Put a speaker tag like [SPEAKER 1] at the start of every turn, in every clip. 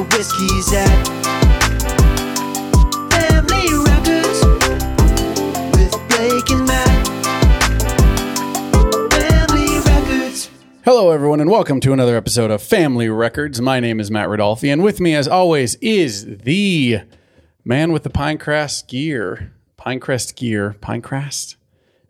[SPEAKER 1] always at Family Records with Blake and Matt. Family Records.
[SPEAKER 2] Hello, everyone, and welcome to another episode of Family Records. My name is Matt Rodolfi, and with me, as always, is the man with the Pinecrest gear. Pinecrest gear. Pinecrest?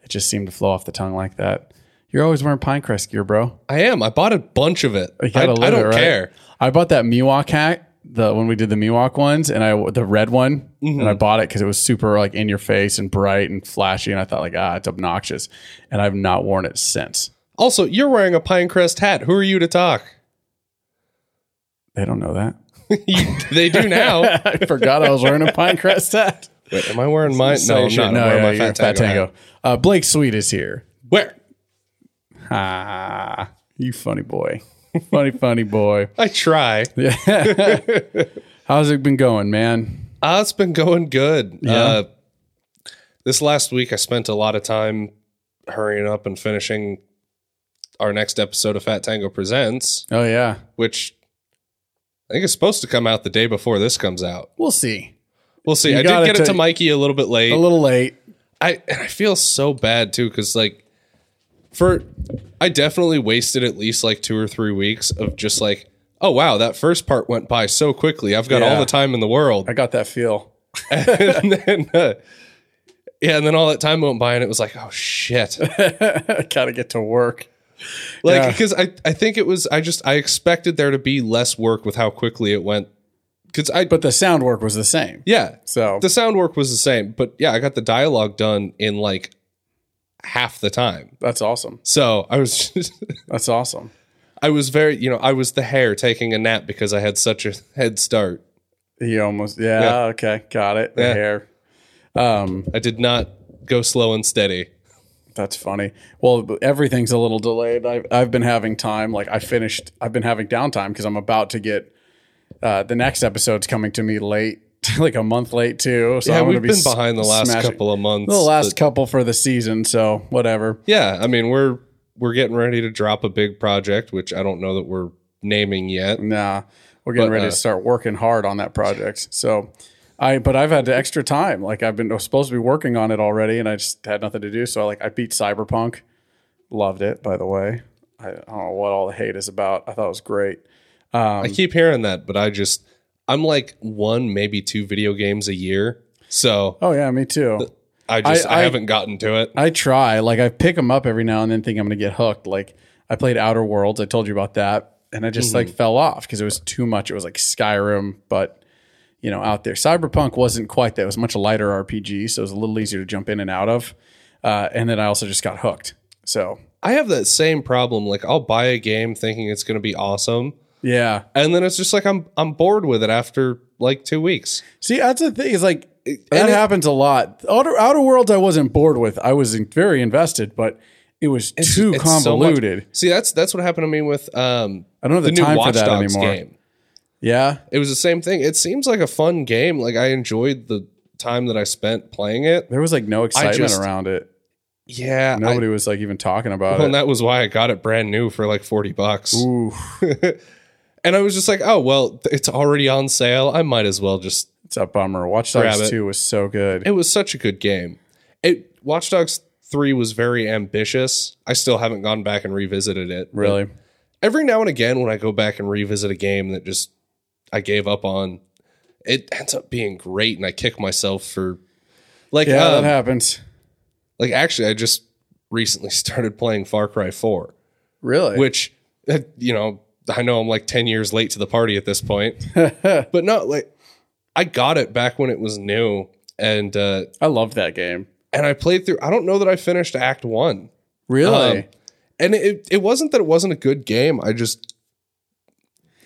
[SPEAKER 2] It just seemed to flow off the tongue like that. You're always wearing Pinecrest gear, bro.
[SPEAKER 3] I am. I bought a bunch of it.
[SPEAKER 2] You
[SPEAKER 3] I,
[SPEAKER 2] gotta
[SPEAKER 3] I
[SPEAKER 2] live it,
[SPEAKER 3] don't
[SPEAKER 2] right?
[SPEAKER 3] care.
[SPEAKER 2] I bought that Miwok hat the when we did the Miwok ones, and I the red one, and I
[SPEAKER 3] Mm-hmm.
[SPEAKER 2] bought it because it was super like in your face and bright and flashy, and I thought like ah, it's obnoxious, and I've not worn it since.
[SPEAKER 3] Also, you're wearing a Pinecrest hat. Who are you to talk?
[SPEAKER 2] They don't know that.
[SPEAKER 3] You- they do now.
[SPEAKER 2] I forgot I was wearing a Pinecrest hat.
[SPEAKER 3] Wait, am I wearing mine? No, I'm not. I'm
[SPEAKER 2] No,
[SPEAKER 3] wearing
[SPEAKER 2] yeah,
[SPEAKER 3] my
[SPEAKER 2] you're
[SPEAKER 3] Fat Tango. hat.
[SPEAKER 2] Uh, Blake Sweet is here.
[SPEAKER 3] Where?
[SPEAKER 2] Ah, you funny boy. Funny, funny boy.
[SPEAKER 3] I try.
[SPEAKER 2] How's it been going, man?
[SPEAKER 3] Uh, it's been going good. Uh, this last week, I spent a lot of time hurrying up and finishing our next episode of Fat Tango Presents,
[SPEAKER 2] Oh yeah,
[SPEAKER 3] which I think is supposed to come out the day before this comes out.
[SPEAKER 2] we'll see.
[SPEAKER 3] We'll see.
[SPEAKER 2] You
[SPEAKER 3] I did
[SPEAKER 2] gotta
[SPEAKER 3] get it to
[SPEAKER 2] take-
[SPEAKER 3] Mikey a little bit late.
[SPEAKER 2] A little late.
[SPEAKER 3] I and I feel so bad too because like for I definitely wasted at least like two or three weeks of just like oh wow that first part went by so quickly I've got
[SPEAKER 2] Yeah.
[SPEAKER 3] all the time in the world
[SPEAKER 2] I got that feel.
[SPEAKER 3] and then uh, yeah and then all that time went by and it was like oh shit
[SPEAKER 2] I gotta get to work.
[SPEAKER 3] like
[SPEAKER 2] Yeah.
[SPEAKER 3] because I I think it was I just I expected there to be less work with how quickly it went because I
[SPEAKER 2] But the sound work was the same.
[SPEAKER 3] yeah
[SPEAKER 2] So
[SPEAKER 3] the sound work was the same but yeah I got the dialogue done in like half the time
[SPEAKER 2] that's awesome.
[SPEAKER 3] so I was just
[SPEAKER 2] That's awesome.
[SPEAKER 3] I was very, you know, I was the hare taking a nap because I had such a head start.
[SPEAKER 2] He almost yeah,
[SPEAKER 3] Yeah.
[SPEAKER 2] okay. Got it. The
[SPEAKER 3] Yeah.
[SPEAKER 2] hair. Um
[SPEAKER 3] I did not go slow and steady.
[SPEAKER 2] That's funny. Well, everything's a little delayed. I've, I've been having time. Like I finished, I've been having downtime because I'm about to get uh, the next episode's coming to me late, like a month late too. So
[SPEAKER 3] yeah,
[SPEAKER 2] I'm gonna
[SPEAKER 3] we've
[SPEAKER 2] be
[SPEAKER 3] been behind the last
[SPEAKER 2] smashing-
[SPEAKER 3] couple of months.
[SPEAKER 2] the last
[SPEAKER 3] but-
[SPEAKER 2] couple for the season. So whatever.
[SPEAKER 3] yeah, I mean, we're we're getting ready to drop a big project, which I don't know that we're naming yet.
[SPEAKER 2] Nah, we're getting
[SPEAKER 3] But,
[SPEAKER 2] ready
[SPEAKER 3] uh,
[SPEAKER 2] to start working hard on that project. So. I, but I've had extra time. Like I've been I was supposed to be working on it already, and I just had nothing to do. So I like I beat Cyberpunk, loved it. By the way, I, I don't know what all the hate is about. I thought it was great.
[SPEAKER 3] I keep hearing that, but I just I'm like one, maybe two video games a year, so
[SPEAKER 2] Oh yeah, me too.
[SPEAKER 3] I just I,
[SPEAKER 2] I-
[SPEAKER 3] haven't gotten to it.
[SPEAKER 2] I try. Like I pick them up every now and then, think I'm going to get hooked. Like I played Outer Worlds. I told you about that, and I just like
[SPEAKER 3] Mm-hmm.
[SPEAKER 2] fell off because it was too much. It was like Skyrim, but you know, out there. Cyberpunk wasn't quite that. It was a much lighter RPG, so it was a little easier to jump in and out of. Uh, and then I also just got hooked. So
[SPEAKER 3] I have that same problem. Like I'll buy a game thinking it's going to be awesome,
[SPEAKER 2] yeah.
[SPEAKER 3] and then it's just like I'm I'm bored with it after like two weeks.
[SPEAKER 2] See, that's the thing. Is like that
[SPEAKER 3] and it-
[SPEAKER 2] happens a lot. Outer, Outer Worlds, I wasn't bored with. I was very invested, but it was too
[SPEAKER 3] It's so much-
[SPEAKER 2] convoluted.
[SPEAKER 3] See, that's that's what happened to me with um
[SPEAKER 2] I don't have the,
[SPEAKER 3] the new
[SPEAKER 2] time for
[SPEAKER 3] Watch
[SPEAKER 2] that
[SPEAKER 3] Dogs
[SPEAKER 2] anymore.
[SPEAKER 3] game.
[SPEAKER 2] Yeah.
[SPEAKER 3] It was the same thing. It seems like a fun game. Like I enjoyed the time that I spent playing it.
[SPEAKER 2] There was like no excitement
[SPEAKER 3] just-
[SPEAKER 2] around it.
[SPEAKER 3] Yeah, I,
[SPEAKER 2] Nobody was like even talking about
[SPEAKER 3] well, and
[SPEAKER 2] it.
[SPEAKER 3] that was why I got it brand new for like forty bucks.
[SPEAKER 2] Ooh,
[SPEAKER 3] And I was just like, oh well, th- it's already on sale. I might as well just.
[SPEAKER 2] it's a bummer. Watch Dogs
[SPEAKER 3] Grab it.
[SPEAKER 2] 2 was so good.
[SPEAKER 3] It was such a good game. It Watch Dogs three was very ambitious. I still haven't gone back and revisited it. but
[SPEAKER 2] really?
[SPEAKER 3] every now and again when I go back and revisit a game that just I gave up on, it ends up being great, and I kick myself for like
[SPEAKER 2] Yeah, that
[SPEAKER 3] um,
[SPEAKER 2] happens.
[SPEAKER 3] like actually I just recently started playing Far Cry Four,
[SPEAKER 2] Really?
[SPEAKER 3] which uh, you know I know I'm like ten years late to the party at this point, but no, like I got it back when it was new, and uh
[SPEAKER 2] I love that game.
[SPEAKER 3] and I played through. I don't know that I finished Act One.
[SPEAKER 2] Really?
[SPEAKER 3] Um, and it it wasn't that it wasn't a good game. I just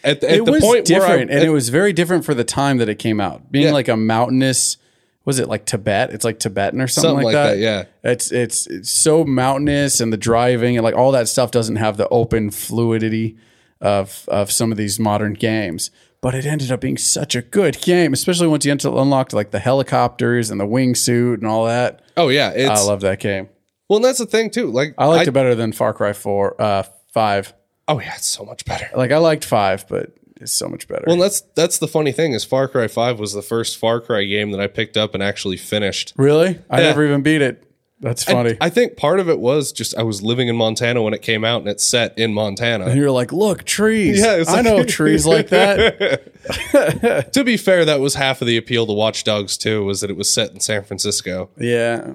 [SPEAKER 3] at, the- at
[SPEAKER 2] it
[SPEAKER 3] the
[SPEAKER 2] was
[SPEAKER 3] point where I,
[SPEAKER 2] different, and
[SPEAKER 3] at-
[SPEAKER 2] it was very different for the time that it came out. Being
[SPEAKER 3] Yeah.
[SPEAKER 2] like a mountainous, was it like Tibet? It's like Tibetan or something, like, that.
[SPEAKER 3] yeah.
[SPEAKER 2] It's, it's it's so mountainous, and the driving and like all that stuff doesn't have the open fluidity of of some of these modern games. But it ended up being such a good game, especially once you until- unlocked like the helicopters and the wingsuit and all that.
[SPEAKER 3] Oh yeah, it's
[SPEAKER 2] I love that game.
[SPEAKER 3] well, and that's the thing too. Like
[SPEAKER 2] I liked it better than Far Cry Four, uh, Five.
[SPEAKER 3] Oh yeah, it's so much better.
[SPEAKER 2] Like I liked Five, but is so much better.
[SPEAKER 3] Well, that's that's the funny thing is Far Cry Five was the first Far Cry game that I picked up and actually finished.
[SPEAKER 2] really? I
[SPEAKER 3] Yeah.
[SPEAKER 2] never even beat it. That's funny.
[SPEAKER 3] I think part of it was just I was living in Montana when it came out and it's set in Montana.
[SPEAKER 2] and you're like, look, trees.
[SPEAKER 3] Yeah, it's
[SPEAKER 2] I
[SPEAKER 3] like-
[SPEAKER 2] know trees like that.
[SPEAKER 3] to be fair, that was half of the appeal to Watch Dogs 2 was that it was set in San Francisco.
[SPEAKER 2] Yeah.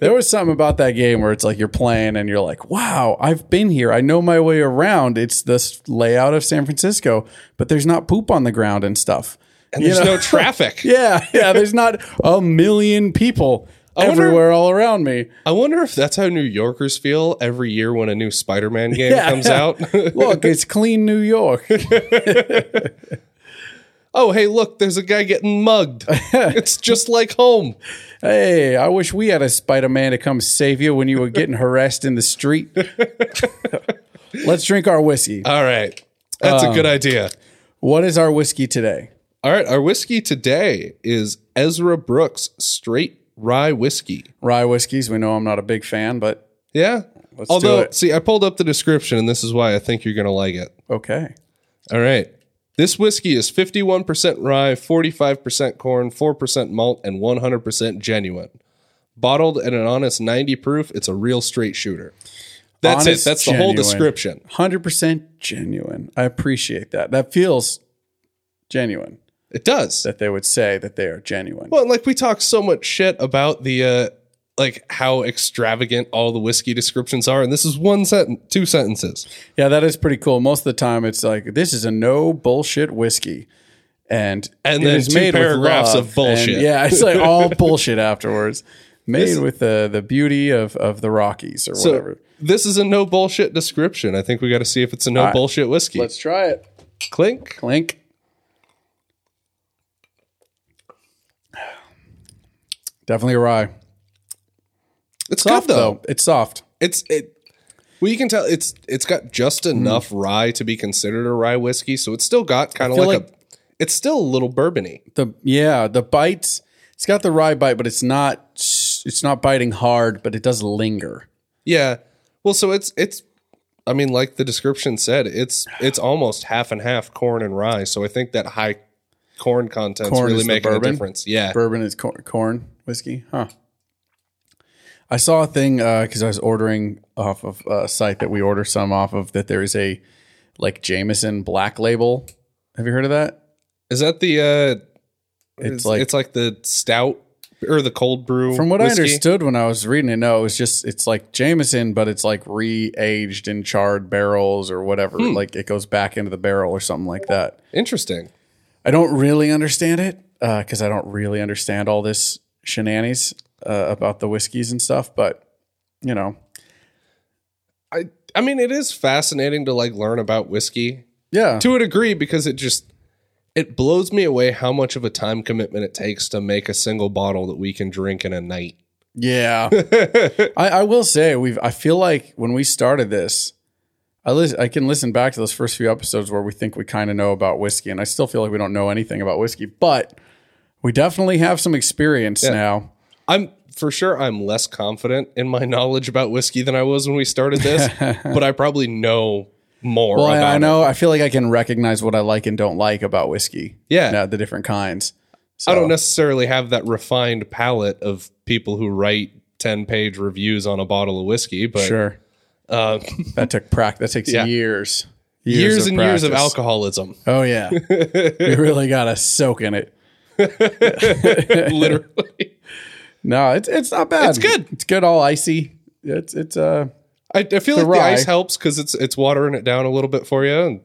[SPEAKER 2] there was something about that game where it's like you're playing and you're like, wow, I've been here. I know my way around. It's this layout of San Francisco, but there's not poop on the ground and stuff.
[SPEAKER 3] And
[SPEAKER 2] You
[SPEAKER 3] there's
[SPEAKER 2] know?
[SPEAKER 3] no traffic.
[SPEAKER 2] Yeah, yeah. There's not a million people
[SPEAKER 3] wonder-
[SPEAKER 2] everywhere all around me.
[SPEAKER 3] I wonder if that's how New Yorkers feel every year when a new Spider-Man game
[SPEAKER 2] Yeah.
[SPEAKER 3] comes out.
[SPEAKER 2] Look, it's clean New York.
[SPEAKER 3] oh, hey, look, there's a guy getting mugged. it's just like home.
[SPEAKER 2] Hey, I wish we had a Spider Man to come save you when you were getting harassed in the street. Let's drink our whiskey.
[SPEAKER 3] All right. That's a good
[SPEAKER 2] Um,
[SPEAKER 3] idea.
[SPEAKER 2] What is our whiskey today?
[SPEAKER 3] All right, our whiskey today is Ezra Brooks straight rye whiskey.
[SPEAKER 2] Rye whiskeys. We know I'm not a big fan, but
[SPEAKER 3] Yeah.
[SPEAKER 2] Let's do
[SPEAKER 3] Although,
[SPEAKER 2] it.
[SPEAKER 3] see, I pulled up the description and this is why I think you're going to like it.
[SPEAKER 2] okay.
[SPEAKER 3] All right. This whiskey is 51% rye, 45% corn, 4% malt, and 100% genuine. Bottled at an honest 90 proof, it's a real straight shooter. That's
[SPEAKER 2] Honest,
[SPEAKER 3] it. That's the whole
[SPEAKER 2] genuine.
[SPEAKER 3] description.
[SPEAKER 2] 100% genuine. I appreciate that. That feels genuine
[SPEAKER 3] It does.
[SPEAKER 2] that they would say that they are genuine.
[SPEAKER 3] Well, and like we talk so much shit about the uh like how extravagant all the whiskey descriptions are, and this is one sentence, two sentences.
[SPEAKER 2] Yeah, that is pretty cool. Most of the time, it's like this is a no bullshit whiskey, and
[SPEAKER 3] And
[SPEAKER 2] it
[SPEAKER 3] then
[SPEAKER 2] is
[SPEAKER 3] two paragraphs
[SPEAKER 2] love.
[SPEAKER 3] of bullshit.
[SPEAKER 2] And yeah, it's like all bullshit afterwards. Made with the the beauty of of the Rockies or
[SPEAKER 3] So
[SPEAKER 2] whatever.
[SPEAKER 3] this is a no bullshit description. I think we got to see if it's a no
[SPEAKER 2] right.
[SPEAKER 3] bullshit whiskey.
[SPEAKER 2] Let's try it.
[SPEAKER 3] clink.
[SPEAKER 2] Clink. Definitely a rye.
[SPEAKER 3] It's
[SPEAKER 2] Soft
[SPEAKER 3] good
[SPEAKER 2] though. It's soft.
[SPEAKER 3] It's it. Well, you can tell it's it's got just
[SPEAKER 2] Hmm.
[SPEAKER 3] enough rye to be considered a rye whiskey, so it's still got kind of
[SPEAKER 2] feel
[SPEAKER 3] like,
[SPEAKER 2] like-
[SPEAKER 3] a. It's still a little bourbony.
[SPEAKER 2] The yeah, the bites. It's got the rye bite, but it's not it's not biting hard, but it does linger.
[SPEAKER 3] Yeah. Well, so it's it's. I mean, like the description said, it's it's almost half and half corn and rye. So I think that high corn content's
[SPEAKER 2] Corn is
[SPEAKER 3] really
[SPEAKER 2] the
[SPEAKER 3] making a
[SPEAKER 2] bourbon?
[SPEAKER 3] difference. Yeah.
[SPEAKER 2] bourbon is cor- corn whiskey huh i saw a thing because i was ordering off of a site that we order some off of that there is a like jameson black label have you heard of that
[SPEAKER 3] Is that the? uh
[SPEAKER 2] it's
[SPEAKER 3] It's
[SPEAKER 2] like
[SPEAKER 3] like it's like the stout or the cold brew.
[SPEAKER 2] from what
[SPEAKER 3] whiskey?
[SPEAKER 2] i understood when i was reading it no it's just it's like jameson but it's like re-aged in charred barrels or whatever
[SPEAKER 3] Hmm.
[SPEAKER 2] like it goes back into the barrel or something like that
[SPEAKER 3] interesting.
[SPEAKER 2] I don't really understand it because I don't really understand all this shenanigans uh, about the whiskeys and stuff. But you know,
[SPEAKER 3] I I mean, it is fascinating to like learn about whiskey
[SPEAKER 2] yeah,
[SPEAKER 3] to a degree because it just it blows me away how much of a time commitment it takes to make a single bottle that we can drink in a night.
[SPEAKER 2] yeah. I, I will say we've. I feel like when we started this, I lis- I can listen back to those first few episodes where we think we kind of know about whiskey, and I still feel like we don't know anything about whiskey, but we definitely have some experience now.
[SPEAKER 3] I'm for sure I'm less confident in my knowledge about whiskey than I was when we started this, but I probably know more
[SPEAKER 2] Well,
[SPEAKER 3] about
[SPEAKER 2] I, I
[SPEAKER 3] it.
[SPEAKER 2] know. I feel like I can recognize what I like and don't like about whiskey.
[SPEAKER 3] Yeah.
[SPEAKER 2] Now, the different kinds.
[SPEAKER 3] I
[SPEAKER 2] So-
[SPEAKER 3] don't necessarily have that refined palate of people who write 10 page reviews on a bottle of whiskey, but
[SPEAKER 2] Sure.
[SPEAKER 3] uh,
[SPEAKER 2] That took practice. That takes
[SPEAKER 3] Yeah.
[SPEAKER 2] years,
[SPEAKER 3] years, and years of
[SPEAKER 2] practice.
[SPEAKER 3] alcoholism.
[SPEAKER 2] Oh yeah, you really gotta soak in it.
[SPEAKER 3] Literally.
[SPEAKER 2] No, it's it's not bad. It's
[SPEAKER 3] good.
[SPEAKER 2] It's good. All icy. It's it's uh.
[SPEAKER 3] I, I feel like
[SPEAKER 2] rye.
[SPEAKER 3] the ice helps because it's it's watering it down a little bit for you. And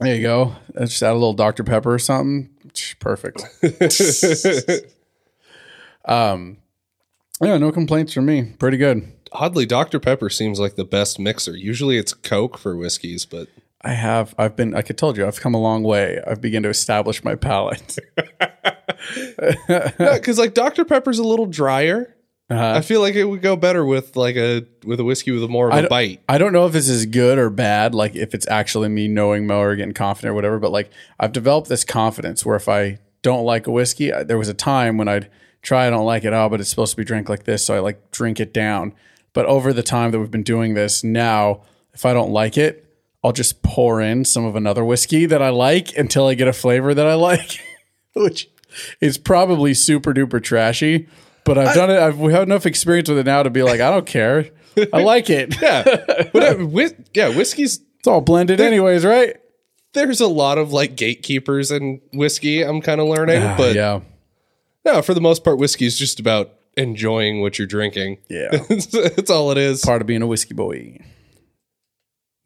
[SPEAKER 2] There you go. Let's Just add a little Dr Pepper or something. Tch, Perfect. um, yeah, no complaints from me. Pretty good.
[SPEAKER 3] oddly, Dr. Pepper seems like the best mixer. Usually it's Coke for whiskeys, but
[SPEAKER 2] I have. I've been. I could told you. I've come a long way. I've begun to establish my palate.
[SPEAKER 3] because like Dr. Pepper's a little drier.
[SPEAKER 2] Uh-huh.
[SPEAKER 3] I feel like it would go better with like a with a whiskey with a more of
[SPEAKER 2] I
[SPEAKER 3] a
[SPEAKER 2] don't-
[SPEAKER 3] bite.
[SPEAKER 2] I don't know if this is good or bad, like if it's actually me knowing more or getting confident or whatever, but like I've developed this confidence where if I don't like a whiskey, I, there was a time when I'd try, I don't like it, oh, but it's supposed to be drank like this. So I like drink it down. But over the time that we've been doing this now, if I don't like it, I'll just pour in some of another whiskey that I like until I get a flavor that I like, which is probably super duper trashy. But I've done it. I've we have enough experience with it now to be like, I don't care. I like it. It's
[SPEAKER 3] Yeah. Whatever. Whis- yeah, whiskey's
[SPEAKER 2] all blended, anyways, right?
[SPEAKER 3] there's a lot of like gatekeepers in whiskey I'm kind of learning,
[SPEAKER 2] Ah,
[SPEAKER 3] but
[SPEAKER 2] yeah,
[SPEAKER 3] no, for the most part whiskey is just about enjoying what you're drinking.
[SPEAKER 2] yeah,
[SPEAKER 3] it's, it's all it is.
[SPEAKER 2] part of being a whiskey boy.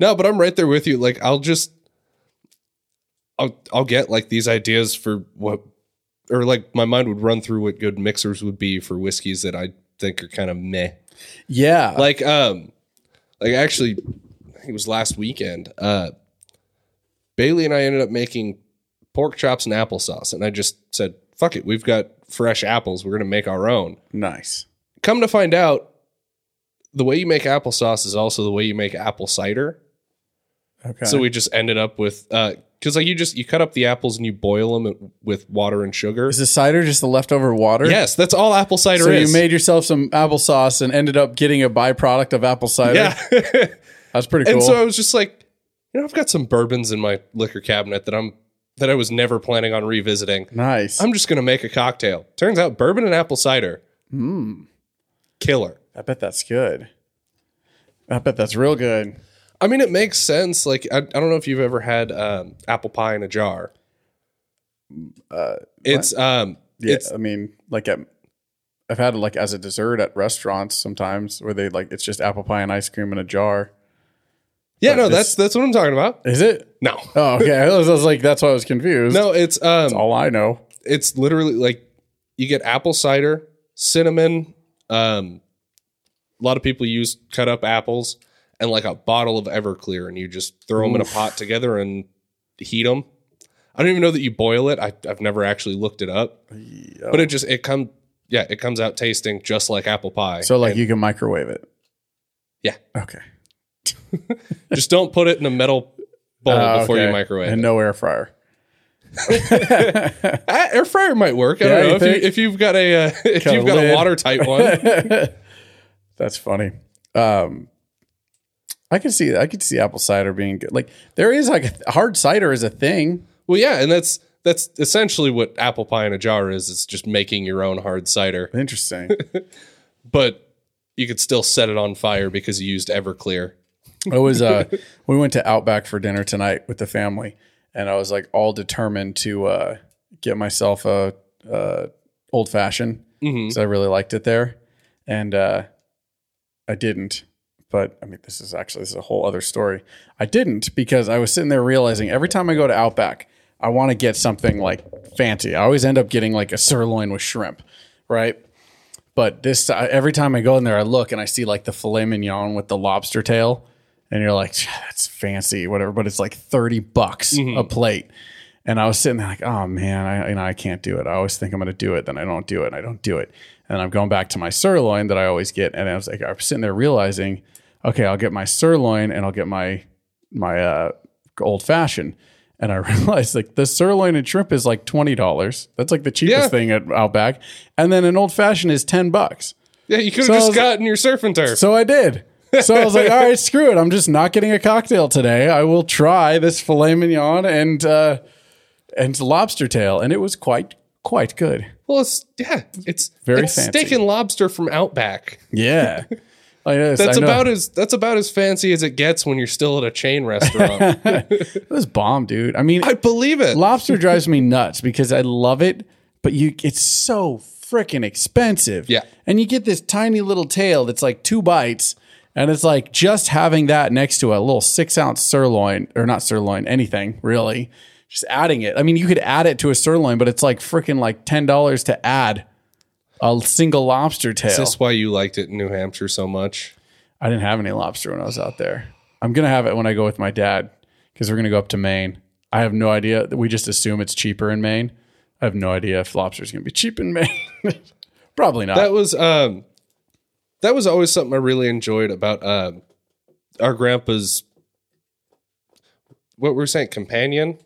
[SPEAKER 3] No, but I'm right there with you. Like I'll just I'll I'll get like these ideas for what or like my mind would run through what good mixers would be for whiskeys that I think are kind of meh.
[SPEAKER 2] Yeah,
[SPEAKER 3] Like um like actually I think it was last weekend. Uh Bailey and I ended up making pork chops and applesauce and I just said, "Fuck it, we've got fresh apples. We're going to make our own."
[SPEAKER 2] nice.
[SPEAKER 3] Come to find out the way you make applesauce is also the way you make apple cider.
[SPEAKER 2] Okay,
[SPEAKER 3] So we just ended up with uh 'cause because like you just you cut up the apples and you boil them with water and sugar.
[SPEAKER 2] is the cider just the leftover water?
[SPEAKER 3] Yes, that's all apple cider
[SPEAKER 2] So
[SPEAKER 3] is.
[SPEAKER 2] you made yourself some applesauce and ended up getting a byproduct of apple cider.
[SPEAKER 3] yeah,
[SPEAKER 2] That's pretty cool.
[SPEAKER 3] and so I was just like, you know, I've got some bourbons in my liquor cabinet that I'm that I was never planning on revisiting.
[SPEAKER 2] nice. i
[SPEAKER 3] I'm just gonna make a cocktail. Turns out bourbon and apple cider,
[SPEAKER 2] Hmm.
[SPEAKER 3] killer.
[SPEAKER 2] bet that's good. I bet that's real good.
[SPEAKER 3] I mean, it makes sense. Like I, I don't know if you've ever had um, apple pie in a jar. it's um,
[SPEAKER 2] Uh, Yeah,
[SPEAKER 3] it's
[SPEAKER 2] I mean, like at, I've had it like as a dessert at restaurants sometimes where they like it's just apple pie and ice cream in a jar.
[SPEAKER 3] yeah, no,
[SPEAKER 2] uh, this-
[SPEAKER 3] that's that's what I'm talking about.
[SPEAKER 2] Is it?
[SPEAKER 3] No,
[SPEAKER 2] Oh, okay. I was, I was like, that's why I was confused.
[SPEAKER 3] no, it's um,
[SPEAKER 2] all I know.
[SPEAKER 3] it's literally like you get apple cider, cinnamon. Um, a lot of people use cut up apples and like a bottle of Everclear, and you just throw them in a pot together and heat them. I don't even know that you boil it. I, I've never actually looked it up, but it just it come yeah it comes out tasting just like apple pie.
[SPEAKER 2] So like you can microwave it.
[SPEAKER 3] Yeah.
[SPEAKER 2] Okay.
[SPEAKER 3] just don't put it in a metal bowl
[SPEAKER 2] Ah,
[SPEAKER 3] before you
[SPEAKER 2] okay.
[SPEAKER 3] microwave.
[SPEAKER 2] and
[SPEAKER 3] it.
[SPEAKER 2] no air fryer.
[SPEAKER 3] Ah, air fryer might work. I
[SPEAKER 2] Yeah,
[SPEAKER 3] don't
[SPEAKER 2] you
[SPEAKER 3] know if,
[SPEAKER 2] think?
[SPEAKER 3] you, if you've got a uh, if
[SPEAKER 2] Got a
[SPEAKER 3] you've got a
[SPEAKER 2] lid.
[SPEAKER 3] watertight one.
[SPEAKER 2] That's funny. Um, I could see I could see apple cider being good. Like there is like a hard cider is a thing.
[SPEAKER 3] Well, yeah, and that's that's essentially what apple pie in a jar is. It's just making your own hard cider,
[SPEAKER 2] Interesting.
[SPEAKER 3] but you could still set it on fire because you used Everclear.
[SPEAKER 2] I was uh we went to Outback for dinner tonight with the family and I was like all determined to uh get myself a uh old fashioned. So I really liked it there. And uh I didn't. But I mean this is actually this is a whole other story. I didn't because I was sitting there realizing every time I go to Outback, I want to get something like fancy. I always end up getting like a sirloin with shrimp, right? But this I- every time I go in there, I look and I see like the filet mignon with the lobster tail, and you're like, "Phew, that's fancy, whatever. But it's like thirty bucks a plate. And I was sitting there like, oh man, I you know I can't do it. I always think I'm gonna do it, then I don't do it, and I don't do it. And I'm going back to my sirloin that I always get, and I was like, I'm sitting there realizing, okay, I'll get my sirloin and I'll get my my uh, old fashioned. And I realized like the sirloin and shrimp is like twenty dollars. That's like the cheapest
[SPEAKER 3] Yeah.
[SPEAKER 2] thing at Outback. And then an old fashioned is ten bucks.
[SPEAKER 3] Yeah, you could have
[SPEAKER 2] So I
[SPEAKER 3] just
[SPEAKER 2] was-
[SPEAKER 3] gotten your surf and turf.
[SPEAKER 2] So I did. So I was like, all right, screw it. I'm just not getting a cocktail today. I will try this filet mignon and uh, and lobster tail, and it was quite quite good.
[SPEAKER 3] well, it's yeah, it's
[SPEAKER 2] Very
[SPEAKER 3] it's
[SPEAKER 2] fancy.
[SPEAKER 3] steak and lobster from Outback.
[SPEAKER 2] Yeah,
[SPEAKER 3] That's about as that's about as fancy as it gets when you're still at a chain restaurant.
[SPEAKER 2] It was bomb, dude. I mean,
[SPEAKER 3] I believe it.
[SPEAKER 2] lobster drives me nuts because I love it, but you it's so freaking expensive.
[SPEAKER 3] Yeah.
[SPEAKER 2] And you get this tiny little tail that's like two bites. And it's like just having that next to a little six ounce sirloin, or not sirloin, anything really. Just adding it. I mean, you could add it to a sirloin, but it's like freaking like ten dollars to add a single lobster tail.
[SPEAKER 3] That's why you liked it in New Hampshire so much.
[SPEAKER 2] I didn't have any lobster when I was out there. I'm gonna have it when I go with my dad because we're gonna go up to Maine. I have no idea. We just assume it's cheaper in Maine. I have no idea if lobster's gonna be cheap in Maine. Probably not.
[SPEAKER 3] that was um that was always something I really enjoyed about um our grandpa's what we are saying companion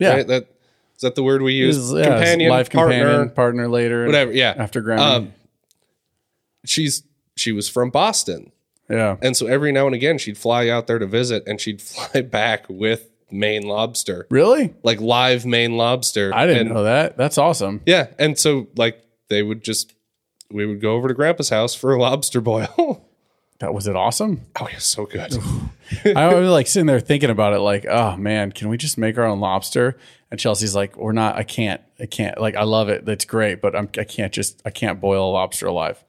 [SPEAKER 2] yeah,
[SPEAKER 3] right that is that the word we
[SPEAKER 2] It
[SPEAKER 3] use
[SPEAKER 2] was- yeah, it was life companion, partner, later,
[SPEAKER 3] whatever yeah
[SPEAKER 2] After Grammy,
[SPEAKER 3] um she's she was from Boston
[SPEAKER 2] Yeah.
[SPEAKER 3] And so every now and again, she'd fly out there to visit and she'd fly back with Maine lobster,
[SPEAKER 2] Really?
[SPEAKER 3] like live Maine lobster.
[SPEAKER 2] I didn't
[SPEAKER 3] and,
[SPEAKER 2] know that. That's awesome.
[SPEAKER 3] Yeah. And so, like, they would just, we would go over to grandpa's house for a lobster boil.
[SPEAKER 2] That was it awesome?
[SPEAKER 3] oh, yeah. So good.
[SPEAKER 2] I was like sitting there thinking about it, like, oh man, can we just make our own lobster? And Chelsea's like, we're not. I can't. I can't. Like, I love it. That's great, but I'm. I can't just. I can't boil a lobster alive.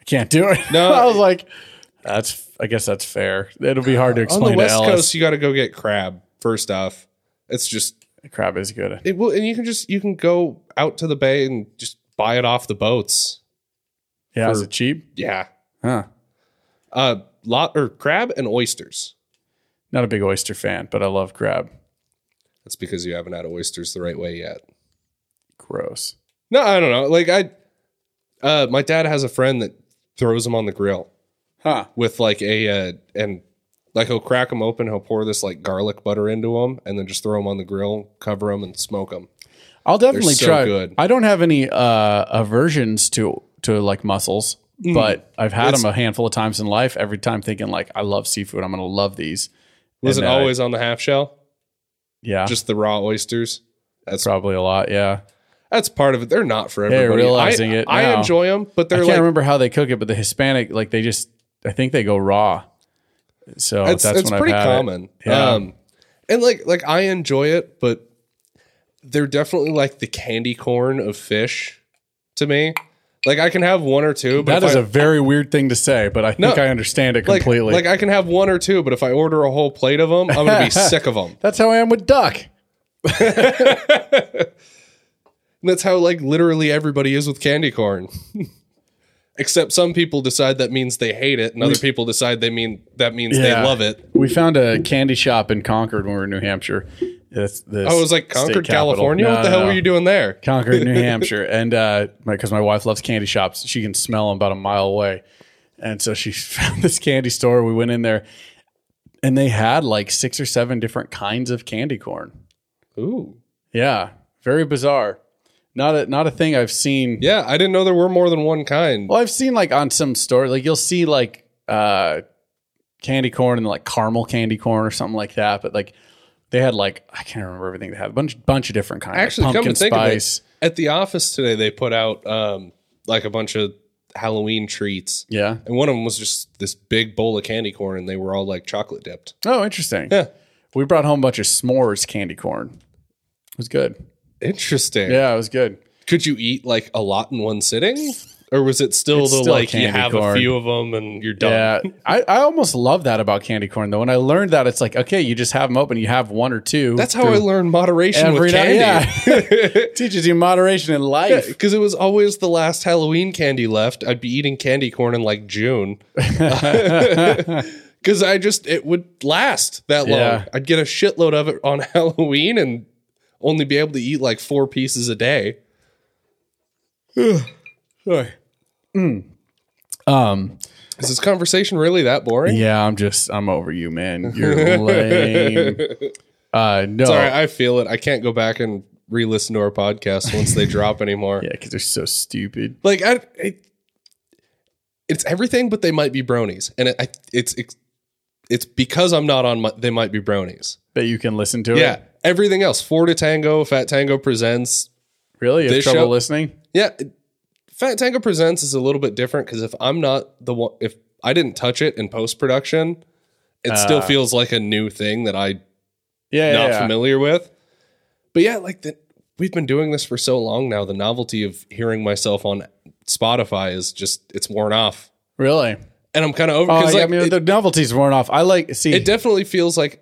[SPEAKER 2] I can't do it.
[SPEAKER 3] No.
[SPEAKER 2] I was like, that's. I guess that's fair. It'll be hard to
[SPEAKER 3] On the
[SPEAKER 2] explain to
[SPEAKER 3] West
[SPEAKER 2] Ellis.
[SPEAKER 3] Coast, you got to go get crab first off. It's just,
[SPEAKER 2] Crab is good.
[SPEAKER 3] it will, and you can just, you can go out to the bay and just buy it off the boats.
[SPEAKER 2] Yeah, is it cheap?
[SPEAKER 3] Yeah.
[SPEAKER 2] Huh.
[SPEAKER 3] Uh, lot or crab and oysters.
[SPEAKER 2] Not a big oyster fan, but I love crab.
[SPEAKER 3] That's because you haven't had oysters the right way yet.
[SPEAKER 2] Gross.
[SPEAKER 3] No, I don't know. Like I, uh, my dad has a friend that throws them on the grill
[SPEAKER 2] Huh.
[SPEAKER 3] with like a uh, and like he'll crack them open. He'll pour this like garlic butter into them and then just throw them on the grill, cover them, and smoke them.
[SPEAKER 2] I'll definitely
[SPEAKER 3] so
[SPEAKER 2] try.
[SPEAKER 3] good.
[SPEAKER 2] I don't have any uh, aversions to to like mussels,
[SPEAKER 3] Mm.
[SPEAKER 2] but I've had them a handful of times in life. Every time thinking like, I love seafood. I'm gonna love these.
[SPEAKER 3] Was
[SPEAKER 2] And,
[SPEAKER 3] it
[SPEAKER 2] uh,
[SPEAKER 3] always on the half shell?
[SPEAKER 2] Yeah,
[SPEAKER 3] Just the raw oysters. That's
[SPEAKER 2] probably a lot. Yeah,
[SPEAKER 3] that's part of it. They're not for everybody.
[SPEAKER 2] realizing
[SPEAKER 3] I,
[SPEAKER 2] it
[SPEAKER 3] I
[SPEAKER 2] now.
[SPEAKER 3] enjoy them, but
[SPEAKER 2] I
[SPEAKER 3] they're
[SPEAKER 2] can't
[SPEAKER 3] like
[SPEAKER 2] remember how they cook it, but the Hispanic like they just I think they go raw. So
[SPEAKER 3] it's,
[SPEAKER 2] Oh, that's
[SPEAKER 3] it's
[SPEAKER 2] when
[SPEAKER 3] pretty
[SPEAKER 2] I've had it.
[SPEAKER 3] common.
[SPEAKER 2] Yeah.
[SPEAKER 3] Um, and like like I enjoy it, but they're definitely like the candy corn of fish to me. Like I can have one or two, but
[SPEAKER 2] That
[SPEAKER 3] if
[SPEAKER 2] is
[SPEAKER 3] I-
[SPEAKER 2] a very weird thing to say, but I think I understand it
[SPEAKER 3] like,
[SPEAKER 2] completely.
[SPEAKER 3] like I can have one or two, but if I order a whole plate of them, I'm gonna be sick of them.
[SPEAKER 2] that's how I am with duck.
[SPEAKER 3] And that's how like literally everybody is with candy corn. Except some people decide that means they hate it, and other people decide they mean that means
[SPEAKER 2] Yeah.
[SPEAKER 3] they love it.
[SPEAKER 2] We found a candy shop in Concord when we were in New Hampshire. That's the
[SPEAKER 3] I Oh, was like
[SPEAKER 2] state
[SPEAKER 3] Concord,
[SPEAKER 2] capital.
[SPEAKER 3] California.
[SPEAKER 2] No,
[SPEAKER 3] what the
[SPEAKER 2] no,
[SPEAKER 3] hell
[SPEAKER 2] no.
[SPEAKER 3] were you doing there?
[SPEAKER 2] Concord, New Hampshire, and uh, because my, wife loves candy shops, she can smell them about a mile away, and so she found this candy store. We went in there, and they had like six or seven different kinds of candy corn.
[SPEAKER 3] Ooh,
[SPEAKER 2] Yeah, very bizarre. Not a not a thing I've seen.
[SPEAKER 3] yeah. I didn't know there were more than one kind.
[SPEAKER 2] Well, I've seen like on some store, like you'll see like uh, candy corn and like caramel candy corn or something like that, but like. They had like I can't remember everything they had a bunch bunch of different kinds. like
[SPEAKER 3] Actually,
[SPEAKER 2] pumpkin
[SPEAKER 3] come to think
[SPEAKER 2] spice.
[SPEAKER 3] of it, at the office today they put out um, like a bunch of Halloween treats,
[SPEAKER 2] Yeah.
[SPEAKER 3] and one of them was just this big bowl of candy corn, and they were all like chocolate dipped.
[SPEAKER 2] Oh, interesting.
[SPEAKER 3] Yeah,
[SPEAKER 2] We brought home a bunch of s'mores candy corn. It was good.
[SPEAKER 3] interesting.
[SPEAKER 2] Yeah, it was good.
[SPEAKER 3] Could you eat like a lot in one sitting, or was it still
[SPEAKER 2] It's
[SPEAKER 3] the
[SPEAKER 2] still
[SPEAKER 3] like you
[SPEAKER 2] candy
[SPEAKER 3] have
[SPEAKER 2] corn.
[SPEAKER 3] a few of them and you're done?
[SPEAKER 2] Yeah, I, I almost love that about candy corn though. When I learned that, it's like okay, you just have them open, you have one or two.
[SPEAKER 3] That's how I learned moderation
[SPEAKER 2] every
[SPEAKER 3] with candy.
[SPEAKER 2] day. Yeah, teaches you moderation in life.
[SPEAKER 3] Because it was always the last Halloween candy left. I'd be eating candy corn in like June. Because I just, it would last that long.
[SPEAKER 2] Yeah.
[SPEAKER 3] I'd get a shitload of it on Halloween and only be able to eat like four pieces a day.
[SPEAKER 2] Sorry. Mm.
[SPEAKER 3] Is this conversation really that boring?
[SPEAKER 2] Um, Yeah, I'm just I'm over you, man. You're lame. Uh, no,
[SPEAKER 3] Sorry, I feel it. I can't go back and re listen to our podcast once they drop anymore.
[SPEAKER 2] yeah, because they're so stupid.
[SPEAKER 3] Like, I, it, it's everything, but they might be bronies. And it, I, it's, it's, it's because I'm not on my, they might be bronies.
[SPEAKER 2] That you can listen to
[SPEAKER 3] Yeah.
[SPEAKER 2] it.
[SPEAKER 3] Everything else. Four to Tango, Fat Tango Presents.
[SPEAKER 2] Really, you have
[SPEAKER 3] This
[SPEAKER 2] trouble
[SPEAKER 3] show-
[SPEAKER 2] listening.
[SPEAKER 3] Yeah. Fat Tango Presents is a little bit different because if I'm not the one, if I didn't touch it in post production, it still feels like a new thing that I'm
[SPEAKER 2] Ah. Yeah,
[SPEAKER 3] not
[SPEAKER 2] yeah, yeah.
[SPEAKER 3] familiar with. But yeah, like the, we've been doing this for so long now. The novelty of hearing myself on Spotify is just, it's worn off.
[SPEAKER 2] Really.
[SPEAKER 3] And I'm kind of over
[SPEAKER 2] Oh,
[SPEAKER 3] because
[SPEAKER 2] yeah,
[SPEAKER 3] like,
[SPEAKER 2] I mean,
[SPEAKER 3] it-
[SPEAKER 2] the novelty's worn off. I like see.
[SPEAKER 3] it definitely feels like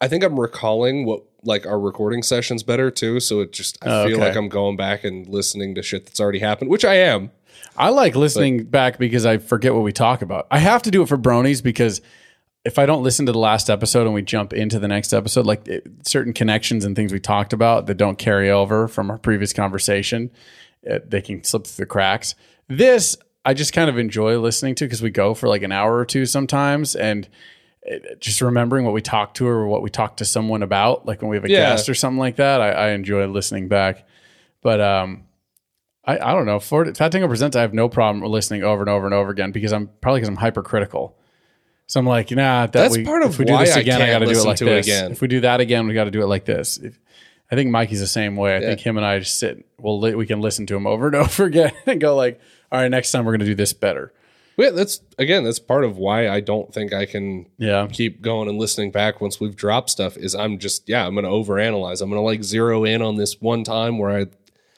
[SPEAKER 3] I think I'm recalling what like our recording sessions better too. So it just I
[SPEAKER 2] Oh,
[SPEAKER 3] feel
[SPEAKER 2] okay.
[SPEAKER 3] like I'm going back and listening to shit that's already happened, which I am.
[SPEAKER 2] I like listening back because I forget what we talk about. I have to do it for bronies because if I don't listen to the last episode and we jump into the next episode, like it, certain connections and things we talked about that don't carry over from our previous conversation, uh, they can slip through the cracks. This I just kind of enjoy listening to because we go for like an hour or two sometimes and it, just remembering what we talked to or what we talked to someone about, like when we have a
[SPEAKER 3] Yeah.
[SPEAKER 2] guest or something like that. I, I enjoy listening back, but um, I, I don't know. For Fat Tango Presents, I have no problem listening over and over and over again because I'm probably because I'm hypercritical. So I'm like, nah. That
[SPEAKER 3] That's
[SPEAKER 2] we-
[SPEAKER 3] part of
[SPEAKER 2] if we
[SPEAKER 3] why
[SPEAKER 2] do this
[SPEAKER 3] I
[SPEAKER 2] again.
[SPEAKER 3] can't
[SPEAKER 2] gotta do it
[SPEAKER 3] listen
[SPEAKER 2] like
[SPEAKER 3] to it
[SPEAKER 2] this.
[SPEAKER 3] again.
[SPEAKER 2] If we do that again, we got to do it like this. If, I think Mikey's the same way. I think him and I just sit. We'll li- we can listen to him over and over again and go like, all right, next time we're gonna do this better.
[SPEAKER 3] Yeah, that's again, that's part of why I don't think I can
[SPEAKER 2] Yeah.
[SPEAKER 3] keep going and listening back once we've dropped stuff is I'm just yeah, I'm gonna overanalyze. I'm gonna like zero in on this one time where I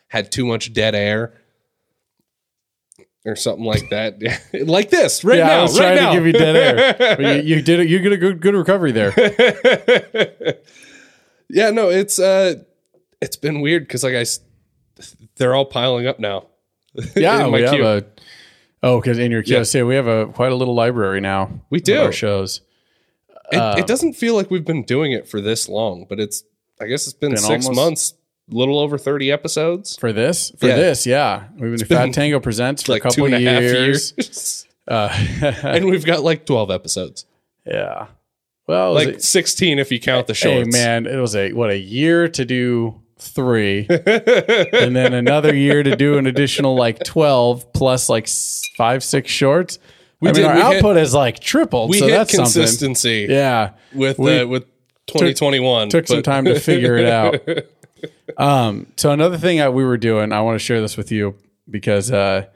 [SPEAKER 3] had too much dead air or something like that. like this, right
[SPEAKER 2] yeah,
[SPEAKER 3] now.
[SPEAKER 2] I was
[SPEAKER 3] right
[SPEAKER 2] trying
[SPEAKER 3] now.
[SPEAKER 2] to give you dead air. But you, you did it. You get a good good recovery there.
[SPEAKER 3] yeah, no, it's uh it's been weird because like I s- they're all piling up now.
[SPEAKER 2] Yeah,
[SPEAKER 3] in my
[SPEAKER 2] we have
[SPEAKER 3] queue.
[SPEAKER 2] a. Oh, because in your queue,
[SPEAKER 3] Yeah.
[SPEAKER 2] I say we have a quite a little library now.
[SPEAKER 3] We
[SPEAKER 2] of
[SPEAKER 3] do.
[SPEAKER 2] our shows.
[SPEAKER 3] It,
[SPEAKER 2] Uh.
[SPEAKER 3] it doesn't feel like we've been doing it for this long, but it's I guess it's been,
[SPEAKER 2] Been
[SPEAKER 3] six
[SPEAKER 2] almost-
[SPEAKER 3] months, little over thirty episodes.
[SPEAKER 2] For this, for
[SPEAKER 3] Yeah.
[SPEAKER 2] this, yeah, we've been Fat
[SPEAKER 3] been
[SPEAKER 2] Tango presents for
[SPEAKER 3] like
[SPEAKER 2] a couple
[SPEAKER 3] two and a half
[SPEAKER 2] years.
[SPEAKER 3] years.
[SPEAKER 2] Uh,
[SPEAKER 3] and we've got like 12 episodes.
[SPEAKER 2] yeah. Well,
[SPEAKER 3] Like
[SPEAKER 2] it was
[SPEAKER 3] 16 if you count the
[SPEAKER 2] a- hey
[SPEAKER 3] shorts.
[SPEAKER 2] man, it was a what a year to do three, and then another year to do an additional like twelve plus like s- five six shorts. We I mean,
[SPEAKER 3] did-
[SPEAKER 2] our
[SPEAKER 3] we hit-
[SPEAKER 2] output has like tripled,
[SPEAKER 3] We
[SPEAKER 2] so
[SPEAKER 3] hit
[SPEAKER 2] that's something.
[SPEAKER 3] consistency
[SPEAKER 2] Yeah,
[SPEAKER 3] with
[SPEAKER 2] We
[SPEAKER 3] uh, with 2021.
[SPEAKER 2] took some
[SPEAKER 3] but-
[SPEAKER 2] time to figure it out. Um, so another thing that we were doing, I want to share this with you because uh,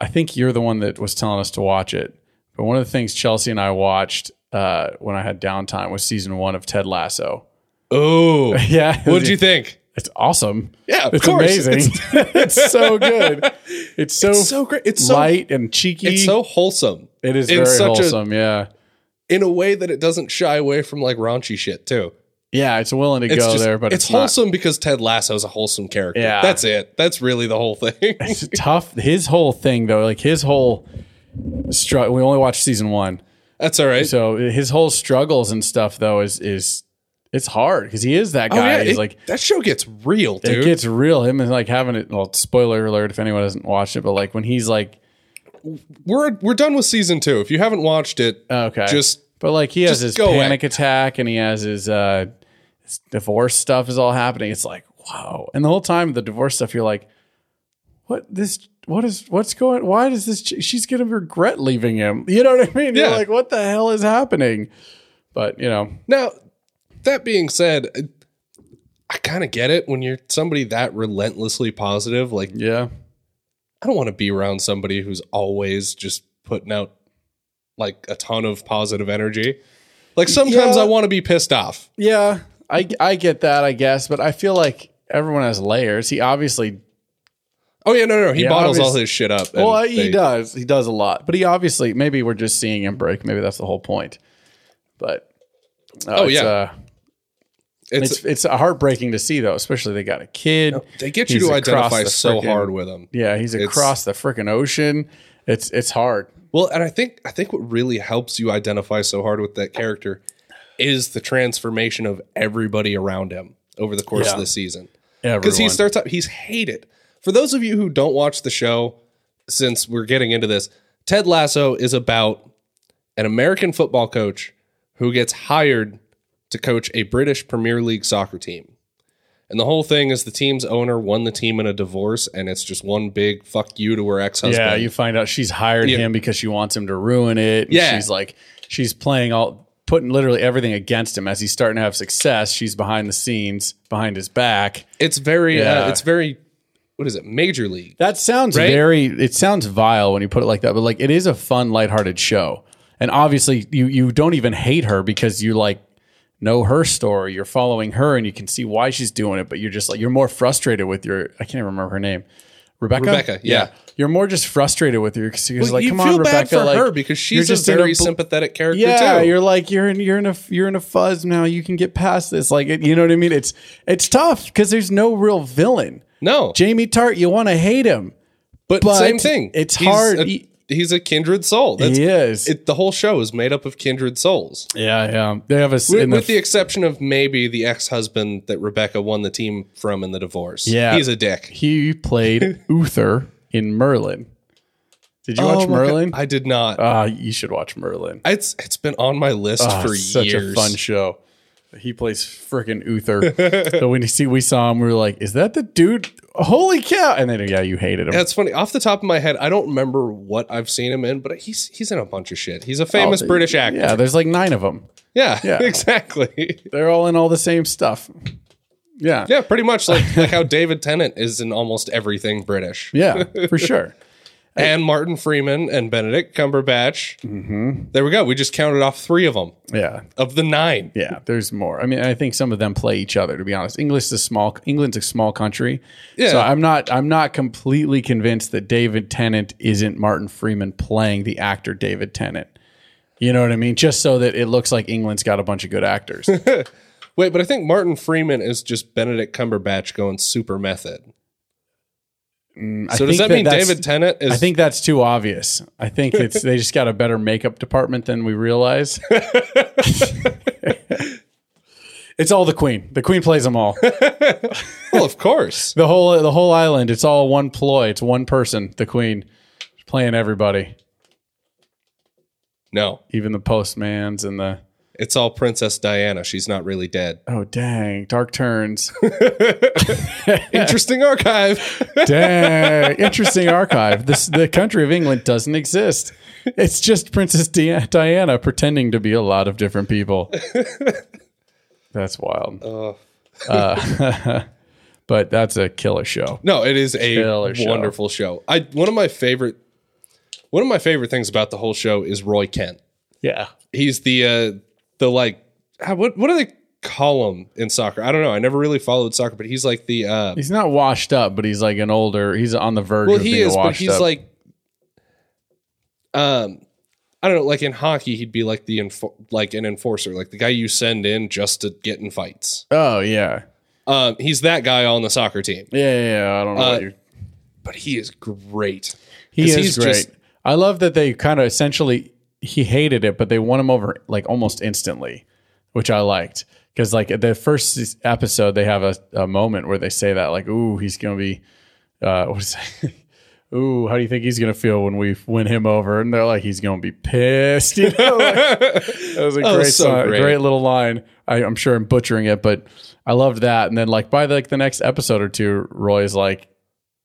[SPEAKER 2] I think you're the one that was telling us to watch it. But one of the things Chelsea and I watched uh, when I had downtime was season one of Ted Lasso.
[SPEAKER 3] Oh.
[SPEAKER 2] Yeah,
[SPEAKER 3] What did you think?
[SPEAKER 2] It's awesome.
[SPEAKER 3] Yeah, of
[SPEAKER 2] it's
[SPEAKER 3] course.
[SPEAKER 2] amazing. It's, so good. It's so
[SPEAKER 3] so great. It's so-
[SPEAKER 2] light and cheeky.
[SPEAKER 3] It's so wholesome.
[SPEAKER 2] it is
[SPEAKER 3] in
[SPEAKER 2] very
[SPEAKER 3] such a-
[SPEAKER 2] wholesome. yeah,
[SPEAKER 3] In a way that it doesn't shy away from like raunchy shit too.
[SPEAKER 2] yeah. It's willing to
[SPEAKER 3] It's
[SPEAKER 2] go
[SPEAKER 3] just-
[SPEAKER 2] there, but
[SPEAKER 3] it's,
[SPEAKER 2] it's,
[SPEAKER 3] wholesome because Ted Lasso's a wholesome character.
[SPEAKER 2] Yeah.
[SPEAKER 3] That's it. That's really the whole thing.
[SPEAKER 2] it's tough. His whole thing though, like his whole struggle. We only watched season one,
[SPEAKER 3] That's all right.
[SPEAKER 2] so his whole struggles and stuff though is is it's hard because he is that guy. He's
[SPEAKER 3] Oh, it-
[SPEAKER 2] like
[SPEAKER 3] that show gets real, dude.
[SPEAKER 2] it gets real. Him and like having it. Well, spoiler alert if anyone hasn't watched it, but like when he's like
[SPEAKER 3] we're we're done with season two. If you haven't watched it,
[SPEAKER 2] Oh, okay,
[SPEAKER 3] just
[SPEAKER 2] but like he has
[SPEAKER 3] just
[SPEAKER 2] his
[SPEAKER 3] go away.
[SPEAKER 2] panic attack and he has his uh his divorce stuff is all happening. It's like wow, and the whole time the divorce stuff, you're like, what this. What is what's going? Why does this? ch- She's gonna regret leaving him. You know what I mean? You're
[SPEAKER 3] Yeah.
[SPEAKER 2] like, what the hell is happening? But you know,
[SPEAKER 3] Now, that being said, I- I kind of get it when you're somebody that relentlessly positive. Like,
[SPEAKER 2] yeah,
[SPEAKER 3] I don't want to be around somebody who's always just putting out like a ton of positive energy. Like, sometimes
[SPEAKER 2] Yeah.
[SPEAKER 3] I want to be pissed off.
[SPEAKER 2] Yeah, I I get that, I guess, but I feel like everyone has layers. He obviously
[SPEAKER 3] Oh, yeah, no, no. He
[SPEAKER 2] Yeah,
[SPEAKER 3] bottles all
[SPEAKER 2] obvious-
[SPEAKER 3] his shit up. and
[SPEAKER 2] well, he
[SPEAKER 3] they-
[SPEAKER 2] does. He does a lot, but he obviously maybe we're just seeing him break. Maybe that's the whole point. But uh,
[SPEAKER 3] Oh,
[SPEAKER 2] it's,
[SPEAKER 3] yeah.
[SPEAKER 2] uh,
[SPEAKER 3] It's,
[SPEAKER 2] it's it's heartbreaking to see though, especially they got a kid.
[SPEAKER 3] they get you
[SPEAKER 2] He's
[SPEAKER 3] to
[SPEAKER 2] across
[SPEAKER 3] identify
[SPEAKER 2] the
[SPEAKER 3] so
[SPEAKER 2] frickin-
[SPEAKER 3] hard with him.
[SPEAKER 2] Yeah, he's across the freaking ocean. It's it's hard.
[SPEAKER 3] Well, and I think I think what really helps you identify so hard with that character is the transformation of everybody around him over the course
[SPEAKER 2] Yeah.
[SPEAKER 3] of the season. because
[SPEAKER 2] Because
[SPEAKER 3] he
[SPEAKER 2] he's
[SPEAKER 3] starts out he's hated for those of you who don't watch the show since we're getting into this ted lasso is about an american football coach who gets hired to coach a british premier league soccer team and the whole thing is the team's owner won the team in a divorce and it's just one big fuck you to her ex-husband
[SPEAKER 2] yeah, you find out she's hired
[SPEAKER 3] Yeah.
[SPEAKER 2] him because she wants him to ruin it. and
[SPEAKER 3] Yeah.
[SPEAKER 2] she's like she's playing all putting literally everything against him as he's starting to have success. She's behind the scenes, behind his back.
[SPEAKER 3] it's very uh,
[SPEAKER 2] Yeah.
[SPEAKER 3] it's very what is it major league
[SPEAKER 2] That sounds
[SPEAKER 3] Right?
[SPEAKER 2] very. It sounds vile when you put it like that, but like it is a fun, lighthearted show. And obviously, you you don't even hate her because you like know her story. You're following her, and you can see why she's doing it. But you're just like you're more frustrated with your. I can't even remember her name. Rebecca.
[SPEAKER 3] Rebecca, yeah.
[SPEAKER 2] You're more just frustrated with her because you're
[SPEAKER 3] Well,
[SPEAKER 2] like,
[SPEAKER 3] you
[SPEAKER 2] come
[SPEAKER 3] feel
[SPEAKER 2] on,
[SPEAKER 3] bad
[SPEAKER 2] Rebecca.
[SPEAKER 3] for
[SPEAKER 2] like,
[SPEAKER 3] her because she's
[SPEAKER 2] you're
[SPEAKER 3] a
[SPEAKER 2] in
[SPEAKER 3] very
[SPEAKER 2] bl-
[SPEAKER 3] sympathetic character
[SPEAKER 2] yeah,
[SPEAKER 3] too.
[SPEAKER 2] you're like you're in you're in a you're in a fuzz now. You can get past this, like it, you know what I mean. It's it's tough because there's no real villain.
[SPEAKER 3] no,
[SPEAKER 2] Jamie Tart, you want to hate him.
[SPEAKER 3] But,
[SPEAKER 2] But
[SPEAKER 3] same thing.
[SPEAKER 2] it's
[SPEAKER 3] He's
[SPEAKER 2] hard.
[SPEAKER 3] a-
[SPEAKER 2] He-
[SPEAKER 3] he's a kindred soul. That's,
[SPEAKER 2] He is.
[SPEAKER 3] It, the whole show is made up of kindred souls,
[SPEAKER 2] Yeah, yeah. They have a s-
[SPEAKER 3] with,
[SPEAKER 2] in
[SPEAKER 3] with the exception of maybe the ex-husband that Rebecca won the team from in the divorce.
[SPEAKER 2] Yeah.
[SPEAKER 3] he's a dick.
[SPEAKER 2] he played Uther in Merlin. Did you
[SPEAKER 3] Oh
[SPEAKER 2] watch
[SPEAKER 3] my
[SPEAKER 2] Merlin?
[SPEAKER 3] God, I did not.
[SPEAKER 2] Ah, you should watch Merlin.
[SPEAKER 3] it's it's been on my list
[SPEAKER 2] Ah,
[SPEAKER 3] for
[SPEAKER 2] such
[SPEAKER 3] years.
[SPEAKER 2] a fun show. He plays freaking Uther. so when you see we saw him, we were like, "Is that the dude holy cow! And then yeah, you hated him.
[SPEAKER 3] That's funny. Off the top of my head, I don't remember what I've seen him in, but he's he's in a bunch of shit. He's a famous
[SPEAKER 2] Oh,
[SPEAKER 3] British actor.
[SPEAKER 2] Yeah, there's like nine of them.
[SPEAKER 3] Yeah,
[SPEAKER 2] Yeah.
[SPEAKER 3] exactly.
[SPEAKER 2] They're all in all the same stuff. Yeah.
[SPEAKER 3] Yeah, pretty much like like how David Tennant is in almost everything British,
[SPEAKER 2] Yeah, for sure.
[SPEAKER 3] and Martin Freeman and Benedict Cumberbatch. Mm-hmm. There we go. We just counted off three of them
[SPEAKER 2] Yeah.
[SPEAKER 3] of the nine.
[SPEAKER 2] Yeah, there's more. I mean, I think some of them play each other. To be honest, English is a small. England's a small country.
[SPEAKER 3] Yeah.
[SPEAKER 2] So I'm not. I'm not completely convinced that David Tennant isn't Martin Freeman playing the actor David Tennant. You know what I mean? Just so that it looks like England's got a bunch of good actors.
[SPEAKER 3] Wait, but I think Martin Freeman is just Benedict Cumberbatch going super method.
[SPEAKER 2] I
[SPEAKER 3] So does
[SPEAKER 2] think
[SPEAKER 3] that, mean
[SPEAKER 2] that's-
[SPEAKER 3] David Tennant is?
[SPEAKER 2] I think that's too obvious. I think it's they just got a better makeup department than we realize. it's all the queen. The queen plays them all.
[SPEAKER 3] well, of course.
[SPEAKER 2] The whole the whole island. It's all one ploy. It's one person. The queen She's playing everybody,
[SPEAKER 3] No,
[SPEAKER 2] even the postmans and the
[SPEAKER 3] it's all Princess Diana. She's not really dead.
[SPEAKER 2] oh dang dark turns.
[SPEAKER 3] Interesting archive.
[SPEAKER 2] dang, interesting archive. This the country of England doesn't exist. It's just Princess Dia- Diana pretending to be a lot of different people. That's wild.
[SPEAKER 3] Oh.
[SPEAKER 2] Uh, but that's a killer show.
[SPEAKER 3] No, it is a
[SPEAKER 2] Killer show.
[SPEAKER 3] wonderful show. I one of my favorite one of my favorite things about the whole show is Roy Kent.
[SPEAKER 2] Yeah.
[SPEAKER 3] He's the uh the like ah, what what do they call him in soccer? I don't know. I never really followed soccer, but he's like the uh
[SPEAKER 2] He's not washed up, but he's like an older. He's on the verge
[SPEAKER 3] well
[SPEAKER 2] of
[SPEAKER 3] he
[SPEAKER 2] being
[SPEAKER 3] is,
[SPEAKER 2] washed
[SPEAKER 3] but he's
[SPEAKER 2] up.
[SPEAKER 3] like um I don't know, like in hockey he'd be like the enfor- like an enforcer, like the guy you send in just to get in fights.
[SPEAKER 2] oh yeah,
[SPEAKER 3] Um he's that guy on the soccer team.
[SPEAKER 2] yeah, yeah. yeah. I don't know.
[SPEAKER 3] Uh,
[SPEAKER 2] what you're,
[SPEAKER 3] But he is great.
[SPEAKER 2] he is
[SPEAKER 3] 'cause he's
[SPEAKER 2] great.
[SPEAKER 3] just-
[SPEAKER 2] I love that they kind of essentially he hated it, but they won him over like almost instantly, which I liked because like at the first s- episode they have a, a moment where they say that like, "Ooh, he's gonna be," uh, what is that? Ooh, how do you think he's gonna feel when we win him over? And they're like, he's gonna be pissed. You know, like, that was a
[SPEAKER 3] Oh,
[SPEAKER 2] great,
[SPEAKER 3] so
[SPEAKER 2] song,
[SPEAKER 3] great.
[SPEAKER 2] great little line. I, I'm sure I'm butchering it, but I loved that. And then like by like the next episode or two, Roy's like,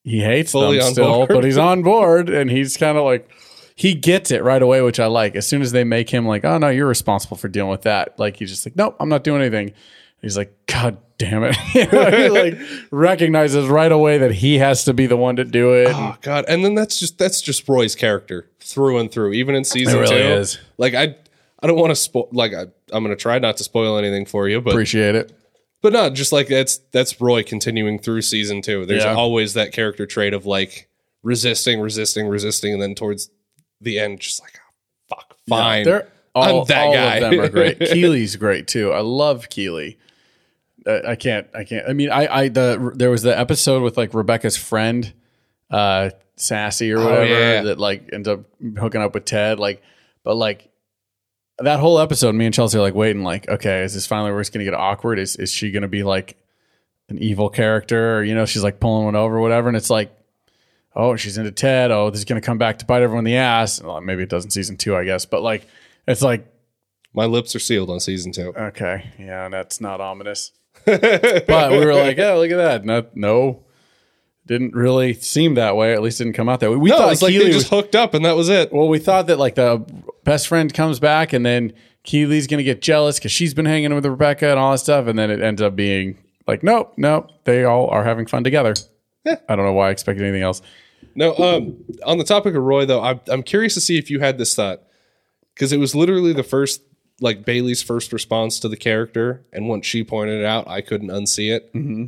[SPEAKER 2] he hates
[SPEAKER 3] Fully
[SPEAKER 2] them
[SPEAKER 3] on
[SPEAKER 2] still,
[SPEAKER 3] board.
[SPEAKER 2] but he's on board and he's kind of like he gets it right away, which I like. As soon as they make him like, oh no, you're responsible for dealing with that. Like he's just like, nope, I'm not doing anything. He's like, God damn it. You know, he like recognizes right away that he has to be the one to do it.
[SPEAKER 3] Oh god, and then that's just that's just Roy's character through and through, even in season
[SPEAKER 2] It really
[SPEAKER 3] two.
[SPEAKER 2] is.
[SPEAKER 3] Like I, I don't want to spoil. Like I, I'm gonna try not to spoil anything for you, but
[SPEAKER 2] Appreciate it.
[SPEAKER 3] but no, just like that's that's Roy continuing through season two. There's
[SPEAKER 2] Yeah.
[SPEAKER 3] always that character trait of like resisting, resisting, resisting, and then towards the end, just like oh, fuck, fine.
[SPEAKER 2] They're all,
[SPEAKER 3] I'm that
[SPEAKER 2] all
[SPEAKER 3] guy.
[SPEAKER 2] of them are great. Keely's great too. I love Keely. Uh, I can't. I can't. I mean, I. I. The there was the episode with like Rebecca's friend, uh, Sassy or whatever,
[SPEAKER 3] Oh, yeah.
[SPEAKER 2] that like ends up hooking up with Ted. Like, but like that whole episode, me and Chelsea are like waiting. Like, okay, is this finally where it's gonna get awkward? Is is she gonna be like an evil character? Or, you know, she's like pulling one over, or whatever. And it's like oh, she's into Ted. Oh, this is going to come back to bite everyone in the ass. Well, maybe it doesn't season two, I guess. But like, it's like,
[SPEAKER 3] My lips are sealed on season two.
[SPEAKER 2] okay, yeah, that's not ominous. but we were like, yeah, look at that. No, no, didn't really seem that way. At least didn't come out that way. We
[SPEAKER 3] No,
[SPEAKER 2] thought
[SPEAKER 3] it's like
[SPEAKER 2] Keely
[SPEAKER 3] they
[SPEAKER 2] was-
[SPEAKER 3] just hooked up and that was it.
[SPEAKER 2] well, we thought that like the best friend comes back and then Keely's gonna get jealous because she's been hanging with Rebecca and all that stuff, and then it ends up being like, nope, nope, they all are having fun together. I don't know why I expected anything else.
[SPEAKER 3] No, um, on the topic of Roy, though, I'm, I'm curious to see if you had this thought because it was literally the first, like Bailey's first response to the character, and once she pointed it out, I couldn't unsee it.
[SPEAKER 2] Mm-hmm.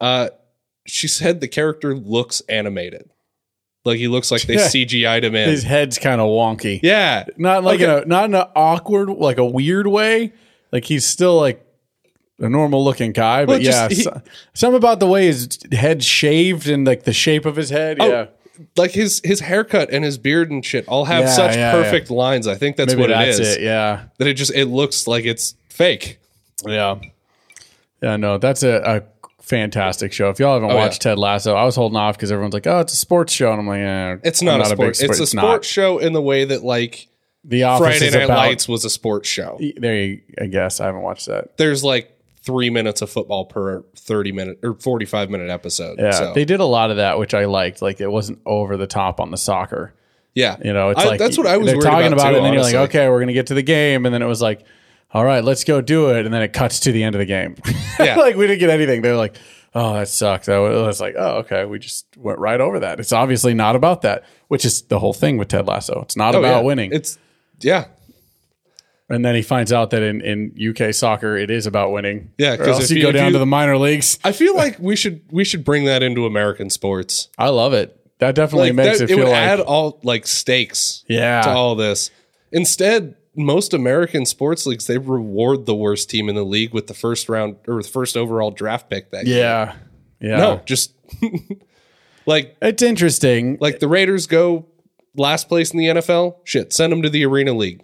[SPEAKER 3] Uh, she said the character looks animated, like he looks like they
[SPEAKER 2] Yeah.
[SPEAKER 3] CGI'd him in.
[SPEAKER 2] His head's kind of wonky.
[SPEAKER 3] yeah,
[SPEAKER 2] not like
[SPEAKER 3] Okay.
[SPEAKER 2] in a not in an awkward like a weird way like he's still like a normal looking guy but
[SPEAKER 3] Well,
[SPEAKER 2] yeah
[SPEAKER 3] just- he-
[SPEAKER 2] so- something about the way his head shaved and like the shape of his
[SPEAKER 3] Oh,
[SPEAKER 2] head yeah
[SPEAKER 3] like his his haircut and his beard and shit all have
[SPEAKER 2] Yeah,
[SPEAKER 3] such
[SPEAKER 2] yeah, yeah.
[SPEAKER 3] perfect lines. I think that's
[SPEAKER 2] maybe
[SPEAKER 3] what
[SPEAKER 2] that's
[SPEAKER 3] it is.
[SPEAKER 2] it yeah
[SPEAKER 3] That it just it looks like it's fake.
[SPEAKER 2] yeah yeah no that's a, a fantastic show if y'all
[SPEAKER 3] Oh,
[SPEAKER 2] haven't watched ted lasso i was holding off because everyone's like oh it's a sports show and i'm like eh,
[SPEAKER 3] It's
[SPEAKER 2] I'm
[SPEAKER 3] not, a
[SPEAKER 2] big
[SPEAKER 3] sport. It's a
[SPEAKER 2] not.
[SPEAKER 3] sport show in the way that like
[SPEAKER 2] the office
[SPEAKER 3] Friday
[SPEAKER 2] is
[SPEAKER 3] Night
[SPEAKER 2] about
[SPEAKER 3] Lights was a sports show.
[SPEAKER 2] there you i guess i haven't watched that
[SPEAKER 3] There's like three minutes of football per 30 minute or 45 minute episode.
[SPEAKER 2] Yeah,
[SPEAKER 3] So,
[SPEAKER 2] they did a lot of that, which I liked. Like it wasn't over the top on the soccer.
[SPEAKER 3] yeah.
[SPEAKER 2] You know, it's
[SPEAKER 3] I-
[SPEAKER 2] like
[SPEAKER 3] that's what I was
[SPEAKER 2] they're
[SPEAKER 3] worried
[SPEAKER 2] talking about,
[SPEAKER 3] about. too,
[SPEAKER 2] it, and then you're like,
[SPEAKER 3] honestly.
[SPEAKER 2] okay, we're gonna get to the game, and then it was like, all right, let's go do it, and then it cuts to the end of the game.
[SPEAKER 3] Yeah.
[SPEAKER 2] like we didn't get anything. They're like, oh, that sucks. I was like, oh, okay, we just went right over that. It's obviously not about that, which is the whole thing with Ted Lasso. It's not
[SPEAKER 3] Oh,
[SPEAKER 2] about
[SPEAKER 3] yeah.
[SPEAKER 2] winning.
[SPEAKER 3] It's yeah,
[SPEAKER 2] and then he finds out that in in UK soccer, it is about winning.
[SPEAKER 3] Yeah,
[SPEAKER 2] because
[SPEAKER 3] 'cause
[SPEAKER 2] else
[SPEAKER 3] if
[SPEAKER 2] you,
[SPEAKER 3] you-
[SPEAKER 2] go
[SPEAKER 3] if
[SPEAKER 2] down
[SPEAKER 3] you-
[SPEAKER 2] to the minor leagues.
[SPEAKER 3] I feel like we should we should bring that into American sports.
[SPEAKER 2] I love it. That definitely
[SPEAKER 3] Like
[SPEAKER 2] makes
[SPEAKER 3] that,
[SPEAKER 2] it
[SPEAKER 3] it
[SPEAKER 2] feel
[SPEAKER 3] would
[SPEAKER 2] like
[SPEAKER 3] add all like stakes
[SPEAKER 2] Yeah.
[SPEAKER 3] to all this. Instead, most American sports leagues they reward the worst team in the league with the first round or the first overall draft pick that year.
[SPEAKER 2] yeah, yeah.
[SPEAKER 3] No, just like
[SPEAKER 2] it's interesting.
[SPEAKER 3] like the Raiders go last place in the NFL. Shit, send them to the Arena League.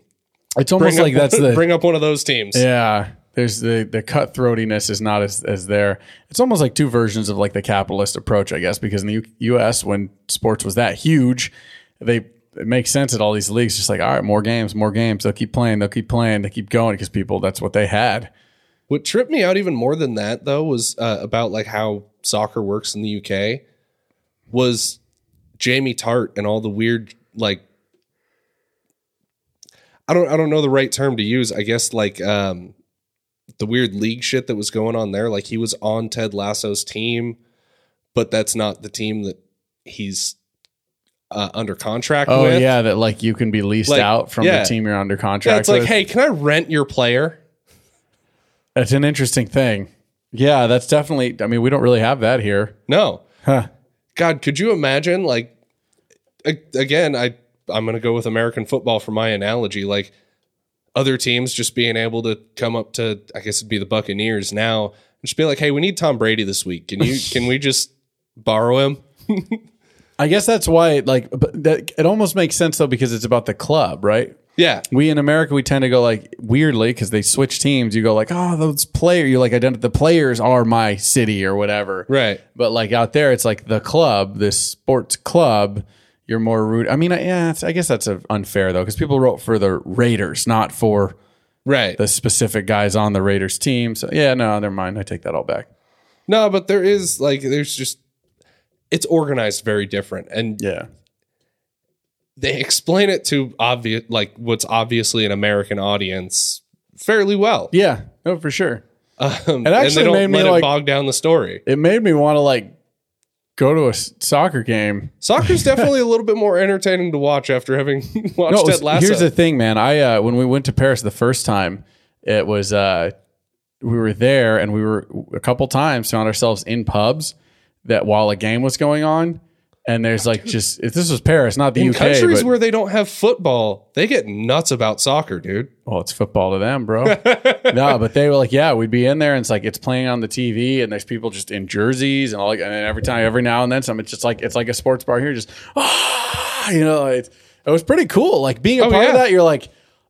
[SPEAKER 2] It's almost
[SPEAKER 3] up
[SPEAKER 2] like that's the
[SPEAKER 3] bring up one of those teams.
[SPEAKER 2] Yeah. There's the the cutthroatiness is not as as there. It's almost like two versions of like the capitalist approach, I guess, because in the U- US when sports was that huge, they it makes sense that all these leagues just like, all right, more games, more games. They'll keep playing, they'll keep playing, they keep going because people that's what they had.
[SPEAKER 3] What tripped me out even more than that though was uh, about like how soccer works in the UK was Jamie Tart and all the weird like I don't I don't know the right term to use. I guess like um the weird league shit that was going on there like he was on Ted Lasso's team but that's not the team that he's uh, under contract
[SPEAKER 2] Oh
[SPEAKER 3] with.
[SPEAKER 2] yeah, that like you can be leased
[SPEAKER 3] Like,
[SPEAKER 2] out from
[SPEAKER 3] yeah.
[SPEAKER 2] the team you're under contract
[SPEAKER 3] Yeah, it's like,
[SPEAKER 2] with.
[SPEAKER 3] "Hey, can I rent your player?"
[SPEAKER 2] That's an interesting thing. Yeah, that's definitely I mean, we don't really have that here.
[SPEAKER 3] No.
[SPEAKER 2] Huh.
[SPEAKER 3] God, could you imagine? Like, a- again, I I'm gonna go with American football for my analogy. Like, other teams just being able to come up to, I guess it'd be the Buccaneers now, and just be like, "Hey, we need Tom Brady this week. Can you? can we just borrow him?"
[SPEAKER 2] I guess that's why like but that it almost makes sense though because it's about the club, right?
[SPEAKER 3] Yeah,
[SPEAKER 2] we in America we tend to go like weirdly because they switch teams. You go like, oh, those player. You like identify the players are my city or whatever.
[SPEAKER 3] right.
[SPEAKER 2] But like out there, it's like the club, this sports club. You're more rude. I mean, I- yeah, it's, I guess that's uh unfair though because people wrote for the Raiders, not for
[SPEAKER 3] Right.
[SPEAKER 2] the specific guys on the Raiders team. So yeah, no, never mind. I take that all back.
[SPEAKER 3] No, but there is like there's just it's organized very different, and
[SPEAKER 2] Yeah,
[SPEAKER 3] they explain it to obvious like what's obviously an American audience fairly well.
[SPEAKER 2] yeah, no, for sure.
[SPEAKER 3] Um,
[SPEAKER 2] It actually
[SPEAKER 3] and they don't
[SPEAKER 2] made me,
[SPEAKER 3] let
[SPEAKER 2] like-
[SPEAKER 3] it bog down the story.
[SPEAKER 2] It made me want to like go to a s- soccer game
[SPEAKER 3] Soccer's definitely a little bit more entertaining to watch after having watched
[SPEAKER 2] No,
[SPEAKER 3] it last.
[SPEAKER 2] here's the thing, man. I uh, when we went to Paris the first time, it was uh, we were there and we were a couple times found ourselves in pubs that while a game was going on, and there's like just if this was Paris, not the
[SPEAKER 3] in
[SPEAKER 2] UK,
[SPEAKER 3] countries
[SPEAKER 2] but,
[SPEAKER 3] where they don't have football, they get nuts about soccer, dude.
[SPEAKER 2] well, "Oh, it's football to them, bro. no, but they were like, yeah, we'd be in there, and it's like it's playing on the TV, and there's people just in jerseys and all, like, and then every time, every now and then, some it's just like it's like a sports bar here, just ah, you know, it, it was pretty cool. Like being a
[SPEAKER 3] Oh,
[SPEAKER 2] part of
[SPEAKER 3] yeah.
[SPEAKER 2] that, you're like,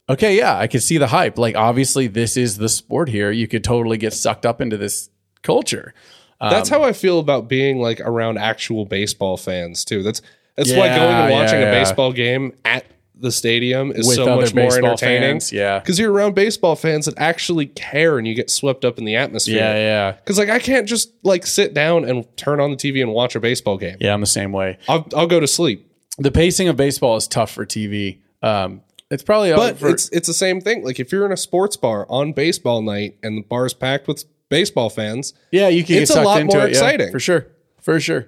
[SPEAKER 2] okay, yeah, I could see the hype. Like obviously, this is the sport here. You could totally get sucked up into this culture.
[SPEAKER 3] That's
[SPEAKER 2] Um,
[SPEAKER 3] how I feel about being like around actual baseball fans too. That's that's why
[SPEAKER 2] Yeah,
[SPEAKER 3] going and watching
[SPEAKER 2] yeah,
[SPEAKER 3] a
[SPEAKER 2] yeah.
[SPEAKER 3] baseball game at the stadium is
[SPEAKER 2] With
[SPEAKER 3] so
[SPEAKER 2] other
[SPEAKER 3] much more
[SPEAKER 2] baseball
[SPEAKER 3] entertaining.
[SPEAKER 2] fans, yeah.
[SPEAKER 3] because you're around baseball fans that actually care, and you get swept up in the atmosphere.
[SPEAKER 2] Yeah, yeah,
[SPEAKER 3] Because like I can't just like sit down and turn on the TV and watch a baseball game.
[SPEAKER 2] yeah. I'm the same way.
[SPEAKER 3] I'll I'll go to sleep.
[SPEAKER 2] The pacing of baseball is tough for TV. Um, it's probably
[SPEAKER 3] But
[SPEAKER 2] for-
[SPEAKER 3] it's it's the same thing. Like if you're in a sports bar on baseball night and the bar's packed with baseball fans,
[SPEAKER 2] Yeah, you can
[SPEAKER 3] It's
[SPEAKER 2] get
[SPEAKER 3] a
[SPEAKER 2] sucked
[SPEAKER 3] lot
[SPEAKER 2] into
[SPEAKER 3] more
[SPEAKER 2] it, yeah,
[SPEAKER 3] exciting.
[SPEAKER 2] for sure, for sure.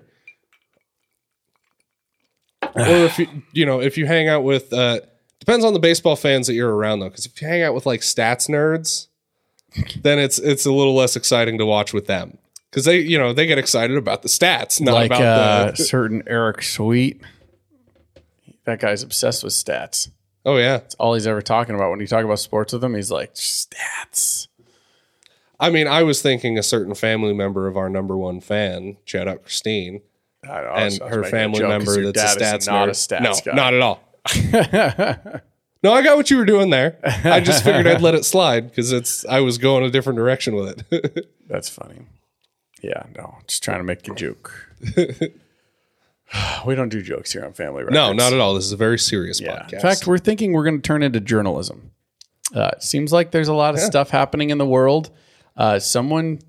[SPEAKER 3] or if you you know if you hang out with uh, depends on the baseball fans that you're around though. Because if you hang out with like stats nerds, then it's it's a little less exciting to watch with them because they you know they get excited about the stats, not
[SPEAKER 2] like
[SPEAKER 3] about
[SPEAKER 2] uh,
[SPEAKER 3] the
[SPEAKER 2] certain Eric Sweet. That guy's obsessed with stats.
[SPEAKER 3] oh yeah.
[SPEAKER 2] It's all he's ever talking about. When you talk about sports with him, he's like stats.
[SPEAKER 3] I mean, I was thinking a certain family member of our number one fan, shout out Christine,
[SPEAKER 2] I don't know, I
[SPEAKER 3] and
[SPEAKER 2] was- I was
[SPEAKER 3] her
[SPEAKER 2] making a
[SPEAKER 3] family
[SPEAKER 2] joke 'cause
[SPEAKER 3] member
[SPEAKER 2] your
[SPEAKER 3] that's a
[SPEAKER 2] dad
[SPEAKER 3] stats
[SPEAKER 2] is not
[SPEAKER 3] nerd.
[SPEAKER 2] a stats
[SPEAKER 3] no,
[SPEAKER 2] guy.
[SPEAKER 3] not at all. No, I got what you were doing there. I just figured I'd let it slide because it's I was going a different direction with it.
[SPEAKER 2] That's funny. Yeah, no, just trying to make a joke. we don't do jokes here on Family Records.
[SPEAKER 3] no, not at all. This is a very serious podcast.
[SPEAKER 2] In fact, we're thinking we're going to turn into journalism. Uh, it seems like there's a lot of stuff happening in the world. Uh, someone,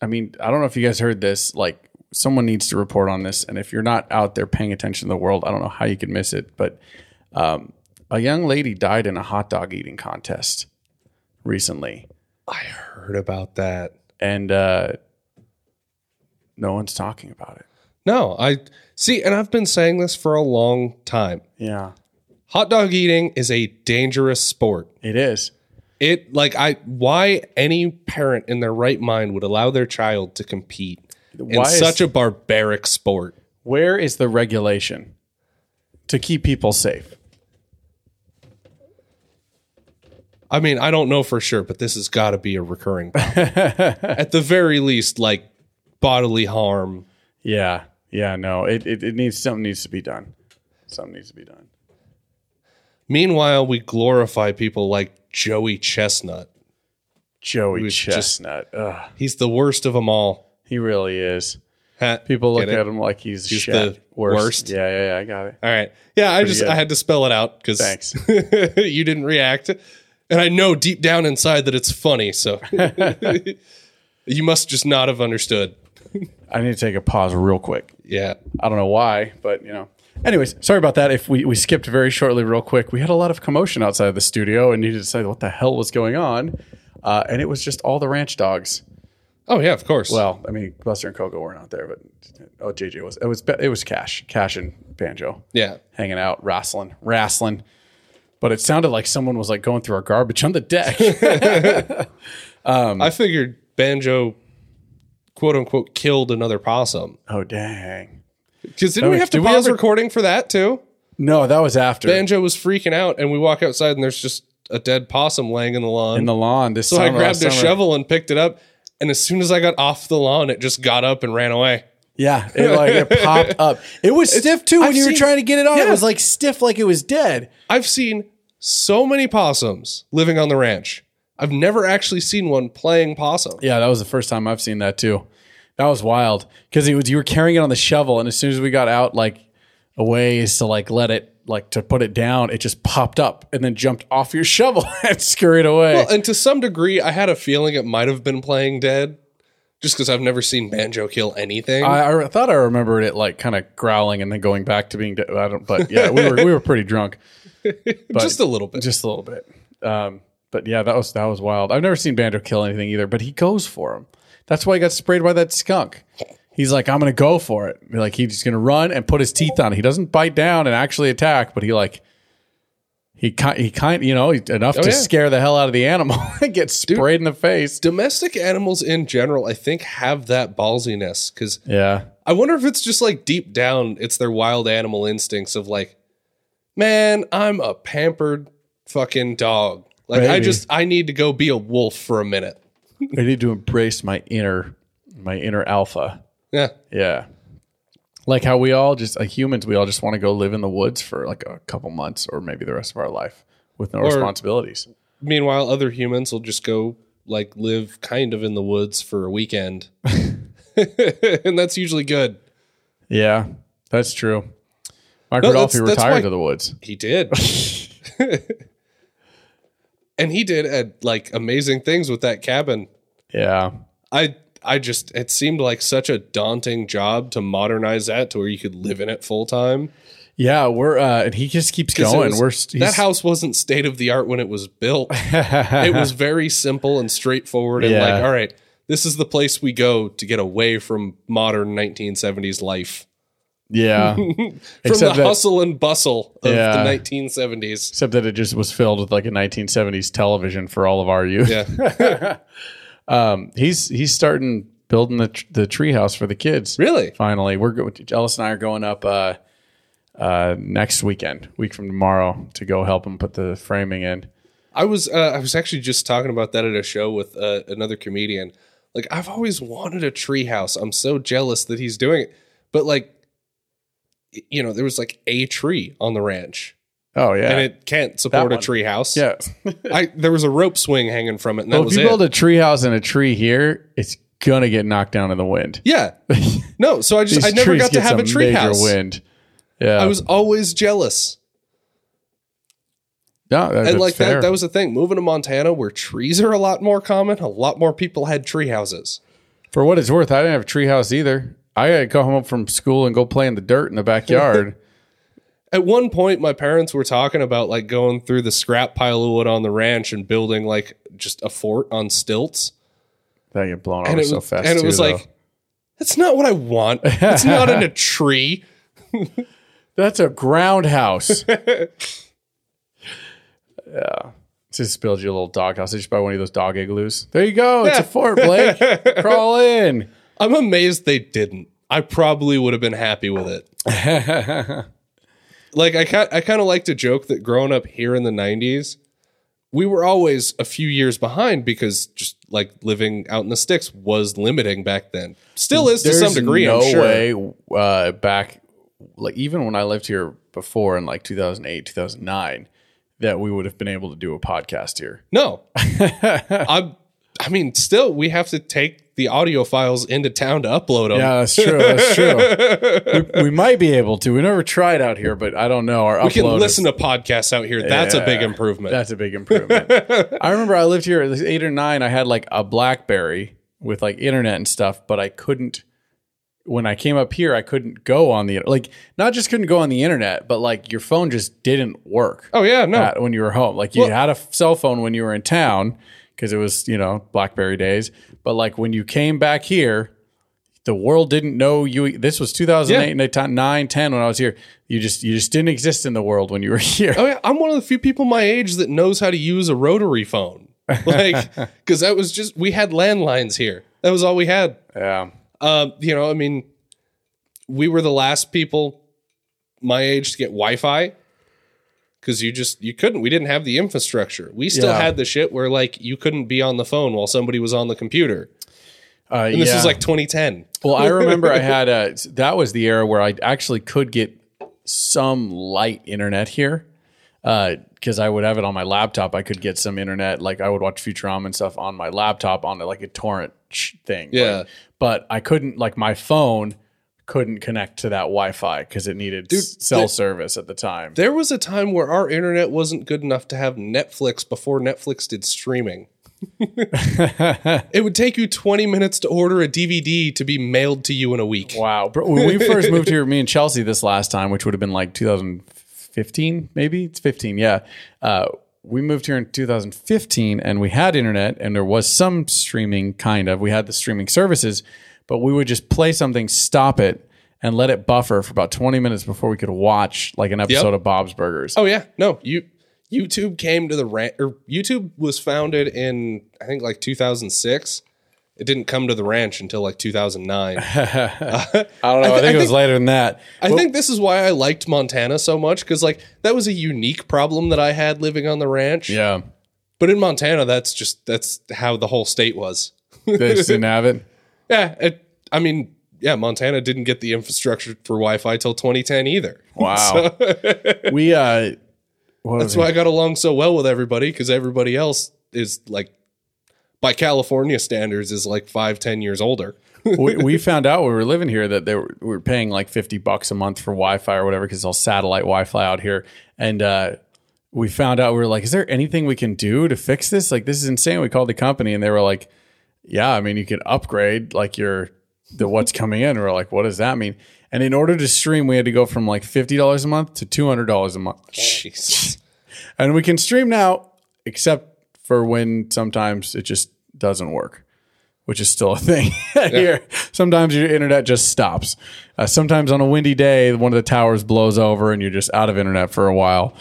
[SPEAKER 2] I mean, I don't know if you guys heard this. Like, someone needs to report on this. And if you're not out there paying attention to the world, I don't know how you could miss it. But um, a young lady died in a hot dog eating contest recently,
[SPEAKER 3] I heard about that.
[SPEAKER 2] and uh, no one's talking about it.
[SPEAKER 3] No, I see, and I've been saying this for a long time.
[SPEAKER 2] Yeah,
[SPEAKER 3] Hot dog eating is a dangerous sport.
[SPEAKER 2] it is.
[SPEAKER 3] It like I why any parent in their right mind would allow their child to compete in
[SPEAKER 2] Why is-
[SPEAKER 3] such a barbaric sport.
[SPEAKER 2] Where is the regulation to keep people safe?
[SPEAKER 3] I mean, I don't know for sure, but this has got to be a recurring problem. At the very least, like bodily harm.
[SPEAKER 2] Yeah, yeah, no, it, it, it needs something needs to be done. Something needs to be done.
[SPEAKER 3] Meanwhile, we glorify people like Joey Chestnut.
[SPEAKER 2] Joey
[SPEAKER 3] was just-
[SPEAKER 2] Chestnut, Ugh,
[SPEAKER 3] He's the worst of them all.
[SPEAKER 2] he really is.
[SPEAKER 3] Ha-
[SPEAKER 2] People look
[SPEAKER 3] get it?
[SPEAKER 2] at him like he's,
[SPEAKER 3] He's
[SPEAKER 2] shit.
[SPEAKER 3] the worst.
[SPEAKER 2] Yeah, yeah, yeah. I got it.
[SPEAKER 3] All right. Yeah, I just
[SPEAKER 2] good.
[SPEAKER 3] I had to spell it out because
[SPEAKER 2] Thanks.
[SPEAKER 3] you didn't react, and I know deep down inside that it's funny. So you must just not have understood.
[SPEAKER 2] I need to take a pause real quick.
[SPEAKER 3] Yeah.
[SPEAKER 2] I don't know why, but you know. Anyways, sorry about that. If we, we skipped very shortly, real quick, we had a lot of commotion outside of the studio and needed to decide what the hell was going on. Uh, and it was just all the ranch dogs.
[SPEAKER 3] Oh yeah, of course.
[SPEAKER 2] Well, I mean, Buster and Coco weren't out there, but oh, JJ was. It was it was Cash, Cash and Banjo
[SPEAKER 3] yeah.
[SPEAKER 2] hanging out, wrestling, wrestling. But it sounded like someone was like going through our garbage on the deck. it um,
[SPEAKER 3] I figured banjo, quote unquote, killed another possum.
[SPEAKER 2] oh dang!
[SPEAKER 3] Because didn't
[SPEAKER 2] Oh,
[SPEAKER 3] we have to
[SPEAKER 2] did we
[SPEAKER 3] pause
[SPEAKER 2] ever-
[SPEAKER 3] recording for that too?
[SPEAKER 2] No, that was after
[SPEAKER 3] Banjo was freaking out, and we walk outside, and there's just a dead possum laying in the lawn.
[SPEAKER 2] in the lawn. This
[SPEAKER 3] so I
[SPEAKER 2] summer, last
[SPEAKER 3] grabbed a
[SPEAKER 2] summer.
[SPEAKER 3] shovel and picked it up, and as soon as I got off the lawn, it just got up and ran away.
[SPEAKER 2] Yeah, it like it popped up. It was stiff too when
[SPEAKER 3] I've
[SPEAKER 2] you
[SPEAKER 3] seen-
[SPEAKER 2] were trying to get it on.
[SPEAKER 3] yeah.
[SPEAKER 2] It was like stiff, like it was dead.
[SPEAKER 3] I've seen so many possums living on the ranch. I've never actually seen one playing possum.
[SPEAKER 2] Yeah, that was the first time I've seen that too. That was wild because it was you were carrying it on the shovel, and as soon as we got out, like a ways to like let it like to put it down, it just popped up and then jumped off your shovel and scurried away.
[SPEAKER 3] Well, and to some degree, I had a feeling it might have been playing dead, just because I've never seen banjo kill anything.
[SPEAKER 2] I, I thought I remembered it like kind of growling and then going back to being. De- I don't, but yeah, we were we were pretty drunk,
[SPEAKER 3] just a little bit.
[SPEAKER 2] just a little bit. Um, but yeah, that was that was wild. I've never seen Bando kill anything either, but he goes for him. That's why he got sprayed by that skunk. He's like, I'm gonna go for it. Like he's just gonna run and put his teeth on it. He doesn't bite down and actually attack, but he like he kind he kind you know he- enough to
[SPEAKER 3] yeah.
[SPEAKER 2] scare the hell out of the animal and get sprayed in the face.
[SPEAKER 3] Domestic animals in general, I think, have that ballsiness because
[SPEAKER 2] Yeah,
[SPEAKER 3] I wonder if it's just like deep down, it's their wild animal instincts of like, man, I'm a pampered fucking dog. Like, I
[SPEAKER 2] Maybe.
[SPEAKER 3] just, I need to go be a wolf for a minute.
[SPEAKER 2] I need to embrace my inner my inner alpha.
[SPEAKER 3] Yeah.
[SPEAKER 2] Yeah. Like how we all just like humans, we all just want to go live in the woods for like a couple months or maybe the rest of our life with no responsibilities.
[SPEAKER 3] Meanwhile, other humans will just go like live kind of in the woods for a weekend. and that's usually good.
[SPEAKER 2] Yeah, that's true. Mike
[SPEAKER 3] No, that's-
[SPEAKER 2] Rodolphe
[SPEAKER 3] that's
[SPEAKER 2] retired
[SPEAKER 3] why-
[SPEAKER 2] to the woods.
[SPEAKER 3] He did. and he did uh, like amazing things with that cabin.
[SPEAKER 2] Yeah.
[SPEAKER 3] I I just it seemed like such a daunting job to modernize that to where you could live in it full time.
[SPEAKER 2] Yeah, we're uh and he just keeps
[SPEAKER 3] 'Cause it
[SPEAKER 2] going.
[SPEAKER 3] was-
[SPEAKER 2] we're st-
[SPEAKER 3] that
[SPEAKER 2] he's-
[SPEAKER 3] house wasn't state of the art when it was built. it was very simple and straightforward and like,
[SPEAKER 2] Yeah.
[SPEAKER 3] all right, this is the place we go to get away from modern 1970s life.
[SPEAKER 2] Yeah.
[SPEAKER 3] From
[SPEAKER 2] Except
[SPEAKER 3] the
[SPEAKER 2] that-
[SPEAKER 3] hustle and bustle of
[SPEAKER 2] Yeah.
[SPEAKER 3] the 1970s.
[SPEAKER 2] Except that it just was filled with like a 1970s television for all of our youth.
[SPEAKER 3] Yeah.
[SPEAKER 2] Um, he's he's starting building the tr- the tree house for the kids.
[SPEAKER 3] Really?
[SPEAKER 2] Finally, we're go- Ellis and I are going up uh, uh, next weekend, week from tomorrow, to go help him put the framing in.
[SPEAKER 3] I was uh, I was actually just talking about that at a show with uh, another comedian. Like I've always wanted a treehouse. I'm so jealous that he's doing it. But like, y- you know, there was like a tree on the ranch,
[SPEAKER 2] Oh yeah,
[SPEAKER 3] and it can't support a
[SPEAKER 2] one.
[SPEAKER 3] treehouse.
[SPEAKER 2] yeah.
[SPEAKER 3] I there was a rope swing hanging from it, and that
[SPEAKER 2] well, if
[SPEAKER 3] was
[SPEAKER 2] you
[SPEAKER 3] it.
[SPEAKER 2] build a tree house and a tree here, it's gonna get knocked down in the wind.
[SPEAKER 3] yeah, no. So I just I never got to have a
[SPEAKER 2] major
[SPEAKER 3] treehouse.
[SPEAKER 2] wind. Yeah,
[SPEAKER 3] I was always jealous.
[SPEAKER 2] Yeah, that-
[SPEAKER 3] and
[SPEAKER 2] that's
[SPEAKER 3] like
[SPEAKER 2] fair.
[SPEAKER 3] that, that was the thing. Moving to Montana, where trees are a lot more common, a lot more people had tree houses.
[SPEAKER 2] For what it's worth, I didn't have a treehouse either. I had to go home from school and go play in the dirt in the backyard.
[SPEAKER 3] At one point, my parents were talking about like going through the scrap pile of wood on the ranch and building like just a fort on stilts.
[SPEAKER 2] that get blown over
[SPEAKER 3] And it,
[SPEAKER 2] Oh, so
[SPEAKER 3] was-
[SPEAKER 2] fast.
[SPEAKER 3] and it
[SPEAKER 2] too,
[SPEAKER 3] was
[SPEAKER 2] though.
[SPEAKER 3] like, that's not what I want. It's not in a tree.
[SPEAKER 2] that's a ground house. yeah, just build you a little dog house. Just buy one of those dog igloos. There you go. It's a fort, Blake. Crawl in.
[SPEAKER 3] I'm amazed they didn't. I probably would have been happy with it. like I kind I kind of like to joke that growing up here in the 90s, we were always a few years behind because just like living out in the sticks was limiting back then. Still is to some degree,
[SPEAKER 2] no
[SPEAKER 3] I'm sure.
[SPEAKER 2] way uh, back, like even when I lived here before in like 2008, 2009, that we would have been able to do a podcast here.
[SPEAKER 3] No. I I mean, still we have to take the audio files into town to upload them.
[SPEAKER 2] Yeah, that's true. That's true. we, we might be able to. We never tried out here, but I don't know. Our
[SPEAKER 3] we can listen to podcasts out here. That's a big improvement.
[SPEAKER 2] That's a big improvement. I remember I lived here at eight or nine. I had like a BlackBerry with like internet and stuff, but I couldn't. When I came up here, I couldn't go on the like not just couldn't go on the internet, but like your phone just didn't work.
[SPEAKER 3] oh yeah, no.
[SPEAKER 2] at- when you were home. Like you
[SPEAKER 3] Well-
[SPEAKER 2] had a f- cell phone when you were in town because it was, you know, Blackberry days. But like when you came back here, the world didn't know you. e, This was 2008, and 9, 10 when I was here. You just you just didn't exist in the world when you were here.
[SPEAKER 3] Oh yeah, I'm one of the few people my age that knows how to use a rotary phone. Like, because that was just we had landlines here. That was all we had.
[SPEAKER 2] Yeah.
[SPEAKER 3] Um, you know, I mean, we were the last people my age to get Wi-Fi because you just you couldn't. We didn't have the infrastructure. We still
[SPEAKER 2] Yeah.
[SPEAKER 3] had the shit where like you couldn't be on the phone while somebody was on the computer.
[SPEAKER 2] Uh,
[SPEAKER 3] And this
[SPEAKER 2] yeah.
[SPEAKER 3] was like 2010.
[SPEAKER 2] well, I remember I had a that was the era where I actually could get some light internet here. Because I would have it on my laptop, I could get some internet. Like I would watch Futurama and stuff on my laptop on like a torrent sh- thing.
[SPEAKER 3] Yeah.
[SPEAKER 2] Like, but I couldn't like my phone couldn't connect to that Wi-Fi because it needed s- cell
[SPEAKER 3] the-
[SPEAKER 2] service at the time.
[SPEAKER 3] There was a time where our internet wasn't good enough to have Netflix before Netflix did streaming. it would take you 20 minutes to order a DVD to be mailed to you in a week.
[SPEAKER 2] Wow. Bro, When we first moved here, me and Chelsea this last time, which would have been like 2015, maybe it's 15. Yeah. Uh, we moved here in 2015 and we had internet and there was some streaming kind of. We had the streaming services, but we would just play something, stop it, and let it buffer for about 20 minutes before we could watch like an episode of Bob's Burgers.
[SPEAKER 3] Oh yeah, no, you YouTube came to the ranch or YouTube was founded in I think like 2006. It didn't come to the ranch until like 2009.
[SPEAKER 2] I don't know. I,
[SPEAKER 3] thi-
[SPEAKER 2] think
[SPEAKER 3] I
[SPEAKER 2] it was
[SPEAKER 3] think-
[SPEAKER 2] later than that.
[SPEAKER 3] I think this is why I liked Montana so much because like that was a unique problem that I had living on the ranch.
[SPEAKER 2] Yeah.
[SPEAKER 3] But in Montana, that's just that's how the whole state was.
[SPEAKER 2] They just didn't have it.
[SPEAKER 3] Yeah, it, I mean, yeah, Montana didn't get the infrastructure for Wi-Fi till 2010 either.
[SPEAKER 2] Wow. we, uh, what was
[SPEAKER 3] That's
[SPEAKER 2] it?
[SPEAKER 3] why I got along so well with everybody because everybody else is like, by California standards, is like five, ten years older.
[SPEAKER 2] we, we found out when we were living here that they were, we were paying like 50 bucks a month for Wi-Fi or whatever because it's all satellite Wi-Fi out here. And uh, we found out we were like, is there anything we can do to fix this? Like this is insane. We called the company and they were like, yeah, I mean you can upgrade like your the what's coming in. we're like, what does that mean? And in order to stream, we had to go from like fifty dollars a month to two hundred dollars a month.
[SPEAKER 3] Jesus.
[SPEAKER 2] And we can stream now, except for when sometimes it just doesn't work, which is still a thing here. Sometimes your internet just stops. Uh, sometimes on a windy day, one of the towers blows over and you're just out of internet for a while.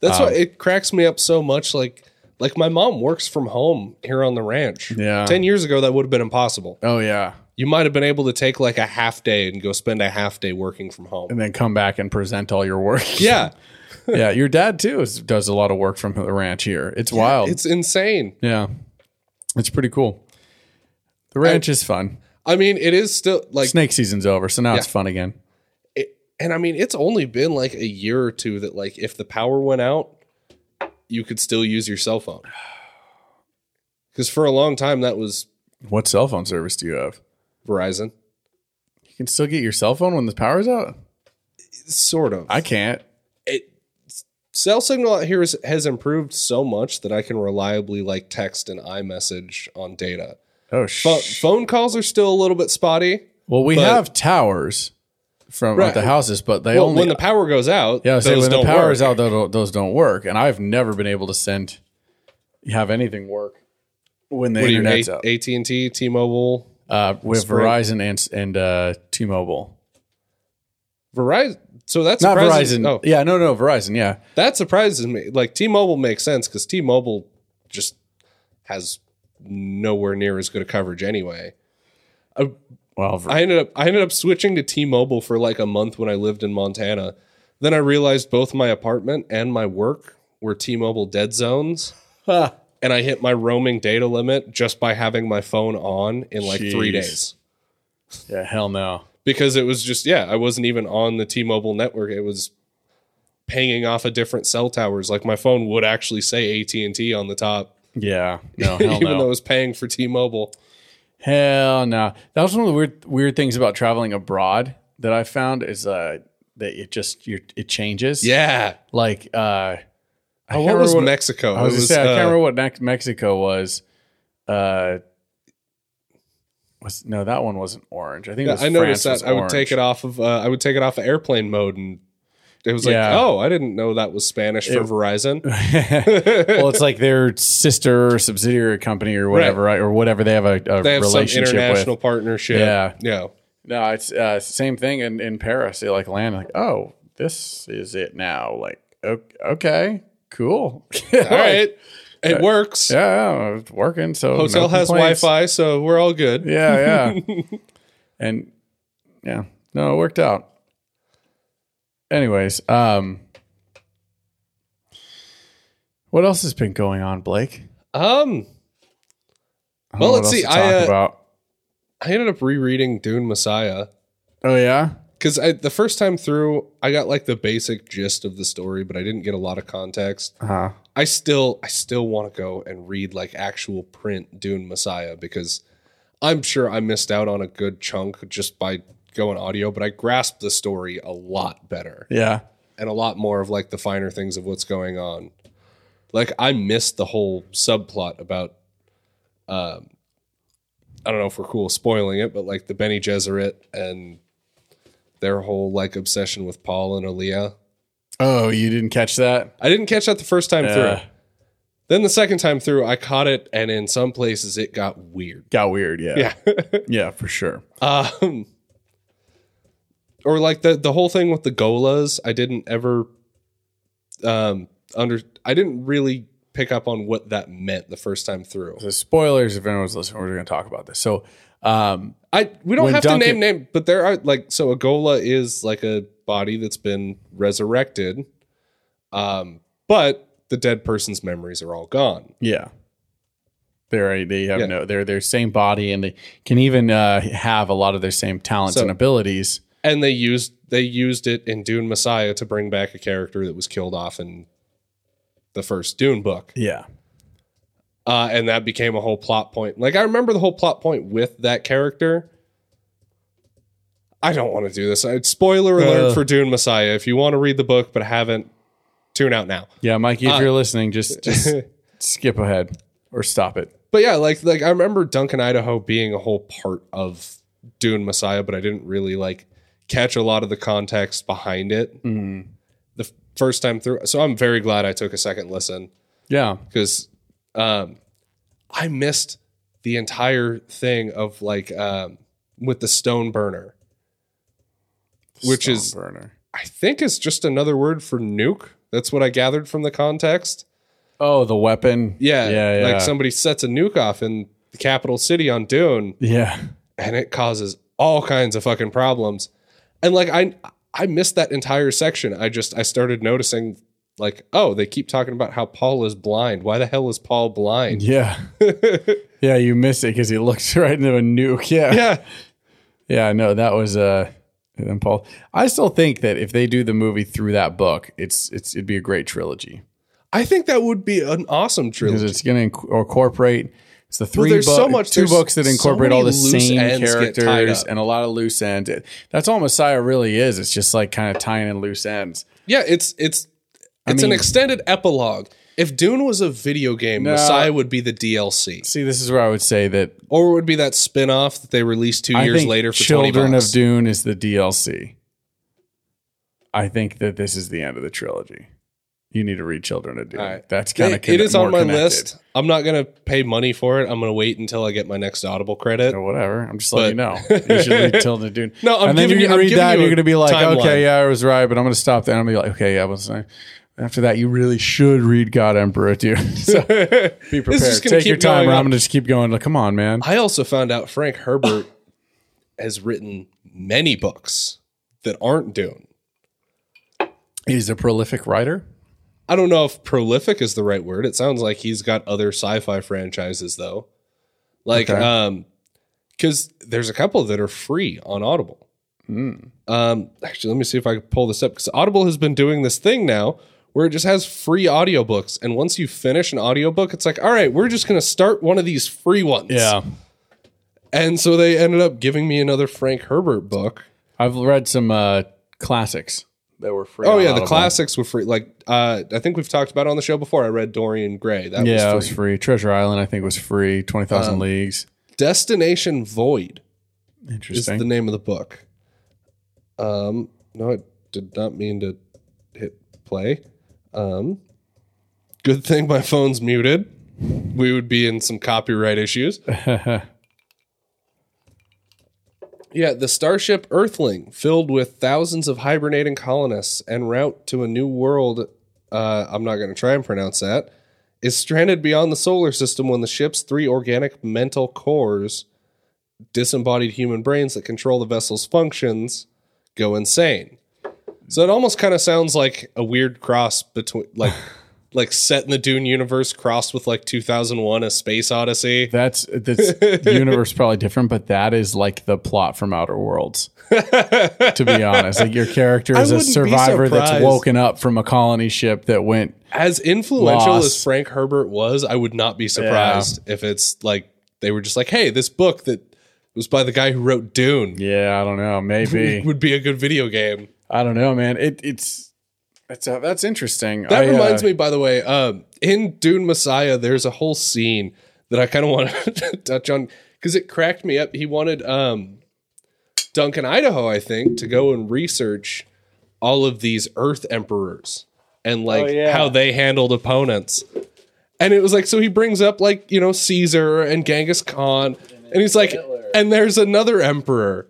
[SPEAKER 3] That's why it cracks me up so much. Like, like my mom works from home here on the ranch.
[SPEAKER 2] Yeah.
[SPEAKER 3] Ten years ago, that would have been impossible.
[SPEAKER 2] Oh, yeah.
[SPEAKER 3] You might have been able to take like a half day and go spend a half day working from home.
[SPEAKER 2] And then come back and present all your work.
[SPEAKER 3] Yeah,
[SPEAKER 2] yeah. Your dad, too, is, does a lot of work from the ranch here. It's wild.
[SPEAKER 3] it's insane.
[SPEAKER 2] yeah. It's pretty cool. The ranch is fun.
[SPEAKER 3] I mean, it is still like
[SPEAKER 2] Snake season's over, so now it's fun again.
[SPEAKER 3] it, and I mean, it's only been like a year or two that like if the power went out, you could still use your cell phone. Because for a long time that was
[SPEAKER 2] What cell phone service do you have?
[SPEAKER 3] Verizon,
[SPEAKER 2] You can still get your cell phone when the power's out?
[SPEAKER 3] sort of.
[SPEAKER 2] I can't.
[SPEAKER 3] it, Cell signal out here is, has improved so much that I can reliably like text and iMessage on data.
[SPEAKER 2] Oh
[SPEAKER 3] But
[SPEAKER 2] shit!
[SPEAKER 3] phone calls are still a little bit spotty.
[SPEAKER 2] Well, we
[SPEAKER 3] but-
[SPEAKER 2] have towers from at
[SPEAKER 3] Right.
[SPEAKER 2] the houses, but they
[SPEAKER 3] Well,
[SPEAKER 2] only
[SPEAKER 3] when the power goes out,
[SPEAKER 2] yeah. I
[SPEAKER 3] yeah,
[SPEAKER 2] was saying,
[SPEAKER 3] those
[SPEAKER 2] when the
[SPEAKER 3] don't
[SPEAKER 2] power
[SPEAKER 3] work.
[SPEAKER 2] is out, those, those don't work. And I've never been able to send have anything work when the
[SPEAKER 3] What do you
[SPEAKER 2] internet's out.
[SPEAKER 3] AT and T, T-Mobile,
[SPEAKER 2] uh, with
[SPEAKER 3] Sprint.
[SPEAKER 2] Verizon and and uh, T-Mobile.
[SPEAKER 3] Verizon. So that's
[SPEAKER 2] Not
[SPEAKER 3] surprises-
[SPEAKER 2] Verizon.
[SPEAKER 3] Oh,
[SPEAKER 2] Yeah, no, no, Verizon. Yeah,
[SPEAKER 3] that surprises me. Like T-Mobile makes sense because T-Mobile just has nowhere near as good a coverage anyway.
[SPEAKER 2] well, Ver-
[SPEAKER 3] I ended up I ended up switching to T-Mobile for like a month when I lived in Montana. Then I realized both my apartment and my work were T-Mobile dead zones. And I hit my roaming data limit just by having my phone on in like three
[SPEAKER 2] Jeez.
[SPEAKER 3] days.
[SPEAKER 2] yeah, hell no.
[SPEAKER 3] Because it was just, yeah, I wasn't even on the T Mobile network. It was pinging off of different cell towers. Like my phone would actually say AT and T on the top,
[SPEAKER 2] Yeah, no, hell
[SPEAKER 3] even
[SPEAKER 2] no.
[SPEAKER 3] though it was paying for T Mobile.
[SPEAKER 2] Hell no. That was one of the weird weird things about traveling abroad that I found is uh that it just you it changes.
[SPEAKER 3] Yeah.
[SPEAKER 2] Like uh I can't
[SPEAKER 3] Oh, what was
[SPEAKER 2] remember
[SPEAKER 3] Mexico?
[SPEAKER 2] I was,
[SPEAKER 3] It
[SPEAKER 2] gonna say, I can't
[SPEAKER 3] uh,
[SPEAKER 2] remember what next Mexico was. Uh was no, that one wasn't orange. I think it
[SPEAKER 3] Yeah,
[SPEAKER 2] was
[SPEAKER 3] I noticed
[SPEAKER 2] France
[SPEAKER 3] that. I would take it off of. Uh, I would take it off of airplane mode, and it was like,
[SPEAKER 2] Yeah.
[SPEAKER 3] oh, I didn't know that was Spanish for
[SPEAKER 2] It-
[SPEAKER 3] Verizon.
[SPEAKER 2] well, it's like their sister or subsidiary company or whatever, right? Or whatever they have a, a
[SPEAKER 3] They have some
[SPEAKER 2] relationship
[SPEAKER 3] international
[SPEAKER 2] with.
[SPEAKER 3] partnership.
[SPEAKER 2] Yeah.
[SPEAKER 3] yeah.
[SPEAKER 2] No, it's uh, same thing in in Paris. They like land like, oh, this is it now. Like, o- okay, cool.
[SPEAKER 3] All right, it works.
[SPEAKER 2] Yeah, yeah, it's working. So no
[SPEAKER 3] Hotel has
[SPEAKER 2] complaints.
[SPEAKER 3] Wi-Fi, so we're all good.
[SPEAKER 2] Yeah, yeah, and yeah, no, it worked out. Anyways, um, what else has been going on, Blake?
[SPEAKER 3] Um,
[SPEAKER 2] I don't
[SPEAKER 3] Well,
[SPEAKER 2] know
[SPEAKER 3] let's
[SPEAKER 2] what else
[SPEAKER 3] see,
[SPEAKER 2] to
[SPEAKER 3] I,
[SPEAKER 2] talk
[SPEAKER 3] uh,
[SPEAKER 2] about.
[SPEAKER 3] I ended up rereading Dune Messiah
[SPEAKER 2] Oh yeah,
[SPEAKER 3] because the first time through, I got like the basic gist of the story, but I didn't get a lot of context.
[SPEAKER 2] uh-huh.
[SPEAKER 3] I still I still want to go and read like actual print Dune Messiah because I'm sure I missed out on a good chunk just by going audio, but I grasped the story a lot better
[SPEAKER 2] yeah.
[SPEAKER 3] and a lot more of like the finer things of what's going on. Like I missed the whole subplot about um I don't know if we're cool spoiling it, but like the Benny Gesserit and their whole like obsession with Paul and Aaliyah.
[SPEAKER 2] Oh, you didn't catch that?
[SPEAKER 3] I didn't catch that the first time
[SPEAKER 2] Uh,
[SPEAKER 3] through. Then the second time through, I caught it, and in some places it got weird.
[SPEAKER 2] Got weird. Yeah.
[SPEAKER 3] Yeah.
[SPEAKER 2] Yeah, for sure.
[SPEAKER 3] um, or like the the whole thing with the golas, I didn't ever um under I didn't really pick up on what that meant the first time through.
[SPEAKER 2] So spoilers, if anyone's listening, we're going to talk about this. So, um,
[SPEAKER 3] I we don't
[SPEAKER 2] When
[SPEAKER 3] have to
[SPEAKER 2] Duncan-
[SPEAKER 3] name name, but there are like so a gola is like a body that's been resurrected. Um, but the dead person's memories are all gone.
[SPEAKER 2] yeah, they're uh, they have
[SPEAKER 3] Yeah.
[SPEAKER 2] no they're their same body, and they can even uh, have a lot of their same talents
[SPEAKER 3] So-
[SPEAKER 2] and abilities.
[SPEAKER 3] and they used they used it in Dune Messiah to bring back a character that was killed off in the first Dune book,
[SPEAKER 2] Yeah,
[SPEAKER 3] uh, and that became a whole plot point. Like I remember the whole plot point with that character. I don't want to do this. I, spoiler alert
[SPEAKER 2] Uh.
[SPEAKER 3] for Dune Messiah. If you want to read the book but haven't, tune out now.
[SPEAKER 2] yeah, Mikey,
[SPEAKER 3] Uh,
[SPEAKER 2] if you're listening, just just skip ahead or stop it.
[SPEAKER 3] But yeah, like like I remember Duncan Idaho being a whole part of Dune Messiah, but I didn't really like catch a lot of the context behind it the f- first time through. So I'm very glad I took a second listen
[SPEAKER 2] Yeah,
[SPEAKER 3] because um, I missed the entire thing of like um, with the stone burner, which is
[SPEAKER 2] burner.
[SPEAKER 3] I think is just another word for nuke. That's what I gathered from the context.
[SPEAKER 2] Oh, the weapon.
[SPEAKER 3] Yeah,
[SPEAKER 2] yeah, yeah.
[SPEAKER 3] like somebody sets a nuke off in the capital city on Dune.
[SPEAKER 2] yeah.
[SPEAKER 3] and it causes all kinds of fucking problems. And like I I missed that entire section. I just I started noticing like, oh, they keep talking about how Paul is blind. Why the hell is Paul blind?
[SPEAKER 2] Yeah. yeah, you missed it because he looked right into a nuke. Yeah.
[SPEAKER 3] Yeah.
[SPEAKER 2] Yeah, no, that was uh and Paul. I still think that if they do the movie through that book, it's it's it'd be a great trilogy
[SPEAKER 3] I think that would be an awesome
[SPEAKER 2] because
[SPEAKER 3] trilogy.
[SPEAKER 2] it's going to incorporate it's the three
[SPEAKER 3] there's
[SPEAKER 2] bu-
[SPEAKER 3] so much-
[SPEAKER 2] two
[SPEAKER 3] there's
[SPEAKER 2] books that
[SPEAKER 3] so
[SPEAKER 2] incorporate all the
[SPEAKER 3] many loose
[SPEAKER 2] same
[SPEAKER 3] ends get tied
[SPEAKER 2] characters
[SPEAKER 3] up.
[SPEAKER 2] and a lot of loose ends. It- that's all Messiah really is. It's just like kind of tying in loose ends.
[SPEAKER 3] yeah, it's it's It's an
[SPEAKER 2] mean-
[SPEAKER 3] extended epilogue. If Dune was a video game,
[SPEAKER 2] No.
[SPEAKER 3] Messiah would be the DLC,
[SPEAKER 2] See, this is where I would say that
[SPEAKER 3] or it would be that spin off that they released two
[SPEAKER 2] I
[SPEAKER 3] years
[SPEAKER 2] think
[SPEAKER 3] later for
[SPEAKER 2] Children
[SPEAKER 3] 20
[SPEAKER 2] of
[SPEAKER 3] bucks.
[SPEAKER 2] Dune is the DLC. I think that this is the end of the trilogy. You need to read Children of Dune.
[SPEAKER 3] All right.
[SPEAKER 2] That's kind of
[SPEAKER 3] It- it is on my list. I'm not gonna pay money for it. I'm gonna wait until I get my next Audible credit.
[SPEAKER 2] Or whatever. I'm just letting you know. You should read Children of Dune.
[SPEAKER 3] No, I'm
[SPEAKER 2] and then you're
[SPEAKER 3] giving you- I'm
[SPEAKER 2] gonna read
[SPEAKER 3] giving
[SPEAKER 2] that.
[SPEAKER 3] you
[SPEAKER 2] and You're
[SPEAKER 3] a
[SPEAKER 2] gonna be like,
[SPEAKER 3] timeline.
[SPEAKER 2] okay, yeah, I was right, but I'm gonna stop there. And I'm gonna be like, okay, yeah, I was. right. After that, you really should read God Emperor Dune. so be prepared.
[SPEAKER 3] just gonna
[SPEAKER 2] Take your
[SPEAKER 3] keep
[SPEAKER 2] time.
[SPEAKER 3] going
[SPEAKER 2] Or
[SPEAKER 3] up.
[SPEAKER 2] I'm gonna just keep going. Like, come on, man.
[SPEAKER 3] I also found out Frank Herbert has written many books that aren't Dune.
[SPEAKER 2] He's a prolific writer.
[SPEAKER 3] I don't know if prolific is the right word. It sounds like he's got other sci-fi franchises though. Like
[SPEAKER 2] Okay.
[SPEAKER 3] um cuz there's a couple that are free on Audible.
[SPEAKER 2] Hmm.
[SPEAKER 3] Um actually let me see if I can pull this up cuz Audible has been doing this thing now where it just has free audiobooks and once you finish an audiobook it's like all right, we're just going to start one of these free ones. And so they ended up giving me another Frank Herbert book.
[SPEAKER 2] I've read some uh, classics that were free. on
[SPEAKER 3] Oh yeah, the
[SPEAKER 2] Audible.
[SPEAKER 3] classics were free. Like uh, I think we've talked about it on the show before. I read Dorian Gray. That
[SPEAKER 2] Yeah, it
[SPEAKER 3] was
[SPEAKER 2] was
[SPEAKER 3] free.
[SPEAKER 2] free. Treasure Island, I think, was free. Twenty Thousand Leagues.
[SPEAKER 3] Destination Void is
[SPEAKER 2] Interesting.
[SPEAKER 3] the name of the book. Um, no, I did not mean to hit play. Um, good thing my phone's muted. We would be in some copyright issues. yeah, the starship Earthling, filled with thousands of hibernating colonists en route to a new world. Uh, I'm not going to try and pronounce that. Is stranded beyond the solar system when the ship's three organic mental cores disembodied human brains that control the vessel's functions go insane. So it almost kind of sounds like a weird cross between like like set in the Dune universe crossed with like 2001 a space odyssey.
[SPEAKER 2] that's that's universe probably different, but that is like the plot from Outer Worlds. to be honest, like your character is a
[SPEAKER 3] wouldn't be
[SPEAKER 2] survivor that's
[SPEAKER 3] surprised.
[SPEAKER 2] woken up from a colony ship that went.
[SPEAKER 3] As influential as
[SPEAKER 2] Lost.
[SPEAKER 3] Frank Herbert was, I would not be surprised if it's like they were just like, "Hey, this book that was by the guy who wrote Dune
[SPEAKER 2] Yeah, I don't know. Maybe
[SPEAKER 3] would be a good video game."
[SPEAKER 2] I don't know, man. It, it's it's uh, that's interesting. uh,
[SPEAKER 3] That reminds me, by the way, um, in Dune Messiah, there's a whole scene that I kind of want to touch on because it cracked me up. He wanted um, Duncan Idaho, I think, to go and research all of these Earth Emperors and like
[SPEAKER 2] yeah.
[SPEAKER 3] how they handled opponents. And it was like, so he brings up like, you know, Caesar and Genghis Khan. And he's like, and there's another emperor,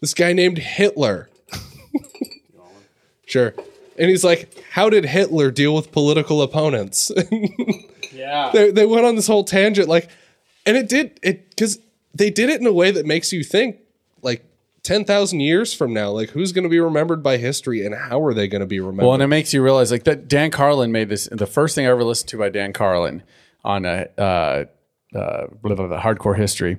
[SPEAKER 3] this guy named Hitler. Sure. And he's like, How did Hitler deal with political opponents?
[SPEAKER 2] Yeah.
[SPEAKER 3] they, they went on this whole tangent, like, and it did, it, because they did it in a way that makes you think, like, 10,000 years from now, like, who's going to be remembered by history and how are they going to be remembered?
[SPEAKER 2] Well, and it makes you realize like that Dan Carlin made this the first thing I ever listened to by Dan Carlin on a uh, uh, blah, blah, blah, hardcore history.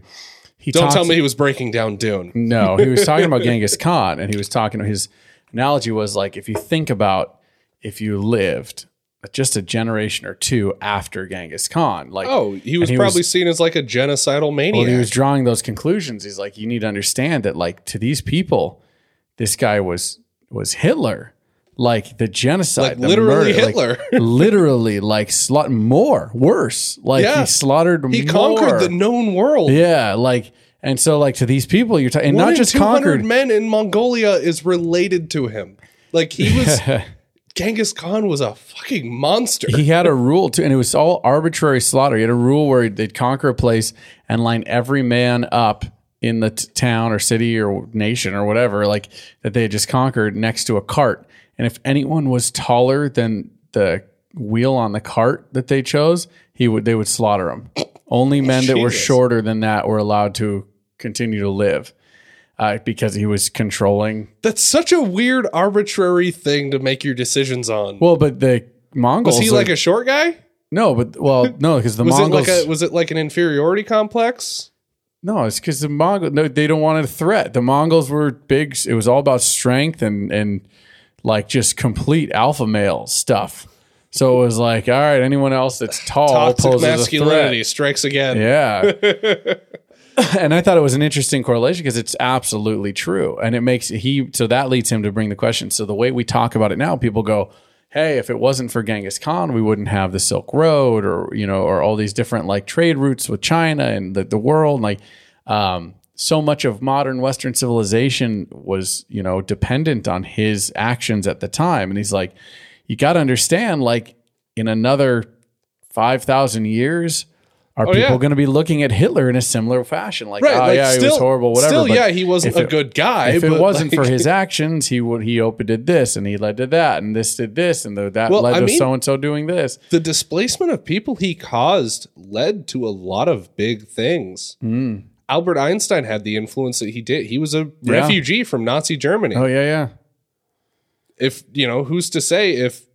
[SPEAKER 2] He
[SPEAKER 3] Don't
[SPEAKER 2] talks- Mm.
[SPEAKER 3] tell me he was breaking down Dune.
[SPEAKER 2] No, he was talking about Genghis Khan, and he was talking. His analogy was like if you think about if you lived just a generation or two after Genghis Khan, like
[SPEAKER 3] Oh, he was
[SPEAKER 2] and
[SPEAKER 3] probably seen as like a genocidal maniac.
[SPEAKER 2] well, he was drawing those conclusions. He's like, you need to understand that, like, to these people, this guy was was Hitler, like the genocide,
[SPEAKER 3] Like,
[SPEAKER 2] the
[SPEAKER 3] literally
[SPEAKER 2] murder, like,
[SPEAKER 3] Hitler.
[SPEAKER 2] literally, like, slot more, worse, like
[SPEAKER 3] Yeah.
[SPEAKER 2] he slaughtered,
[SPEAKER 3] he
[SPEAKER 2] more.
[SPEAKER 3] conquered the known world.
[SPEAKER 2] yeah, like, and so like to these people, you're talking, and
[SPEAKER 3] One
[SPEAKER 2] not
[SPEAKER 3] in
[SPEAKER 2] just
[SPEAKER 3] 200
[SPEAKER 2] conquered,
[SPEAKER 3] men in Mongolia is related to him. Like, he was. Genghis Khan was a fucking monster.
[SPEAKER 2] he had a rule too, and it was all arbitrary slaughter. He had a rule where they'd conquer a place and line every man up in the t- town or city or nation or whatever, like that they had just conquered next to a cart. And if anyone was taller than the wheel on the cart that they chose, he would they would slaughter him. Only men that were
[SPEAKER 3] Jesus.
[SPEAKER 2] shorter than that were allowed to continue to live. Uh, because he was controlling.
[SPEAKER 3] That's such a weird, arbitrary thing to make your decisions on.
[SPEAKER 2] Well, but the Mongols.
[SPEAKER 3] was he
[SPEAKER 2] are-
[SPEAKER 3] like a short guy?
[SPEAKER 2] no? But well, no, because the
[SPEAKER 3] Was
[SPEAKER 2] Mongols.
[SPEAKER 3] it like a was it like an inferiority complex?
[SPEAKER 2] No, it's because the Mongols. No, they don't want a threat. The Mongols were big. It was all about strength and and like just complete alpha male stuff. So it was like, all right, anyone else that's tall
[SPEAKER 3] Toxic
[SPEAKER 2] poses
[SPEAKER 3] masculinity
[SPEAKER 2] a
[SPEAKER 3] strikes again.
[SPEAKER 2] threat. Yeah. and I thought it was an interesting correlation because it's absolutely true, and it makes he so that leads him to bring the question. So the way we talk about it now, people go. hey, if it wasn't for Genghis Khan, we wouldn't have the Silk Road or you know or all these different like trade routes with China and the, the world. Like um, so much of modern Western civilization was you know dependent on his actions at the time, and he's like, you got to understand, like in another five thousand years. Are people
[SPEAKER 3] Oh, yeah.
[SPEAKER 2] going to be looking at Hitler in a similar fashion? Like,
[SPEAKER 3] Right,
[SPEAKER 2] oh
[SPEAKER 3] like,
[SPEAKER 2] yeah, he was
[SPEAKER 3] still-
[SPEAKER 2] horrible. Whatever.
[SPEAKER 3] still,
[SPEAKER 2] but
[SPEAKER 3] yeah, he wasn't
[SPEAKER 2] if
[SPEAKER 3] a good guy,
[SPEAKER 2] If it
[SPEAKER 3] but,
[SPEAKER 2] wasn't for
[SPEAKER 3] like-
[SPEAKER 2] his actions, he would he opened did this and he led to that and this did this and the, that
[SPEAKER 3] Well,
[SPEAKER 2] led
[SPEAKER 3] I
[SPEAKER 2] to
[SPEAKER 3] mean-
[SPEAKER 2] so and so doing this.
[SPEAKER 3] the displacement of people he caused led to a lot of big things.
[SPEAKER 2] Hmm.
[SPEAKER 3] Albert Einstein had the influence that he did. He was a
[SPEAKER 2] Yeah.
[SPEAKER 3] refugee from Nazi Germany.
[SPEAKER 2] Oh yeah, yeah.
[SPEAKER 3] If you know, who's to say if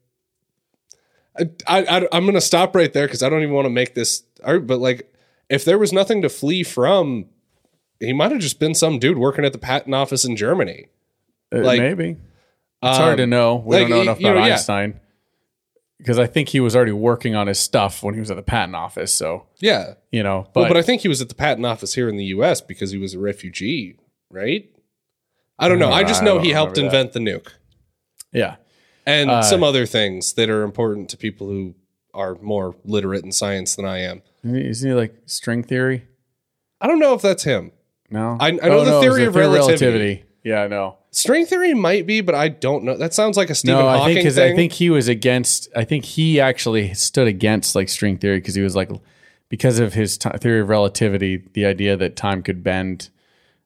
[SPEAKER 3] I, I, I'm going to stop right there because I don't even want to make this. ar- But like, if there was nothing to flee from, he might have just been some dude working at the patent office in Germany. Um,
[SPEAKER 2] Uh,
[SPEAKER 3] Like,
[SPEAKER 2] Maybe it's hard to know. We
[SPEAKER 3] like,
[SPEAKER 2] don't know enough
[SPEAKER 3] you
[SPEAKER 2] about
[SPEAKER 3] know, yeah.
[SPEAKER 2] Einstein because I think he was already working on his stuff when he was at the patent office. So
[SPEAKER 3] Yeah,
[SPEAKER 2] you know, but,
[SPEAKER 3] Well, but I think he was at the patent office here in the U.S. because he was a refugee, right? I don't know. I just
[SPEAKER 2] I
[SPEAKER 3] know
[SPEAKER 2] don't
[SPEAKER 3] he helped
[SPEAKER 2] remember that. Uh,
[SPEAKER 3] invent the nuke
[SPEAKER 2] yeah,
[SPEAKER 3] and some other things that are important to people who are more literate in science than I am.
[SPEAKER 2] isn't he like string theory?
[SPEAKER 3] I don't know if that's him.
[SPEAKER 2] Oh, No,
[SPEAKER 3] I- I know the
[SPEAKER 2] it was
[SPEAKER 3] theory of relativity.
[SPEAKER 2] Yeah, I know.
[SPEAKER 3] String theory might be, but I don't know. That sounds like a Stephen
[SPEAKER 2] no, I
[SPEAKER 3] Hawking
[SPEAKER 2] think because
[SPEAKER 3] thing.
[SPEAKER 2] I think he was against. I think he actually stood against like string theory because he was like because of his t- theory of relativity, the idea that time could bend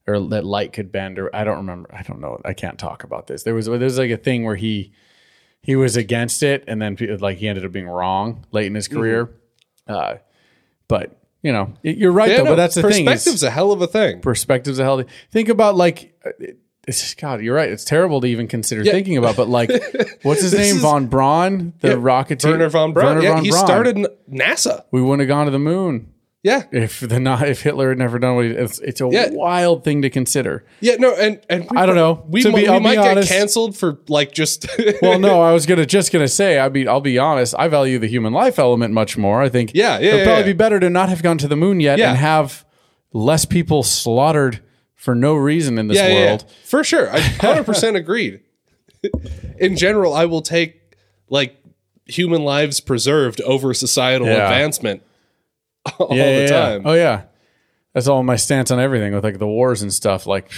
[SPEAKER 2] or that light could bend, or I don't remember. I don't know. I can't talk about this. There was there's like a thing where he he was against it, and then pe- like he ended up being wrong late in his
[SPEAKER 3] Mm-hmm.
[SPEAKER 2] career. Uh, but you know, y- you're right
[SPEAKER 3] Yeah,
[SPEAKER 2] though.
[SPEAKER 3] no,
[SPEAKER 2] but that's the thing. is-
[SPEAKER 3] perspective's a hell of a thing.
[SPEAKER 2] perspectives are healthy. Think about like, uh, it's, God, you're right. It's terrible to even consider thinking about. But like, what's his name?
[SPEAKER 3] is-
[SPEAKER 2] Von Braun, the rocketeer.
[SPEAKER 3] Werner von Braun.
[SPEAKER 2] Werner
[SPEAKER 3] yeah,
[SPEAKER 2] von
[SPEAKER 3] he
[SPEAKER 2] Braun.
[SPEAKER 3] started N- NASA.
[SPEAKER 2] We wouldn't have gone to the moon
[SPEAKER 3] Yeah,
[SPEAKER 2] if the not if Hitler had never done what he. It's, it's a
[SPEAKER 3] Yeah.
[SPEAKER 2] wild thing to consider.
[SPEAKER 3] yeah. No, and and we
[SPEAKER 2] I don't know.
[SPEAKER 3] We,
[SPEAKER 2] To
[SPEAKER 3] mi-
[SPEAKER 2] be-
[SPEAKER 3] we
[SPEAKER 2] I'll be
[SPEAKER 3] might
[SPEAKER 2] honest-
[SPEAKER 3] get canceled for like just
[SPEAKER 2] Well, no, I was gonna just gonna say. I mean, I'll be honest. I value the human life element much more. I think.
[SPEAKER 3] Yeah, yeah,
[SPEAKER 2] It'd
[SPEAKER 3] yeah,
[SPEAKER 2] probably
[SPEAKER 3] yeah.
[SPEAKER 2] be better to not have gone to the moon yet
[SPEAKER 3] Yeah.
[SPEAKER 2] and have less people slaughtered for no reason in this
[SPEAKER 3] yeah, yeah, yeah.
[SPEAKER 2] world.
[SPEAKER 3] For sure. I 100% agreed. In general, I will take like human lives preserved over societal
[SPEAKER 2] Yeah.
[SPEAKER 3] advancement all
[SPEAKER 2] yeah,
[SPEAKER 3] the
[SPEAKER 2] yeah, yeah.
[SPEAKER 3] time.
[SPEAKER 2] Oh yeah, that's all my stance on everything with like the wars and stuff. Like,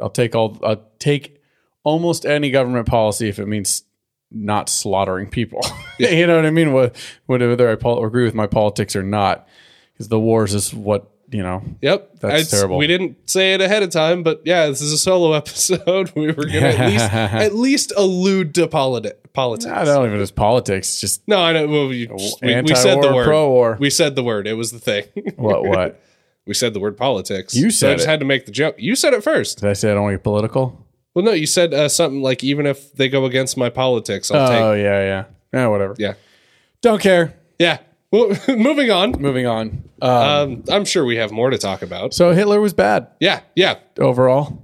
[SPEAKER 2] I'll take all, I'll take almost any government policy if it means not slaughtering people. you know what I mean? What, whether I pol- agree with my politics or not, because the wars is what you know.
[SPEAKER 3] Yep.
[SPEAKER 2] That's terrible.
[SPEAKER 3] We didn't say it ahead of time, but yeah, this is a solo episode. We were going to at least at least allude to politi- politics.
[SPEAKER 2] I don't even just politics. it's Just
[SPEAKER 3] No, I know. Well, we, we, we said the
[SPEAKER 2] Anti-war,
[SPEAKER 3] word.
[SPEAKER 2] pro-war.
[SPEAKER 3] We said the word. It was the thing.
[SPEAKER 2] what what
[SPEAKER 3] we said the word politics.
[SPEAKER 2] You
[SPEAKER 3] So I
[SPEAKER 2] said
[SPEAKER 3] just
[SPEAKER 2] it.
[SPEAKER 3] had to make the joke. You said it first.
[SPEAKER 2] did I say? I don't want to get political.
[SPEAKER 3] Well, no, you said uh, something like, even if they go against my politics, I'll
[SPEAKER 2] Oh
[SPEAKER 3] take.
[SPEAKER 2] yeah, yeah, yeah. Whatever.
[SPEAKER 3] Yeah.
[SPEAKER 2] Don't care.
[SPEAKER 3] Yeah. Well, moving on.
[SPEAKER 2] Moving on. Uh,
[SPEAKER 3] Um, I'm sure we have more to talk about.
[SPEAKER 2] so Hitler was bad
[SPEAKER 3] Yeah. Yeah.
[SPEAKER 2] overall.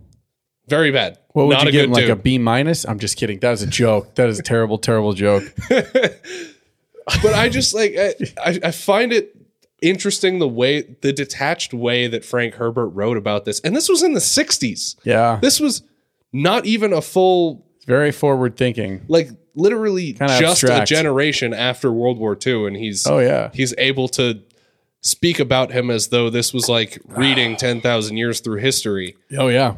[SPEAKER 3] Very bad.
[SPEAKER 2] What would
[SPEAKER 3] Not
[SPEAKER 2] you
[SPEAKER 3] a
[SPEAKER 2] give
[SPEAKER 3] good
[SPEAKER 2] him? Like a
[SPEAKER 3] dude.
[SPEAKER 2] B minus? I'm just kidding. That is a joke. That is a terrible, terrible joke.
[SPEAKER 3] but I just like, I, I, I find it interesting the way, the detached way that Frank Herbert wrote about this. And this was in the 60s.
[SPEAKER 2] Yeah.
[SPEAKER 3] This was not even a full,
[SPEAKER 2] It's very forward thinking.
[SPEAKER 3] like, literally
[SPEAKER 2] Kinda
[SPEAKER 3] just
[SPEAKER 2] abstract.
[SPEAKER 3] a generation after World War II. And he's,
[SPEAKER 2] Oh yeah.
[SPEAKER 3] he's able to speak about him as though this was like
[SPEAKER 2] Ah.
[SPEAKER 3] reading 10,000 years through history.
[SPEAKER 2] Oh yeah.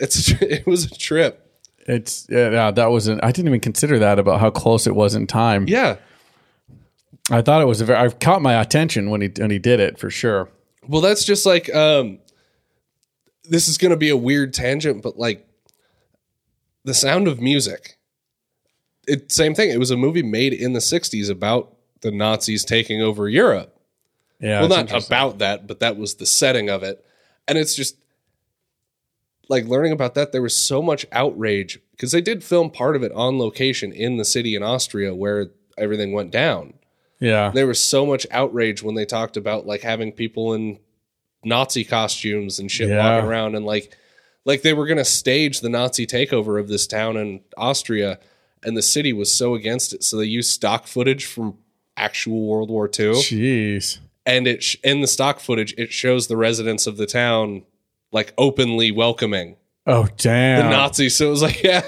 [SPEAKER 3] It's it was a trip.
[SPEAKER 2] It's yeah, yeah. That wasn't. I didn't even consider that about how close it was in time.
[SPEAKER 3] Yeah.
[SPEAKER 2] I thought it was a very. I've caught my attention when he when he did it for sure.
[SPEAKER 3] Well, that's just like um this is going to be a weird tangent, but like The Sound of Music. It same thing. It was a movie made in the 60s about the Nazis taking over Europe.
[SPEAKER 2] Yeah.
[SPEAKER 3] well,
[SPEAKER 2] it's
[SPEAKER 3] not
[SPEAKER 2] interesting.
[SPEAKER 3] about that, but that was the setting of it. And it's just like learning about that, there was so much outrage because they did film part of it on location in the city in Austria where everything went down.
[SPEAKER 2] Yeah.
[SPEAKER 3] There was so much outrage when they talked about like having people in Nazi costumes and shit
[SPEAKER 2] Yeah.
[SPEAKER 3] walking around and like like they were gonna stage the Nazi takeover of this town in Austria and the city was so against it. So they used stock footage from actual World War II
[SPEAKER 2] Jeez.
[SPEAKER 3] and it sh- in the stock footage it shows the residents of the town like openly welcoming
[SPEAKER 2] Oh damn.
[SPEAKER 3] the Nazis. So it was like, yeah,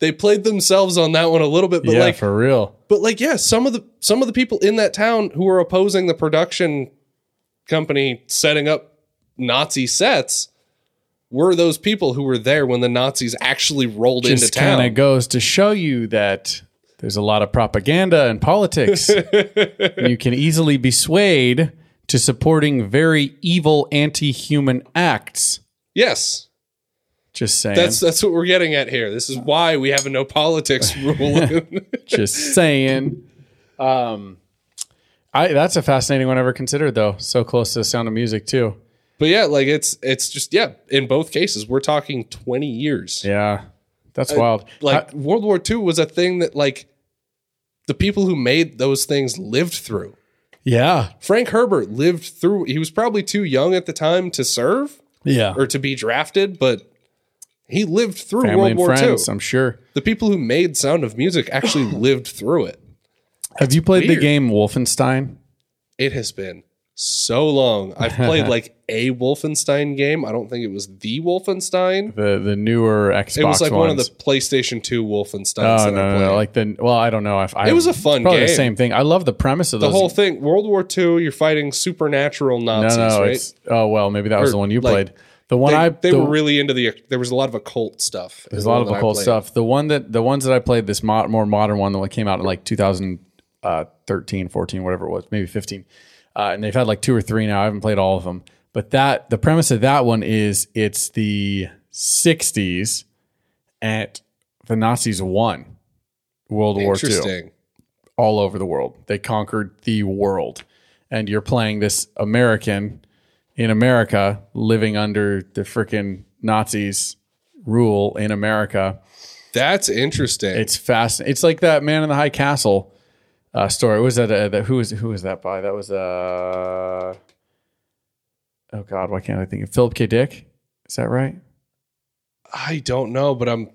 [SPEAKER 3] they played themselves on that one a little bit, but
[SPEAKER 2] yeah,
[SPEAKER 3] like
[SPEAKER 2] for real.
[SPEAKER 3] but like yeah, some of the some of the people in that town who were opposing the production company setting up Nazi sets were those people who were there when the Nazis actually rolled into
[SPEAKER 2] Just
[SPEAKER 3] town.
[SPEAKER 2] kind of goes to show you that there's a lot of propaganda and politics. you can easily be swayed to supporting very evil anti-human acts.
[SPEAKER 3] yes.
[SPEAKER 2] Just saying.
[SPEAKER 3] That's that's what we're getting at here. This is why we have a no politics rule.
[SPEAKER 2] just saying. Um, I that's a fascinating one I ever considered though. So close to the Sound of Music too.
[SPEAKER 3] But yeah, like it's it's just yeah. In both cases, we're talking twenty years.
[SPEAKER 2] Yeah, that's wild.
[SPEAKER 3] Uh, Like
[SPEAKER 2] I-
[SPEAKER 3] World War II was a thing that like the people who made those things lived through.
[SPEAKER 2] yeah,
[SPEAKER 3] Frank Herbert lived through. He was probably too young at the time to serve
[SPEAKER 2] yeah.
[SPEAKER 3] or to be drafted, but he lived through
[SPEAKER 2] Family
[SPEAKER 3] World War
[SPEAKER 2] and friends,
[SPEAKER 3] II.
[SPEAKER 2] I'm sure.
[SPEAKER 3] The people who made Sound of Music actually lived through it.
[SPEAKER 2] Have you played
[SPEAKER 3] weird.
[SPEAKER 2] the game Wolfenstein?
[SPEAKER 3] It has been so long. I've played like a Wolfenstein game. I don't think it was the Wolfenstein.
[SPEAKER 2] The the newer Xbox
[SPEAKER 3] It was like one of the
[SPEAKER 2] ones?
[SPEAKER 3] PlayStation 2 Wolfensteins
[SPEAKER 2] Oh
[SPEAKER 3] that
[SPEAKER 2] no,
[SPEAKER 3] I
[SPEAKER 2] no,
[SPEAKER 3] played.
[SPEAKER 2] no, like the well, I don't know if I,
[SPEAKER 3] It was a fun
[SPEAKER 2] probably the
[SPEAKER 3] game.
[SPEAKER 2] same thing. I love the premise of
[SPEAKER 3] the
[SPEAKER 2] those-
[SPEAKER 3] whole thing, World War II, you're fighting supernatural
[SPEAKER 2] No,
[SPEAKER 3] Nazis,
[SPEAKER 2] no,
[SPEAKER 3] right?
[SPEAKER 2] it's oh well, maybe that was
[SPEAKER 3] Or,
[SPEAKER 2] the one you
[SPEAKER 3] like,
[SPEAKER 2] played. The one
[SPEAKER 3] they
[SPEAKER 2] I
[SPEAKER 3] they
[SPEAKER 2] the-
[SPEAKER 3] were really into the. There was a lot of occult stuff.
[SPEAKER 2] There's a lot of occult stuff. The one that the ones that I played, this mo- more modern one, the one that came out in like 2013, 14, whatever it was, maybe 15. Uh, and they've had like two or three now. I haven't played all of them. But that the premise of that one is it's the 60s and the Nazis won World War II
[SPEAKER 3] Interesting.
[SPEAKER 2] all over the world. They conquered the world. And you're playing this American in America living under the freaking Nazis rule in America.
[SPEAKER 3] That's interesting.
[SPEAKER 2] It's fascinating. It's like that Man in the High Castle uh, story. Was that uh, that who was who was that by? That was uh oh god, why can't I think of Philip K. Dick? Is that right?
[SPEAKER 3] I don't know, but I'm.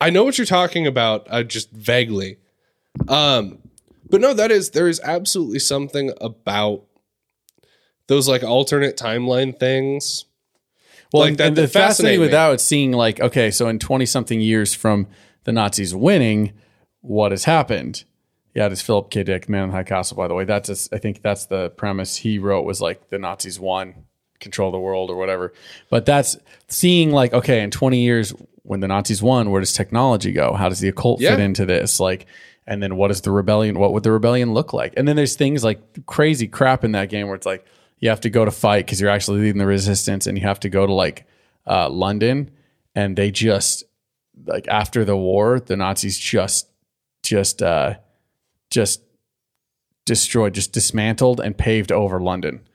[SPEAKER 3] I know what you're talking about. I just vaguely. Um, but no, that is there is absolutely something about those like alternate timeline things.
[SPEAKER 2] Well,
[SPEAKER 3] Like,
[SPEAKER 2] and,
[SPEAKER 3] that-
[SPEAKER 2] and the
[SPEAKER 3] that fascinate
[SPEAKER 2] fascinating with
[SPEAKER 3] me.
[SPEAKER 2] that was seeing like okay, so in twenty something years from the Nazis winning, what has happened? Yeah, it is Philip K. Dick, Man in the High Castle. By the way, that's just, I think that's the premise he wrote was like the Nazis won, control the world or whatever. But that's seeing like okay, in twenty years when the Nazis won, where does technology go? How does the occult fit
[SPEAKER 3] Yeah.
[SPEAKER 2] into this? Like, and then what is the rebellion? What would the rebellion look like? And then there's things like crazy crap in that game where it's like you have to go to fight because you're actually leading the resistance, and you have to go to like uh, London, and they just like after the war, the Nazis just just uh, just destroyed, just dismantled and paved over London,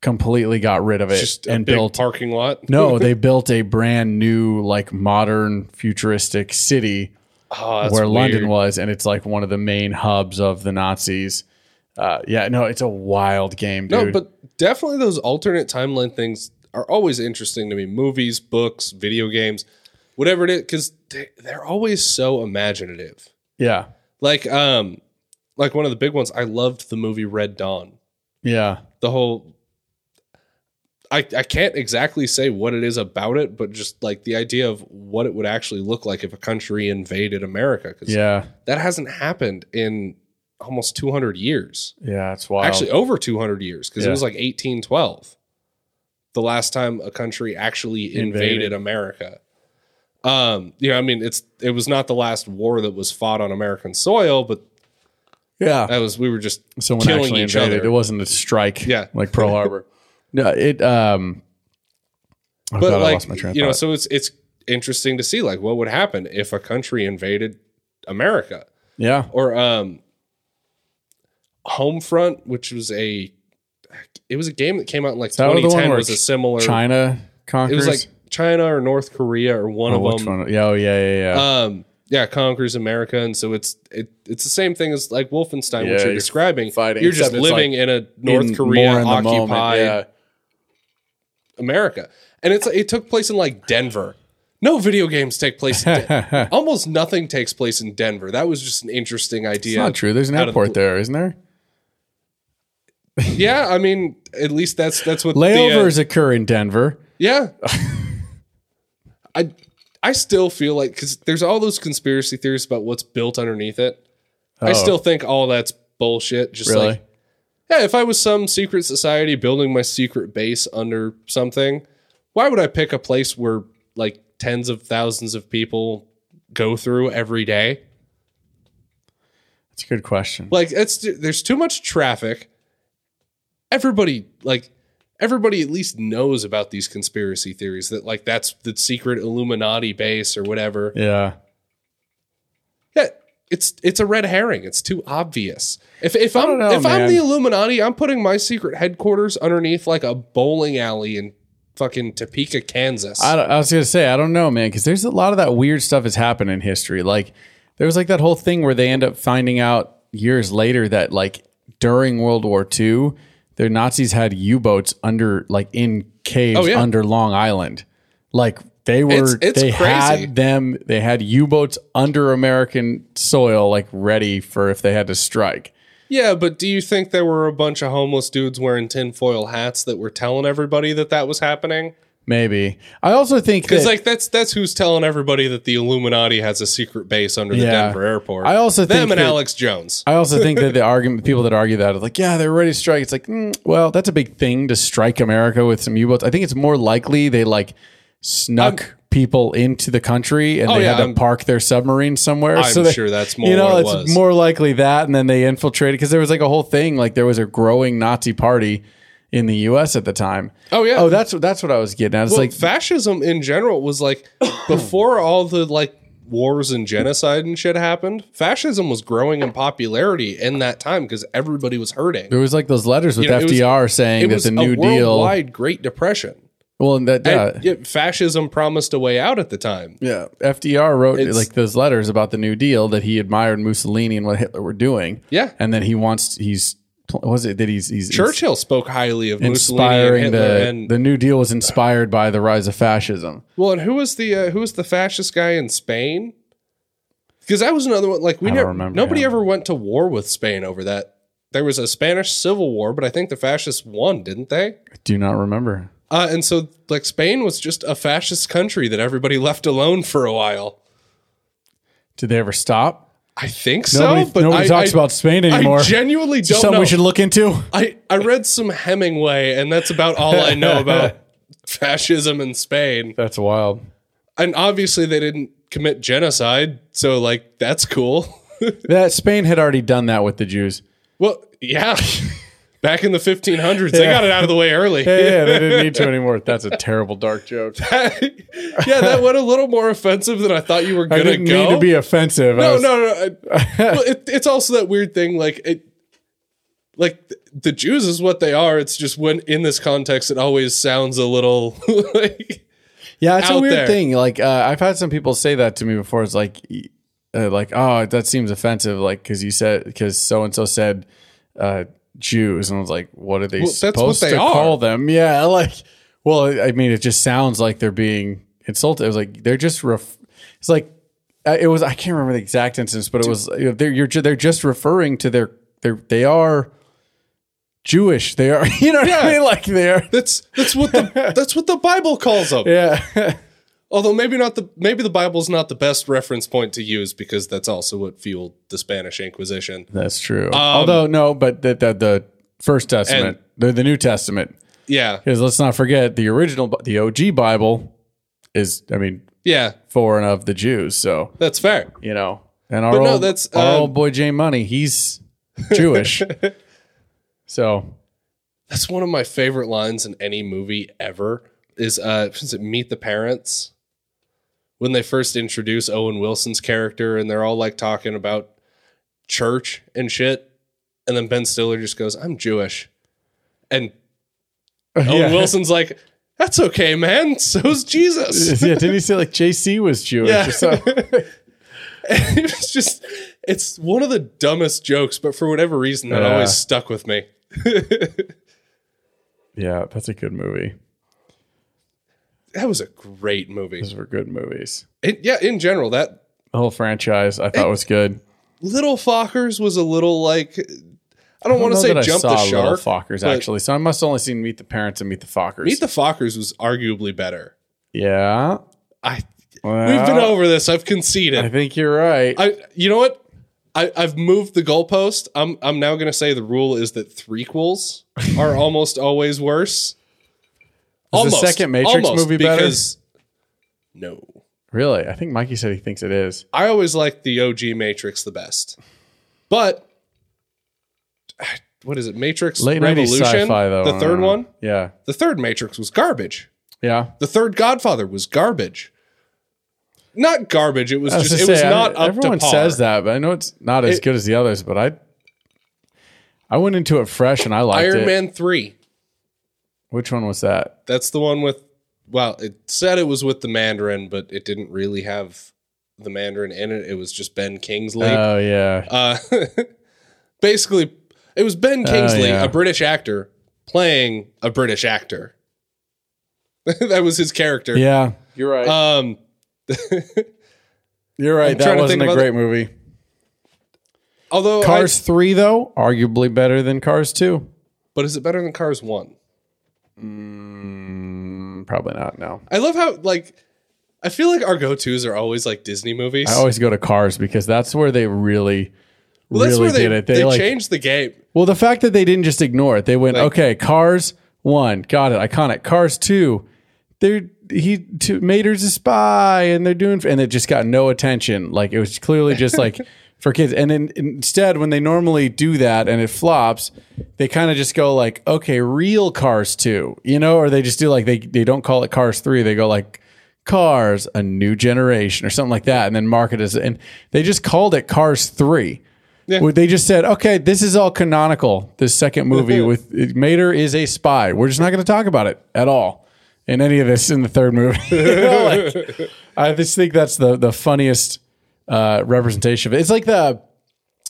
[SPEAKER 2] completely got rid of it
[SPEAKER 3] Just a
[SPEAKER 2] and
[SPEAKER 3] big
[SPEAKER 2] built
[SPEAKER 3] parking lot.
[SPEAKER 2] no, they built a brand new, like modern, futuristic city
[SPEAKER 3] Oh, that's
[SPEAKER 2] where
[SPEAKER 3] weird.
[SPEAKER 2] London was, and it's like one of the main hubs of the Nazis. Uh, yeah, no, it's a wild game, dude.
[SPEAKER 3] No, but definitely those alternate timeline things are always interesting to me. Movies, books, video games, whatever it is, because they, they're always so imaginative.
[SPEAKER 2] yeah,
[SPEAKER 3] Like, um, like one of the big ones. I loved the movie Red Dawn.
[SPEAKER 2] yeah,
[SPEAKER 3] the whole I, I can't exactly say what it is about it, but just like the idea of what it would actually look like if a country invaded America. Because
[SPEAKER 2] yeah,
[SPEAKER 3] that hasn't happened in almost 200 years.
[SPEAKER 2] yeah. It's wild.
[SPEAKER 3] Actually, oh, over 200 years, because it
[SPEAKER 2] Yeah.
[SPEAKER 3] was like 1812, the last time a country actually invaded,
[SPEAKER 2] Invaded.
[SPEAKER 3] America. Um, you know, I mean, it's it was not the last war that was fought on American soil, but
[SPEAKER 2] yeah.
[SPEAKER 3] that was we were just
[SPEAKER 2] someone
[SPEAKER 3] uh, killing
[SPEAKER 2] actually
[SPEAKER 3] each
[SPEAKER 2] invaded.
[SPEAKER 3] other.
[SPEAKER 2] It wasn't a strike,
[SPEAKER 3] Yeah.
[SPEAKER 2] like Pearl Harbor. no, it. Um, oh
[SPEAKER 3] but
[SPEAKER 2] God,
[SPEAKER 3] like
[SPEAKER 2] I lost my train of
[SPEAKER 3] you know,
[SPEAKER 2] thought.
[SPEAKER 3] so it's it's interesting to see like what would happen if a country invaded America
[SPEAKER 2] yeah,
[SPEAKER 3] or um Homefront, which was a it was a game that came out in like
[SPEAKER 2] that the one
[SPEAKER 3] 2010
[SPEAKER 2] where
[SPEAKER 3] was a similar
[SPEAKER 2] China
[SPEAKER 3] it
[SPEAKER 2] conquers.
[SPEAKER 3] was like China or North Korea or one
[SPEAKER 2] Oh,
[SPEAKER 3] of
[SPEAKER 2] which
[SPEAKER 3] them.
[SPEAKER 2] one? Yeah, Oh, yeah, yeah, yeah.
[SPEAKER 3] Um yeah, conquers America, and so it's it, it's the same thing as like Wolfenstein,
[SPEAKER 2] Yeah,
[SPEAKER 3] which you're
[SPEAKER 2] you're
[SPEAKER 3] describing.
[SPEAKER 2] fighting,
[SPEAKER 3] you're just
[SPEAKER 2] except it's,
[SPEAKER 3] living
[SPEAKER 2] like,
[SPEAKER 3] in a North
[SPEAKER 2] In-
[SPEAKER 3] Korea
[SPEAKER 2] more in the
[SPEAKER 3] occupied
[SPEAKER 2] moment, yeah.
[SPEAKER 3] America. And it's it took place in like Denver. No video games take place. In Den- Almost nothing takes place in Denver. That was just an interesting idea.
[SPEAKER 2] It's not true. There's an
[SPEAKER 3] Out of the
[SPEAKER 2] airport there, isn't there?
[SPEAKER 3] Yeah, I mean, at least uh, that's that's what the, uh,
[SPEAKER 2] Layovers occur in Denver.
[SPEAKER 3] yeah. I I still feel like because there's all those conspiracy theories about what's built underneath it. I still think all that's bullshit. Just
[SPEAKER 2] Really?
[SPEAKER 3] like, yeah, if I was some secret society building my secret base under something, why would I pick a place where like tens of thousands of people go through every day?
[SPEAKER 2] That's a good question.
[SPEAKER 3] Like it's there's too much traffic. Everybody like everybody at least knows about these conspiracy theories that like that's the secret Illuminati base or whatever.
[SPEAKER 2] Yeah.
[SPEAKER 3] Yeah, it's it's a red herring. It's too obvious. If if I'm
[SPEAKER 2] don't know,
[SPEAKER 3] if I'm
[SPEAKER 2] man.
[SPEAKER 3] the Illuminati, I'm putting my secret headquarters underneath like a bowling alley in fucking Topeka, Kansas.
[SPEAKER 2] I, don't- I was gonna say I don't know, man, because there's a lot of that weird stuff that's happened in history. Like there was like that whole thing where they end up finding out years later that like during World War II, their Nazis had U-boats under like in caves
[SPEAKER 3] Oh, yeah.
[SPEAKER 2] under Long Island. Like they were,
[SPEAKER 3] It's- it's
[SPEAKER 2] they
[SPEAKER 3] crazy.
[SPEAKER 2] had them, they had U-boats under American soil, like ready for if they had to strike.
[SPEAKER 3] yeah, but do you think there were a bunch of homeless dudes wearing tinfoil hats that were telling everybody that that was happening?
[SPEAKER 2] Maybe. I also think
[SPEAKER 3] Because
[SPEAKER 2] that-
[SPEAKER 3] like that's that's who's telling everybody that the Illuminati has a secret base under the
[SPEAKER 2] Yeah.
[SPEAKER 3] Denver airport.
[SPEAKER 2] I also
[SPEAKER 3] them
[SPEAKER 2] think
[SPEAKER 3] and
[SPEAKER 2] that-
[SPEAKER 3] Alex Jones.
[SPEAKER 2] I also think that the argument, people that argue that, are like, yeah, they're ready to strike. It's like, mm, well, that's a big thing to strike America with some U-boats. I think it's more likely they like snuck people into the country and
[SPEAKER 3] Oh,
[SPEAKER 2] they
[SPEAKER 3] yeah,
[SPEAKER 2] had to
[SPEAKER 3] I'm-
[SPEAKER 2] park their submarine somewhere.
[SPEAKER 3] I'm
[SPEAKER 2] they-
[SPEAKER 3] sure that's more
[SPEAKER 2] You know,
[SPEAKER 3] what it
[SPEAKER 2] it's
[SPEAKER 3] was.
[SPEAKER 2] more likely that, and then they infiltrated because there was like a whole thing, like there was a growing Nazi party in the U.S. at the time.
[SPEAKER 3] Oh, yeah.
[SPEAKER 2] Oh, that's that's what I was getting at. It's
[SPEAKER 3] Well,
[SPEAKER 2] like,
[SPEAKER 3] fascism in general was like before all the like wars and genocide and shit happened. Fascism was growing in popularity in that time because everybody was hurting.
[SPEAKER 2] there was like those letters with
[SPEAKER 3] know, it was-
[SPEAKER 2] FDR saying that the New Deal.
[SPEAKER 3] worldwide Great Depression.
[SPEAKER 2] Well, and that yeah.
[SPEAKER 3] And, yeah, fascism promised a way out at the time.
[SPEAKER 2] Yeah, FDR wrote
[SPEAKER 3] It's-
[SPEAKER 2] like those letters about the New Deal that he admired Mussolini and what Hitler were doing.
[SPEAKER 3] Yeah.
[SPEAKER 2] and then he wants he's what was it that he's he's
[SPEAKER 3] Churchill spoke highly of Mussolini
[SPEAKER 2] inspiring
[SPEAKER 3] and Hitler,
[SPEAKER 2] the
[SPEAKER 3] and
[SPEAKER 2] the New Deal was inspired by the rise of fascism.
[SPEAKER 3] Well, and who was the uh, who was the fascist guy in Spain? Because that was another one. Like we
[SPEAKER 2] don't
[SPEAKER 3] never,
[SPEAKER 2] remember
[SPEAKER 3] nobody
[SPEAKER 2] him.
[SPEAKER 3] ever went to war with Spain over that. There was a Spanish Civil War, but I think the fascists won, didn't they?
[SPEAKER 2] I do not remember.
[SPEAKER 3] Uh, and so, like Spain was just a fascist country that everybody left alone for a while.
[SPEAKER 2] Did they ever stop?
[SPEAKER 3] I think so.
[SPEAKER 2] Nobody,
[SPEAKER 3] but
[SPEAKER 2] nobody
[SPEAKER 3] I-
[SPEAKER 2] talks
[SPEAKER 3] I-
[SPEAKER 2] about Spain anymore.
[SPEAKER 3] I genuinely don't
[SPEAKER 2] Something
[SPEAKER 3] know.
[SPEAKER 2] we should look into.
[SPEAKER 3] I I read some Hemingway, and that's about all I know about fascism in Spain.
[SPEAKER 2] That's wild.
[SPEAKER 3] And obviously, they didn't commit genocide, so like that's cool.
[SPEAKER 2] That Spain had already done that with the Jews.
[SPEAKER 3] Well, yeah. Back in the 1500s, they got it out of the way early.
[SPEAKER 2] Yeah, yeah, they didn't need to anymore. That's a terrible dark joke.
[SPEAKER 3] yeah, that went a little more offensive than I thought you were
[SPEAKER 2] I
[SPEAKER 3] going to
[SPEAKER 2] didn't
[SPEAKER 3] go.
[SPEAKER 2] mean to be offensive. I
[SPEAKER 3] no,
[SPEAKER 2] was-
[SPEAKER 3] no, no. I- well, it, it's also that weird thing, like it, like th- the Jews is what they are. It's just when in this context, it always sounds a little like
[SPEAKER 2] Yeah, it's a
[SPEAKER 3] out
[SPEAKER 2] weird
[SPEAKER 3] there.
[SPEAKER 2] thing. Like uh, I've had some people say that to me before. It's like, y- uh, like oh, that seems offensive. Like because you said because so and so said uh, Jews, and I was like, what are they
[SPEAKER 3] that's what
[SPEAKER 2] supposed
[SPEAKER 3] they
[SPEAKER 2] to
[SPEAKER 3] are.
[SPEAKER 2] call them? Yeah, like well, I I mean, it just sounds like they're being insulted. It was like they're just ref- it's like uh, it was I can't remember the exact instance, but it was you know, they're you're, ju- they're just referring to their their they are. Jewish, they are, you know what
[SPEAKER 3] Yeah.
[SPEAKER 2] I mean? Like they are,
[SPEAKER 3] that's that's what the that's what the Bible calls them.
[SPEAKER 2] yeah.
[SPEAKER 3] Although maybe not the maybe the Bible's not the best reference point to use because that's also what fueled the Spanish Inquisition.
[SPEAKER 2] That's true.
[SPEAKER 3] Um,
[SPEAKER 2] Although no, but the, the, the First Testament, the, the New Testament,
[SPEAKER 3] Yeah,
[SPEAKER 2] because let's not forget the original, Bi- the OG Bible is, I mean,
[SPEAKER 3] yeah,
[SPEAKER 2] for and of the Jews. So
[SPEAKER 3] that's fair.
[SPEAKER 2] you know, and our
[SPEAKER 3] But
[SPEAKER 2] old,
[SPEAKER 3] no, that's,
[SPEAKER 2] our
[SPEAKER 3] um,
[SPEAKER 2] old boy Jay Money, he's Jewish. so
[SPEAKER 3] That's one of my favorite lines in any movie ever. Is uh, is it Meet the Parents? When they first introduce Owen Wilson's character, and they're all like talking about church and shit, and then Ben Stiller just goes, "I'm Jewish," and Owen
[SPEAKER 2] yeah.
[SPEAKER 3] Wilson's like, "That's okay, man. So's Jesus."
[SPEAKER 2] yeah, didn't he say like JC was Jewish?
[SPEAKER 3] Yeah.
[SPEAKER 2] Or something?
[SPEAKER 3] it's just, it's one of the dumbest jokes, but for whatever reason, that
[SPEAKER 2] Yeah.
[SPEAKER 3] always stuck with me.
[SPEAKER 2] yeah, that's a good movie.
[SPEAKER 3] That was a great movie.
[SPEAKER 2] Those were good movies.
[SPEAKER 3] It, yeah, in general, that
[SPEAKER 2] The whole franchise I thought was good.
[SPEAKER 3] Little Fockers was a little like I don't, want to
[SPEAKER 2] know
[SPEAKER 3] say
[SPEAKER 2] that I
[SPEAKER 3] jump
[SPEAKER 2] saw
[SPEAKER 3] the
[SPEAKER 2] Little
[SPEAKER 3] shark.
[SPEAKER 2] Fockers
[SPEAKER 3] but-
[SPEAKER 2] actually. So I must have only seen Meet the Parents and Meet the Fockers.
[SPEAKER 3] Meet the Fockers was arguably better.
[SPEAKER 2] yeah.
[SPEAKER 3] I We've been over this. I've conceded.
[SPEAKER 2] I think you're right.
[SPEAKER 3] I you know what? I, I've moved the goalpost. I'm I'm now gonna say the rule is that threequels are almost always worse.
[SPEAKER 2] the second Matrix movie better?
[SPEAKER 3] better? No.
[SPEAKER 2] really, I think Mikey said he thinks it is.
[SPEAKER 3] I always liked the OG Matrix the best. But what is it? Matrix
[SPEAKER 2] Late nineties
[SPEAKER 3] Revolution?
[SPEAKER 2] sci-fi though.
[SPEAKER 3] the third
[SPEAKER 2] uh,
[SPEAKER 3] one?
[SPEAKER 2] Yeah,
[SPEAKER 3] The third Matrix was garbage.
[SPEAKER 2] yeah.
[SPEAKER 3] The third Godfather was garbage. Not garbage. It was,
[SPEAKER 2] I was
[SPEAKER 3] just it
[SPEAKER 2] gonna
[SPEAKER 3] was
[SPEAKER 2] say, I-
[SPEAKER 3] not up
[SPEAKER 2] everyone
[SPEAKER 3] to par.
[SPEAKER 2] says that, but I know it's not as
[SPEAKER 3] It-
[SPEAKER 2] good as the others. But I, I went into it fresh and I liked
[SPEAKER 3] Iron
[SPEAKER 2] it.
[SPEAKER 3] Man three.
[SPEAKER 2] Which one was that?
[SPEAKER 3] That's the one with. Well, it said it was with the Mandarin, but it didn't really have the Mandarin in it. It was just Ben Kingsley.
[SPEAKER 2] Oh yeah,
[SPEAKER 3] Uh, basically, it was Ben Kingsley,
[SPEAKER 2] Oh, yeah.
[SPEAKER 3] a British actor, playing a British actor. that was his character.
[SPEAKER 2] yeah. Uh, You're right.
[SPEAKER 3] Um,
[SPEAKER 2] You're right.
[SPEAKER 3] I'm trying
[SPEAKER 2] that
[SPEAKER 3] to
[SPEAKER 2] wasn't
[SPEAKER 3] think
[SPEAKER 2] a
[SPEAKER 3] about
[SPEAKER 2] great movie.
[SPEAKER 3] although I-
[SPEAKER 2] Cars three though, arguably better than Cars two.
[SPEAKER 3] but is it better than Cars one?
[SPEAKER 2] Mm, probably not. No.
[SPEAKER 3] I love how like I feel like our go tos are always like Disney movies.
[SPEAKER 2] I always go to Cars because that's where they really,
[SPEAKER 3] Well, that's
[SPEAKER 2] really
[SPEAKER 3] where they,
[SPEAKER 2] did it. They,
[SPEAKER 3] they
[SPEAKER 2] like,
[SPEAKER 3] changed the game.
[SPEAKER 2] well, the fact that they didn't just ignore it, they went,
[SPEAKER 3] Like-
[SPEAKER 2] okay, Cars one, got it, iconic. Cars two, they're he to, Mater's a spy, and they're doing, and it just got no attention. Like it was clearly just like for kids. And then instead, when they normally do that and it flops, they kind of just go like, okay, real Cars two, you know, or they just do like they they don't call it Cars three, they go like Cars, a new generation, or something like that, and then market as and they just called it Cars three. Where they just said, okay, this is all canonical. This second movie with Mater is a spy. We're just not going to talk about it at all in any of this in the third movie. You know, like, I just think that's the the funniest uh, representation of it. It's like the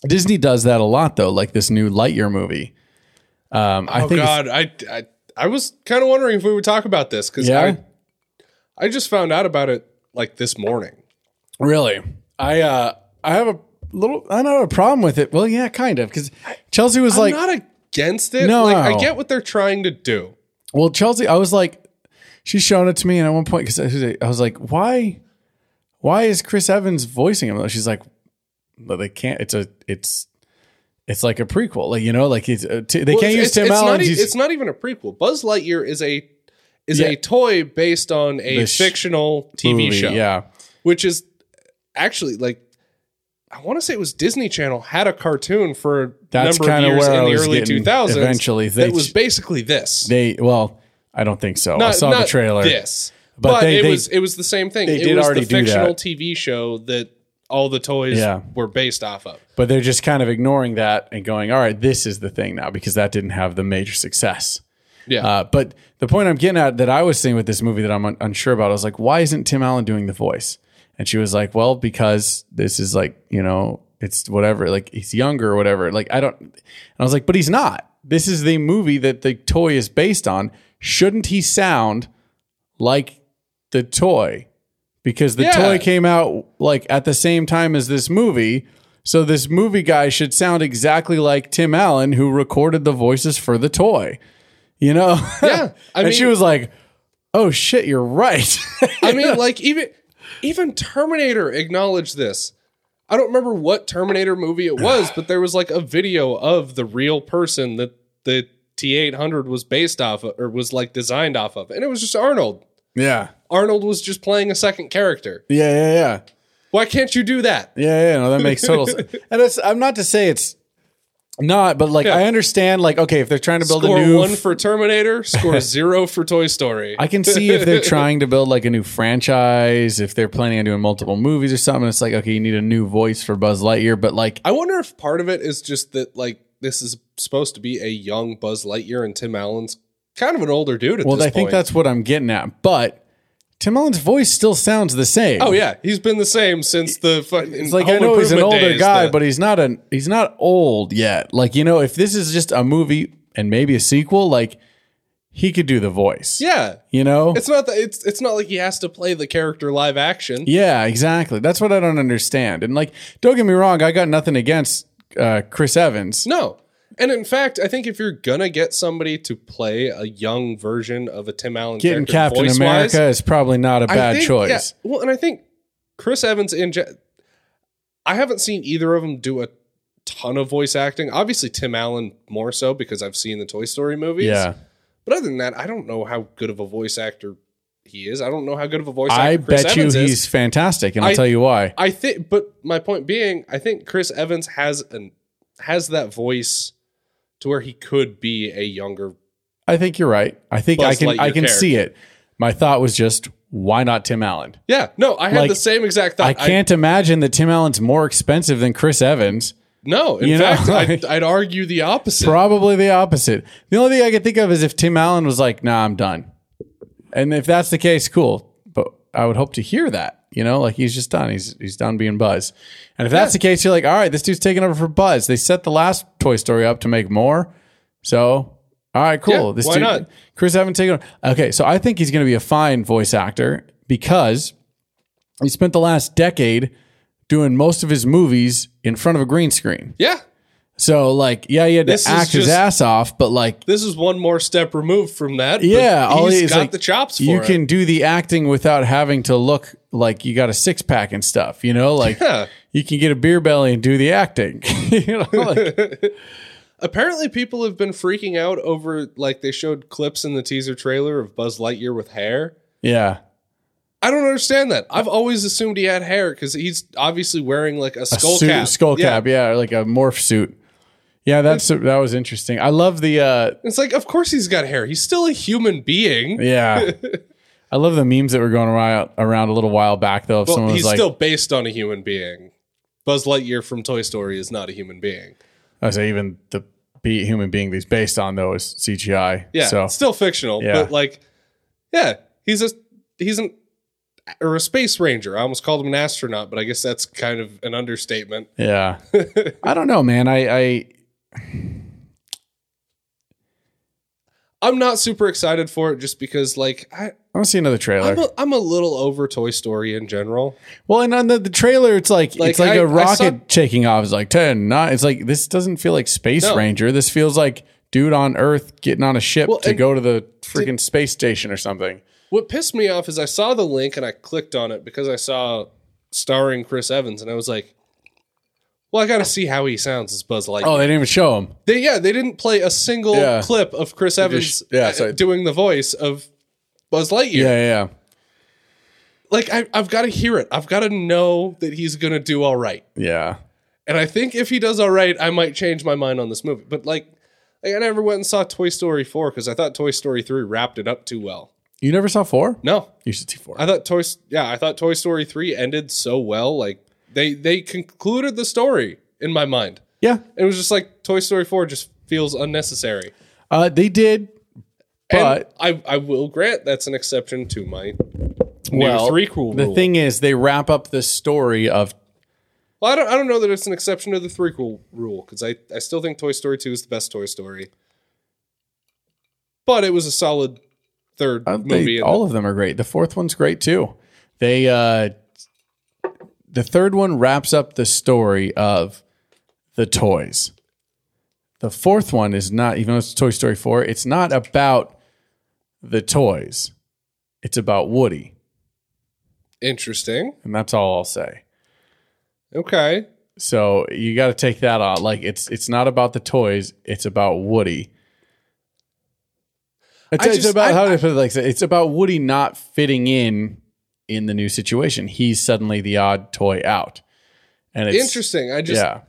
[SPEAKER 2] Disney does that a lot though, like this new Lightyear movie. Um, I
[SPEAKER 3] Oh
[SPEAKER 2] think it's-
[SPEAKER 3] God, I, I I was kind of wondering if we would talk about this because
[SPEAKER 2] Yeah?
[SPEAKER 3] I I just found out about it like this morning.
[SPEAKER 2] Really? I uh I have a little I don't have a problem with it. Well, yeah, kind of cuz Chelsea was like
[SPEAKER 3] I'm not against it.
[SPEAKER 2] No.
[SPEAKER 3] like, I get what they're trying to do.
[SPEAKER 2] Well, Chelsea, I was like, she's showing it to me, and at one point, because I, I was like, why, why is Chris Evans voicing him? She's like, but they can't. It's a, it's, it's like a prequel, like you know, like it's, uh, t- they
[SPEAKER 3] Well,
[SPEAKER 2] can't
[SPEAKER 3] it's-
[SPEAKER 2] use
[SPEAKER 3] it's-
[SPEAKER 2] Tim
[SPEAKER 3] it's
[SPEAKER 2] Allen.
[SPEAKER 3] Not, e-
[SPEAKER 2] He's-
[SPEAKER 3] it's not even a prequel. Buzz Lightyear is a is
[SPEAKER 2] Yeah.
[SPEAKER 3] a toy based on a
[SPEAKER 2] The sh-
[SPEAKER 3] fictional TV
[SPEAKER 2] movie,
[SPEAKER 3] show,
[SPEAKER 2] yeah.
[SPEAKER 3] which is actually like I want to say it was Disney Channel had a cartoon for a
[SPEAKER 2] That's
[SPEAKER 3] number of
[SPEAKER 2] kinda
[SPEAKER 3] years
[SPEAKER 2] where I
[SPEAKER 3] in the
[SPEAKER 2] was
[SPEAKER 3] early
[SPEAKER 2] getting-
[SPEAKER 3] two thousands.
[SPEAKER 2] eventually they
[SPEAKER 3] that was
[SPEAKER 2] ch-
[SPEAKER 3] basically this.
[SPEAKER 2] They well, I don't think so. I saw the trailer.
[SPEAKER 3] Yes,
[SPEAKER 2] But
[SPEAKER 3] but,
[SPEAKER 2] they-
[SPEAKER 3] it
[SPEAKER 2] they-
[SPEAKER 3] was it was the same thing.
[SPEAKER 2] they
[SPEAKER 3] it
[SPEAKER 2] did
[SPEAKER 3] was
[SPEAKER 2] already
[SPEAKER 3] the
[SPEAKER 2] do
[SPEAKER 3] fictional
[SPEAKER 2] that.
[SPEAKER 3] TV show that all the toys
[SPEAKER 2] Yeah.
[SPEAKER 3] were based off of.
[SPEAKER 2] But they're just kind of ignoring that and going, all right, this is the thing now because that didn't have the major success.
[SPEAKER 3] Yeah.
[SPEAKER 2] Uh, but the point I'm getting at that I was seeing with this movie that I'm un- unsure about, I was like, why isn't Tim Allen doing the voice? And she was like, well, because this is like, you know, it's whatever, like he's younger or whatever. Like, I don't, and I was like, but he's not. This is the movie that the toy is based on. Shouldn't he sound like the toy? Because the
[SPEAKER 3] Yeah.
[SPEAKER 2] toy came out like at the same time as this movie. So this movie guy should sound exactly like Tim Allen, who recorded the voices for the toy. You know?
[SPEAKER 3] Yeah, I
[SPEAKER 2] and she
[SPEAKER 3] mean-
[SPEAKER 2] was like, "Oh shit, you're right."
[SPEAKER 3] I mean, like even even Terminator acknowledged this. I don't remember what Terminator movie it was, but there was like a video of the real person that the T eight hundred was based off of, or was like designed off of, and it was just Arnold.
[SPEAKER 2] yeah.
[SPEAKER 3] Arnold was just playing a second character.
[SPEAKER 2] Yeah, yeah, yeah.
[SPEAKER 3] Why can't you do that?
[SPEAKER 2] Yeah, yeah, no, that makes total sense. And it's, I'm not to say it's not, but like
[SPEAKER 3] Yeah.
[SPEAKER 2] I understand like okay, if they're trying to build
[SPEAKER 3] Score
[SPEAKER 2] a new
[SPEAKER 3] one for Terminator, score zero for Toy Story.
[SPEAKER 2] I can see if they're trying to build like a new franchise, if they're planning on doing multiple movies or something, it's like okay, you need a new voice for Buzz Lightyear, but like
[SPEAKER 3] I wonder if part of it is just that like this is supposed to be a young Buzz Lightyear and Tim Allen's kind of an older dude at
[SPEAKER 2] well,
[SPEAKER 3] this
[SPEAKER 2] I
[SPEAKER 3] point.
[SPEAKER 2] think that's what I'm getting at. But Tim Allen's voice still sounds the same.
[SPEAKER 3] Oh yeah, he's been the same since the fucking.
[SPEAKER 2] It's like I know he's an older guy, but he's not an he's not old yet. Like you know, if this is just a movie and maybe a sequel, like he could do the voice.
[SPEAKER 3] yeah,
[SPEAKER 2] you know.
[SPEAKER 3] it's not that it's it's not like he has to play the character live action.
[SPEAKER 2] yeah, exactly. That's what I don't understand. And like, don't get me wrong, I got nothing against uh, Chris Evans.
[SPEAKER 3] No, And in fact, I think if you're gonna get somebody to play a young version of a Tim Allen
[SPEAKER 2] Getting
[SPEAKER 3] character
[SPEAKER 2] Captain
[SPEAKER 3] voice-wise,
[SPEAKER 2] America is probably not a
[SPEAKER 3] I
[SPEAKER 2] bad
[SPEAKER 3] think-
[SPEAKER 2] choice.
[SPEAKER 3] yeah, well, and I think Chris Evans and Je- I haven't seen either of them do a ton of voice acting. Obviously, Tim Allen more so because I've seen the Toy Story movies.
[SPEAKER 2] Yeah.
[SPEAKER 3] But other than that, I don't know how good of a voice actor he is. I don't know how good of a voice
[SPEAKER 2] I
[SPEAKER 3] actor Chris
[SPEAKER 2] bet
[SPEAKER 3] Evans
[SPEAKER 2] you
[SPEAKER 3] is.
[SPEAKER 2] he's fantastic, and I'll
[SPEAKER 3] I-
[SPEAKER 2] tell you why.
[SPEAKER 3] I think, but my point being, I think Chris Evans has an has that voice to where he could be a younger.
[SPEAKER 2] I think you're right. I think
[SPEAKER 3] Buzz
[SPEAKER 2] I can
[SPEAKER 3] Lightyear
[SPEAKER 2] I can
[SPEAKER 3] character.
[SPEAKER 2] see it. My thought was just why not Tim Allen?
[SPEAKER 3] Yeah, no, I had
[SPEAKER 2] Like,
[SPEAKER 3] the same exact thought.
[SPEAKER 2] I can't imagine that Tim Allen's more expensive than Chris Evans.
[SPEAKER 3] no, in
[SPEAKER 2] You know,
[SPEAKER 3] fact, I'd,
[SPEAKER 2] like-
[SPEAKER 3] I'd argue the opposite.
[SPEAKER 2] Probably the opposite. The only thing I could think of is if Tim Allen was like, "Nah, I'm done," and if that's the case, cool. But I would hope to hear that. You know, like he's just done. He's he's done being Buzz. And if that's the case, you're like, "All right, this dude's taking over for Buzz." They set the last Toy Story up to make more, so. All right, cool.
[SPEAKER 3] Yeah, why not?
[SPEAKER 2] Chris Evans taking over. Okay, so I think he's going to be a fine voice actor because he spent the last decade doing most of his movies in front of a green screen.
[SPEAKER 3] yeah,
[SPEAKER 2] So like, yeah, he had
[SPEAKER 3] This is
[SPEAKER 2] to act his
[SPEAKER 3] just-
[SPEAKER 2] ass off, but like,
[SPEAKER 3] this is one more step removed from that. but
[SPEAKER 2] yeah, all
[SPEAKER 3] he's
[SPEAKER 2] he- it's
[SPEAKER 3] got
[SPEAKER 2] like,
[SPEAKER 3] the chops. For
[SPEAKER 2] you
[SPEAKER 3] it.
[SPEAKER 2] can do the acting without having to look like you got a six pack and stuff. You know, like
[SPEAKER 3] Yeah.
[SPEAKER 2] you can get a beer belly and do the acting. you know, like,
[SPEAKER 3] Apparently, people have been freaking out over like they showed clips in the teaser trailer of Buzz Lightyear with hair.
[SPEAKER 2] yeah,
[SPEAKER 3] I don't understand that. I've always assumed he had hair because he's obviously wearing like a skull
[SPEAKER 2] suit,
[SPEAKER 3] cap.
[SPEAKER 2] skull
[SPEAKER 3] Yeah.
[SPEAKER 2] cap, yeah, or like a morph suit. Yeah, that's that was interesting. I love the uh
[SPEAKER 3] It's like, of course he's got hair. He's still a human being.
[SPEAKER 2] yeah. I love the memes that were going around, around a little while back though. If
[SPEAKER 3] Well,
[SPEAKER 2] someone was
[SPEAKER 3] he's
[SPEAKER 2] like,
[SPEAKER 3] still based on a human being. Buzz Lightyear from Toy Story is not a human being.
[SPEAKER 2] I say even the be- human being that he's based on though is CGI.
[SPEAKER 3] Yeah,
[SPEAKER 2] so
[SPEAKER 3] it's still fictional,
[SPEAKER 2] Yeah.
[SPEAKER 3] but like, yeah, he's a he's an or a space ranger. I almost called him an astronaut, but I guess that's kind of an understatement.
[SPEAKER 2] Yeah. I don't know, man. I, I
[SPEAKER 3] I'm not super excited for it just because like I
[SPEAKER 2] I want to see another trailer.
[SPEAKER 3] I'm a, I'm a little over Toy Story in general.
[SPEAKER 2] well, and on the, the trailer, it's like,
[SPEAKER 3] Like,
[SPEAKER 2] it's like
[SPEAKER 3] I-
[SPEAKER 2] a
[SPEAKER 3] I saw-
[SPEAKER 2] rocket taking off. It's like 10, 9. It's like this doesn't feel like Space
[SPEAKER 3] No.
[SPEAKER 2] Ranger. This feels like dude on Earth getting on a ship
[SPEAKER 3] Well,
[SPEAKER 2] to
[SPEAKER 3] and-
[SPEAKER 2] go to the freaking space station or something.
[SPEAKER 3] What pissed me off is I saw the link and I clicked on it because I saw starring Chris Evans and I was like, well, I got to see how he sounds as Buzz Lightyear.
[SPEAKER 2] Oh, they didn't even show him.
[SPEAKER 3] They, yeah, they didn't play a single
[SPEAKER 2] Yeah.
[SPEAKER 3] clip of Chris Evans
[SPEAKER 2] yeah,
[SPEAKER 3] uh,
[SPEAKER 2] so-
[SPEAKER 3] doing the voice of Buzz Lightyear.
[SPEAKER 2] Yeah, yeah, yeah.
[SPEAKER 3] Like, I, I've got to hear it. I've got to know that he's going to do all right.
[SPEAKER 2] Yeah.
[SPEAKER 3] And I think if he does all right, I might change my mind on this movie. But, like, like I never went and saw Toy Story 4 because I thought Toy Story 3 wrapped it up too well.
[SPEAKER 2] You never saw four?
[SPEAKER 3] No,
[SPEAKER 2] You should see four.
[SPEAKER 3] I thought Toy yeah, I thought Toy Story 3 ended so well. Like they they concluded the story in my mind.
[SPEAKER 2] yeah.
[SPEAKER 3] It was just like Toy Story 4 just feels unnecessary.
[SPEAKER 2] Uh, they did. But
[SPEAKER 3] and I I will grant that's an exception to my
[SPEAKER 2] well,
[SPEAKER 3] new threequel
[SPEAKER 2] the
[SPEAKER 3] rule.
[SPEAKER 2] thing is, they wrap up the story of
[SPEAKER 3] well, I don't I don't know that it's an exception to the threequel rule cuz I I still think Toy Story 2 is the best Toy Story. But it was a solid third
[SPEAKER 2] Uh, they-
[SPEAKER 3] movie. in
[SPEAKER 2] all of them are great. The fourth one's great too. They uh, the third one wraps up the story of the toys. The fourth one is not even though it's Toy Story four. It's not about the toys. It's about Woody,
[SPEAKER 3] the- Interesting.
[SPEAKER 2] and that's all I'll say.
[SPEAKER 3] Okay.
[SPEAKER 2] So you got to take that on. Like it's it's not about the toys. It's about Woody. It's,
[SPEAKER 3] I
[SPEAKER 2] it's
[SPEAKER 3] just-
[SPEAKER 2] about
[SPEAKER 3] I-
[SPEAKER 2] how do I put it like it's about Woody not fitting in in the new situation. He's suddenly the odd toy out, and it's
[SPEAKER 3] Interesting. I just
[SPEAKER 2] yeah.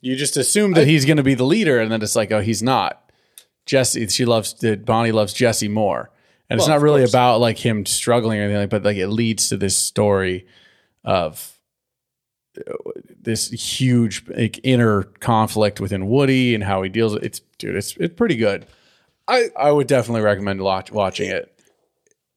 [SPEAKER 2] You just assume that he's going to be the leader, and then it's like, oh, he's not. Jesse, she loves that. Bonnie loves Jesse more, and it's
[SPEAKER 3] Well,
[SPEAKER 2] not
[SPEAKER 3] of
[SPEAKER 2] really
[SPEAKER 3] course.
[SPEAKER 2] about like him struggling or anything, like, but like it leads to this story of uh, this huge like, inner conflict within Woody and how he deals. with It's dude, it's it's pretty good.
[SPEAKER 3] I
[SPEAKER 2] I would definitely recommend watch, watching it.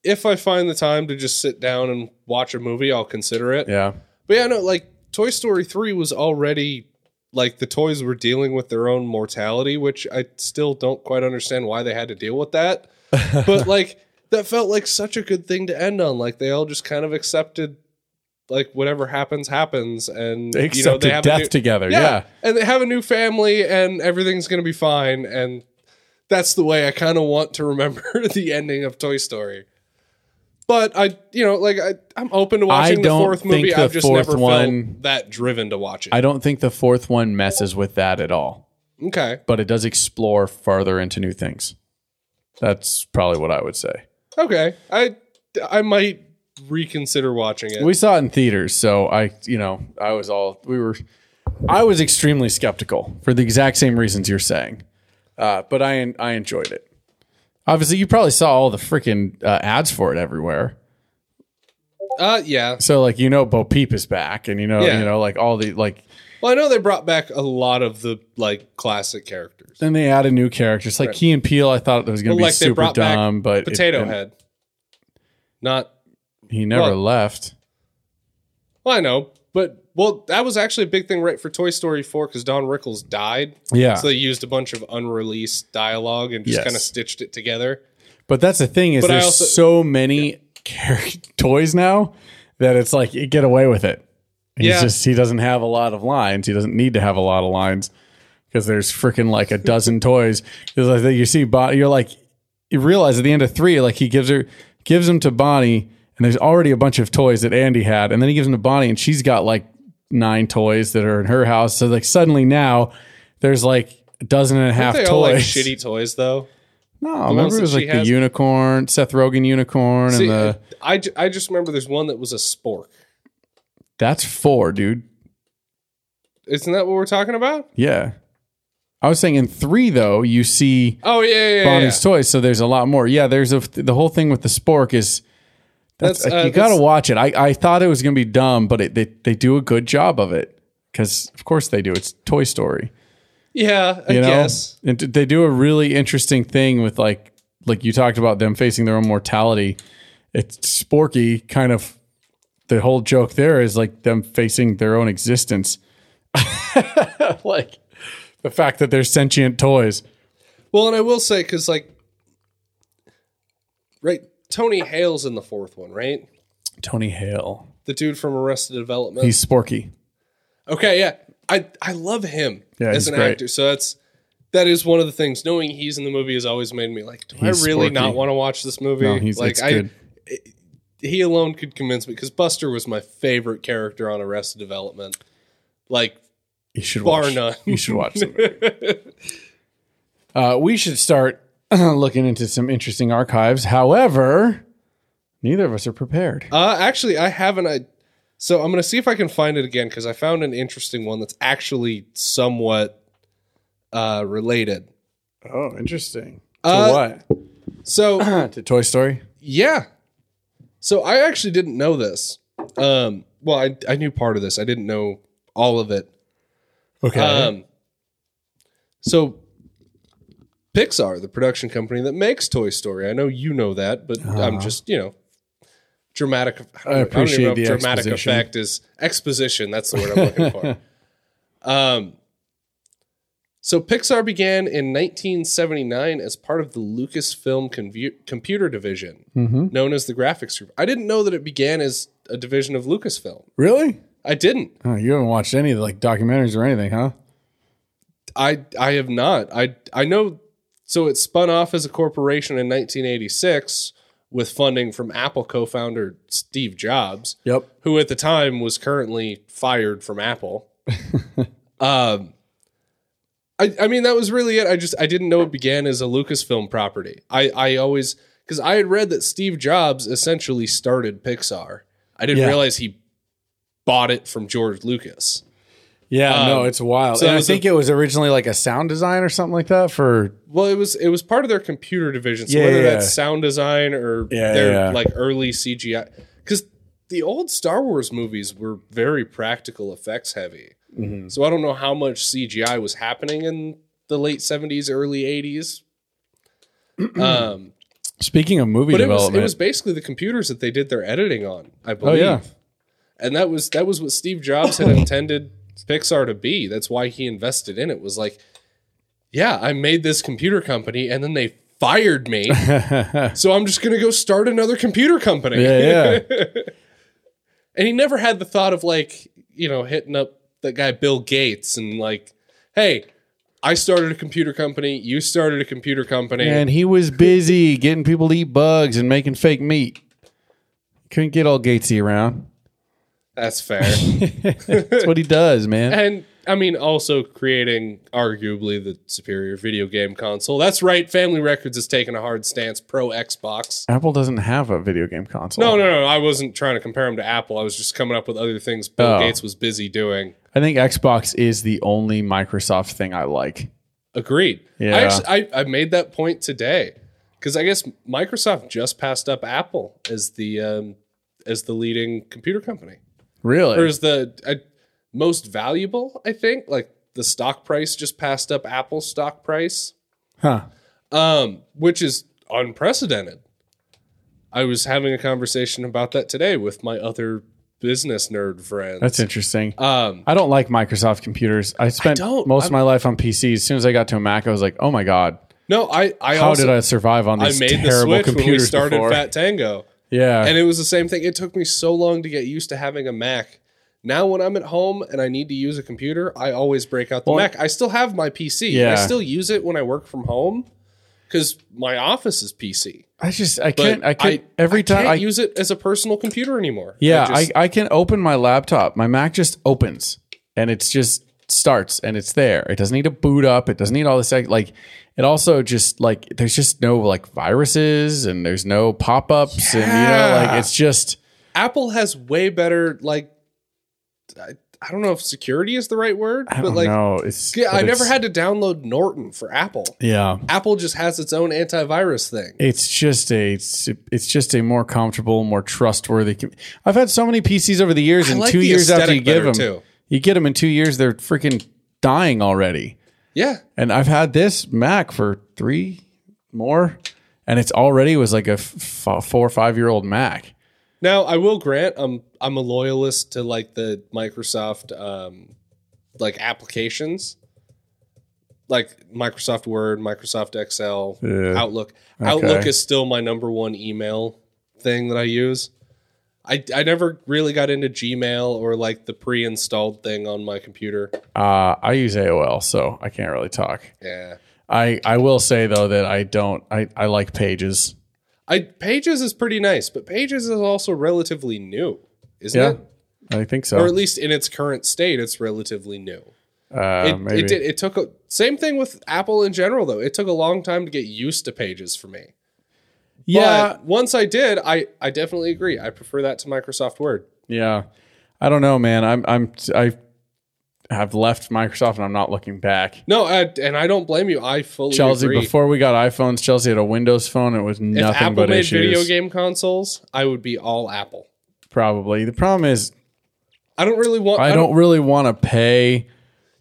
[SPEAKER 3] if I find the time to just sit down and watch a movie, I'll consider it.
[SPEAKER 2] Yeah,
[SPEAKER 3] But yeah, no, like Toy Story 3 was already like the toys were dealing with their own mortality, which I still don't quite understand why they had to deal with that. but like that felt like such a good thing to end on. Like they all just kind of accepted like whatever happens happens, and
[SPEAKER 2] They
[SPEAKER 3] you know
[SPEAKER 2] accepted
[SPEAKER 3] they have a
[SPEAKER 2] death
[SPEAKER 3] new-
[SPEAKER 2] together.
[SPEAKER 3] yeah.
[SPEAKER 2] yeah.
[SPEAKER 3] and they have a new family, and everything's gonna be fine. And that's the way I kind of want to remember the ending of Toy Story. But I, you know, like I, I'm open to watching the
[SPEAKER 2] don't
[SPEAKER 3] fourth movie.
[SPEAKER 2] think the
[SPEAKER 3] I've just
[SPEAKER 2] fourth
[SPEAKER 3] never
[SPEAKER 2] one-
[SPEAKER 3] felt that driven to watch it.
[SPEAKER 2] I don't think the fourth one messes with that at all,
[SPEAKER 3] okay,
[SPEAKER 2] but it does explore farther into new things. That's probably what I would say.
[SPEAKER 3] okay, I, I might reconsider watching it.
[SPEAKER 2] We saw it in theaters, so I, you know, I was all we were. I was extremely skeptical for the exact same reasons you're saying, uh, but I I enjoyed it. Obviously, you probably saw all the freaking uh, ads for it everywhere.
[SPEAKER 3] uh, yeah.
[SPEAKER 2] So like you know, Bo Peep is back, and you know
[SPEAKER 3] Yeah.
[SPEAKER 2] you know like all the like.
[SPEAKER 3] Well, I know they brought back a lot of the like classic characters.
[SPEAKER 2] Then they added new characters like Key and Peele. I thought that was going to
[SPEAKER 3] Well,
[SPEAKER 2] be
[SPEAKER 3] like they
[SPEAKER 2] super
[SPEAKER 3] brought back
[SPEAKER 2] dumb, but it-
[SPEAKER 3] Potato
[SPEAKER 2] and
[SPEAKER 3] Head. Not
[SPEAKER 2] He never
[SPEAKER 3] Well-
[SPEAKER 2] left.
[SPEAKER 3] well, I know, but well, that was actually a big thing right for Toy Story 4 because Don Rickles died.
[SPEAKER 2] Yeah.
[SPEAKER 3] So they used a bunch of unreleased dialogue and just
[SPEAKER 2] Yes.
[SPEAKER 3] kind of stitched it together.
[SPEAKER 2] But that's the thing is
[SPEAKER 3] But I
[SPEAKER 2] there's
[SPEAKER 3] also-
[SPEAKER 2] so many character toys now that it's like you get away with it. He's
[SPEAKER 3] Yeah.
[SPEAKER 2] just he doesn't have a lot of lines. He doesn't need to have a lot of lines because there's freaking like a dozen toys. It's like that you see Bonnie, you're like you realize at the end of three, like he gives her gives them to Bonnie, and there's already a bunch of toys that Andy had, and then he gives them to Bonnie, and she's got like nine toys that are in her house. So like suddenly now there's like a dozen and a half
[SPEAKER 3] They
[SPEAKER 2] toys.
[SPEAKER 3] all like shitty toys though.
[SPEAKER 2] No, remember
[SPEAKER 3] that
[SPEAKER 2] it was
[SPEAKER 3] she
[SPEAKER 2] like the
[SPEAKER 3] has?
[SPEAKER 2] unicorn, Seth Rogen unicorn,
[SPEAKER 3] See,
[SPEAKER 2] and uh, the
[SPEAKER 3] I, ju- I just remember there's one that was a spork.
[SPEAKER 2] that's four, dude.
[SPEAKER 3] Isn't that what we're talking about?
[SPEAKER 2] Yeah, I was saying in three though, you see
[SPEAKER 3] Oh yeah, yeah, yeah.
[SPEAKER 2] Bonnie's
[SPEAKER 3] yeah.
[SPEAKER 2] toys, so there's a lot more. Yeah, there's a the whole thing with the spork is that's,
[SPEAKER 3] That's,
[SPEAKER 2] like,
[SPEAKER 3] uh,
[SPEAKER 2] you got to
[SPEAKER 3] that's-
[SPEAKER 2] watch it. I I thought it was gonna be dumb, but it, they they do a good job of it because of course they do. It's Toy Story.
[SPEAKER 3] yeah, I
[SPEAKER 2] you know
[SPEAKER 3] guess.
[SPEAKER 2] and they do a really interesting thing with like like you talked about them facing their own mortality it's sporky kind of the whole joke there is like them facing their own existence like the fact that they're sentient toys
[SPEAKER 3] Well, and I will say because like, right, Tony Hale's in the fourth one, right?
[SPEAKER 2] tony hale
[SPEAKER 3] The dude from Arrested Development.
[SPEAKER 2] he's sporky
[SPEAKER 3] Okay, yeah. I I love him
[SPEAKER 2] Yeah,
[SPEAKER 3] as
[SPEAKER 2] he's
[SPEAKER 3] an
[SPEAKER 2] great.
[SPEAKER 3] actor. So that's that is one of the things. Knowing he's in the movie has always made me like, do
[SPEAKER 2] He's
[SPEAKER 3] I really
[SPEAKER 2] sporky.
[SPEAKER 3] not want to watch this movie?
[SPEAKER 2] No, he's-
[SPEAKER 3] like
[SPEAKER 2] it's
[SPEAKER 3] I
[SPEAKER 2] good.
[SPEAKER 3] he alone could convince me because Buster was my favorite character on Arrested Development. Like
[SPEAKER 2] you should
[SPEAKER 3] Bar
[SPEAKER 2] watch
[SPEAKER 3] none.
[SPEAKER 2] you should watch the movie. uh, we should start looking into some interesting archives however neither of us are prepared
[SPEAKER 3] uh actually I haven't I so I'm gonna see if I can find it again because I found an interesting one that's actually somewhat uh related.
[SPEAKER 2] oh interesting
[SPEAKER 3] Uh,
[SPEAKER 2] what
[SPEAKER 3] So
[SPEAKER 2] to Toy Story.
[SPEAKER 3] Yeah. So I actually didn't know this. Um, well, I, I knew part of this. I didn't know all of it.
[SPEAKER 2] Okay.
[SPEAKER 3] Um, so Pixar, the production company that makes Toy Story, I know you know that, but I'm just you know dramatic. I, don't
[SPEAKER 2] Uh-huh. appreciate
[SPEAKER 3] know if
[SPEAKER 2] the
[SPEAKER 3] dramatic
[SPEAKER 2] exposition.
[SPEAKER 3] effect is exposition. That's the word I'm looking for. Um. So Pixar began in 1979 as part of the Lucasfilm Convu- computer division,
[SPEAKER 2] Mm-hmm.
[SPEAKER 3] known as the graphics group. I didn't know that it began as a division of Lucasfilm.
[SPEAKER 2] really?
[SPEAKER 3] I didn't.
[SPEAKER 2] Oh, you haven't watched any of the like documentaries or anything, huh?
[SPEAKER 3] I I have not. I I know. So it spun off as a corporation in 1986 with funding from Apple co-founder Steve Jobs,
[SPEAKER 2] Yep.
[SPEAKER 3] who at the time was currently fired from Apple. um, I I mean that was really it. I just I didn't know it began as a Lucasfilm property. I I always because I had read that Steve Jobs essentially started Pixar. I didn't
[SPEAKER 2] Yeah.
[SPEAKER 3] realize he bought it from George Lucas.
[SPEAKER 2] Yeah, no, it's wild.
[SPEAKER 3] Um, so
[SPEAKER 2] and I
[SPEAKER 3] it was
[SPEAKER 2] think it was originally like a sound design or something like that for
[SPEAKER 3] Well, it was it was part of their computer division. So
[SPEAKER 2] Yeah,
[SPEAKER 3] whether
[SPEAKER 2] yeah,
[SPEAKER 3] that's
[SPEAKER 2] yeah.
[SPEAKER 3] sound design or
[SPEAKER 2] Yeah,
[SPEAKER 3] their
[SPEAKER 2] yeah.
[SPEAKER 3] like early CGI, because the old Star Wars movies were very practical effects heavy.
[SPEAKER 2] Mm-hmm.
[SPEAKER 3] So I don't know how much CGI was happening in the late seventies, early eighties. um,
[SPEAKER 2] Speaking of movie
[SPEAKER 3] but it was
[SPEAKER 2] development.
[SPEAKER 3] it was basically the computers that they did their editing on. I
[SPEAKER 2] oh
[SPEAKER 3] believe.
[SPEAKER 2] yeah.
[SPEAKER 3] And that was that was what Steve Jobs had intended Pixar to be. That's why he invested in it. Was like, yeah, I made this computer company, and then they fired me, so I'm just gonna go start another computer company.
[SPEAKER 2] Yeah, yeah.
[SPEAKER 3] And he never had the thought of like, you know, hitting up that guy Bill Gates and like, hey, I started a computer company, you started a computer company.
[SPEAKER 2] And he was busy getting people to eat bugs and making fake meat. Couldn't get all Gatesy around.
[SPEAKER 3] That's fair.
[SPEAKER 2] That's what he does, man.
[SPEAKER 3] and I mean, also creating arguably the superior video game console. That's right. Family Records has taken a hard stance pro Xbox.
[SPEAKER 2] Apple doesn't have a video game console.
[SPEAKER 3] No, no, no. I wasn't trying to compare him to Apple. I was just coming up with other things Bill
[SPEAKER 2] Oh.
[SPEAKER 3] Gates was busy doing.
[SPEAKER 2] I think Xbox is the only Microsoft thing I like.
[SPEAKER 3] Agreed.
[SPEAKER 2] Yeah.
[SPEAKER 3] I, actually, I, I made that point today because I guess Microsoft just passed up Apple as the um, as the leading computer company or
[SPEAKER 2] Really?
[SPEAKER 3] as the uh, most valuable. I think like the stock price just passed up Apple stock price,
[SPEAKER 2] Huh.
[SPEAKER 3] um, which is unprecedented. I was having a conversation about that today with my other business nerd friends.
[SPEAKER 2] That's interesting.
[SPEAKER 3] Um,
[SPEAKER 2] I don't like Microsoft computers. I spent
[SPEAKER 3] don't.
[SPEAKER 2] most of my life on PCs. As soon as I got to a Mac, I was like, oh my God,
[SPEAKER 3] no, I I
[SPEAKER 2] how
[SPEAKER 3] also,
[SPEAKER 2] did I survive on
[SPEAKER 3] I
[SPEAKER 2] these
[SPEAKER 3] made the
[SPEAKER 2] terrible
[SPEAKER 3] switch when we
[SPEAKER 2] computers
[SPEAKER 3] started
[SPEAKER 2] before?
[SPEAKER 3] Fat Tango.
[SPEAKER 2] yeah.
[SPEAKER 3] and it was the same thing. It took me so long to get used to having a Mac. Now, when I'm at home and I need to use a computer, I always break out the Mac. I still have my PC. I
[SPEAKER 2] Yeah.
[SPEAKER 3] still use it when I work from home because my office is PC.
[SPEAKER 2] I just, I
[SPEAKER 3] But
[SPEAKER 2] can't, I can't, every
[SPEAKER 3] I
[SPEAKER 2] time
[SPEAKER 3] can't
[SPEAKER 2] I,
[SPEAKER 3] use it as a personal computer anymore.
[SPEAKER 2] yeah,
[SPEAKER 3] I, just-
[SPEAKER 2] I, I can open my laptop. My Mac just opens and it's just starts and it's there. It doesn't need to boot up. It doesn't need all this, like, like, it also just like, there's just no like viruses and there's no pop ups and you know,
[SPEAKER 3] Yeah.
[SPEAKER 2] like it's just,
[SPEAKER 3] Apple has way better like. I, I don't know if security is the right word,
[SPEAKER 2] I
[SPEAKER 3] but
[SPEAKER 2] don't
[SPEAKER 3] like,
[SPEAKER 2] know. It's,
[SPEAKER 3] yeah,
[SPEAKER 2] but
[SPEAKER 3] I never
[SPEAKER 2] it's-
[SPEAKER 3] had to download Norton for Apple.
[SPEAKER 2] yeah.
[SPEAKER 3] Apple just has its own antivirus thing.
[SPEAKER 2] it's just a it's, it's just a more comfortable, more trustworthy. com- I've had so many PCs over the years,
[SPEAKER 3] I
[SPEAKER 2] and
[SPEAKER 3] like
[SPEAKER 2] two
[SPEAKER 3] the
[SPEAKER 2] years after you
[SPEAKER 3] aesthetic
[SPEAKER 2] give
[SPEAKER 3] better,
[SPEAKER 2] them,
[SPEAKER 3] too.
[SPEAKER 2] you get them in two years, they're freaking dying already.
[SPEAKER 3] Yeah,
[SPEAKER 2] And I've had this Mac for three more, and it's already was like a f- f- four or five year old Mac.
[SPEAKER 3] Now I will grant I'm I'm a loyalist to like the Microsoft um like applications. Like Microsoft Word, Microsoft Excel,
[SPEAKER 2] Yeah.
[SPEAKER 3] Outlook. Outlook is still my number one email thing that I use. I, I never really got into Gmail or like the pre-installed thing on my computer.
[SPEAKER 2] Uh, I use AOL, so I can't really talk.
[SPEAKER 3] Yeah.
[SPEAKER 2] I I will say though that I don't. I I like Pages.
[SPEAKER 3] I Pages is pretty nice, but Pages is also relatively new, isn't
[SPEAKER 2] Yeah,
[SPEAKER 3] it?
[SPEAKER 2] I think so.
[SPEAKER 3] Or at least in its current state, it's relatively new.
[SPEAKER 2] uh,
[SPEAKER 3] it,
[SPEAKER 2] maybe.
[SPEAKER 3] it did. It took a same thing with Apple in general, though. It took a long time to get used to Pages for me.
[SPEAKER 2] yeah,
[SPEAKER 3] But once I did, I I definitely agree. I prefer that to Microsoft Word.
[SPEAKER 2] Yeah. I don't know, man. I'm I'm I have left Microsoft and I'm not looking back.
[SPEAKER 3] No, I, and I don't blame you. I fully
[SPEAKER 2] Chelsea,
[SPEAKER 3] agree.
[SPEAKER 2] before we got iPhones, Chelsea had a Windows phone. It was
[SPEAKER 3] if
[SPEAKER 2] nothing
[SPEAKER 3] Apple
[SPEAKER 2] but
[SPEAKER 3] made
[SPEAKER 2] issues.
[SPEAKER 3] video game consoles, I would be all Apple.
[SPEAKER 2] Probably. The problem is
[SPEAKER 3] I don't really want.
[SPEAKER 2] I don't really want to pay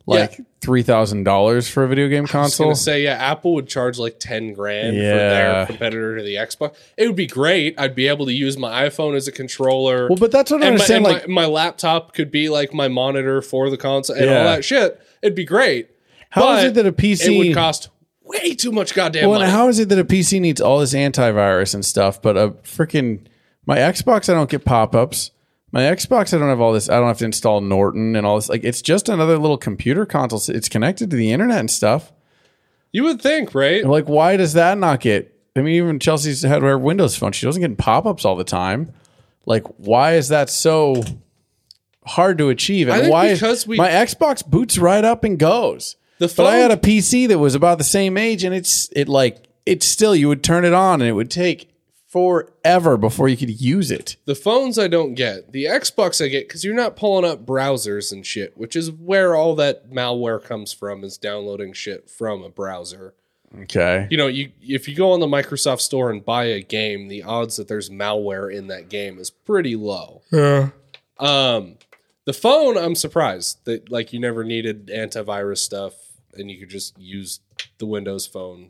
[SPEAKER 2] like
[SPEAKER 3] Yeah.
[SPEAKER 2] three thousand dollars for a video game
[SPEAKER 3] I was gonna
[SPEAKER 2] console.
[SPEAKER 3] say yeah, Apple would charge like ten grand for
[SPEAKER 2] Yeah.
[SPEAKER 3] their competitor to the Xbox. It would be great. I'd be able to use my iPhone as a controller.
[SPEAKER 2] well, but that's what I don't
[SPEAKER 3] and, my,
[SPEAKER 2] understand.
[SPEAKER 3] and
[SPEAKER 2] like,
[SPEAKER 3] my, my laptop could be like my monitor for the console and all
[SPEAKER 2] Yeah.
[SPEAKER 3] that shit. It'd be great.
[SPEAKER 2] how is
[SPEAKER 3] but
[SPEAKER 2] it that a PC
[SPEAKER 3] It would cost way too much goddamn
[SPEAKER 2] Well, and
[SPEAKER 3] money.
[SPEAKER 2] how is it that a PC needs all this antivirus and stuff, but a freaking my Xbox I don't get pop-ups. My Xbox I don't have all this. I don't have to install Norton and all this. Like it's just another little computer console. So It's connected to the internet and stuff.
[SPEAKER 3] you would think, right?
[SPEAKER 2] And, Like why does that not get? I mean, even Chelsea's had her Windows phone. She doesn't get pop-ups all the time. Like why is that so hard to achieve? And
[SPEAKER 3] I think
[SPEAKER 2] why
[SPEAKER 3] because we-
[SPEAKER 2] my Xbox boots right up and goes.
[SPEAKER 3] The
[SPEAKER 2] But
[SPEAKER 3] phone,
[SPEAKER 2] I had a PC that was about the same age, and it's it like it's still you would turn it on, and it would take forever before you could use it.
[SPEAKER 3] the phones I don't get. The Xbox I get because you're not pulling up browsers and shit, which is where all that malware comes from. Is downloading shit from a browser.
[SPEAKER 2] Okay.
[SPEAKER 3] You know, you if you go on the Microsoft Store and buy a game, the odds that there's malware in that game is pretty low.
[SPEAKER 2] Yeah.
[SPEAKER 3] Um, the phone, I'm surprised that like you never needed antivirus stuff and you could just use the Windows phone.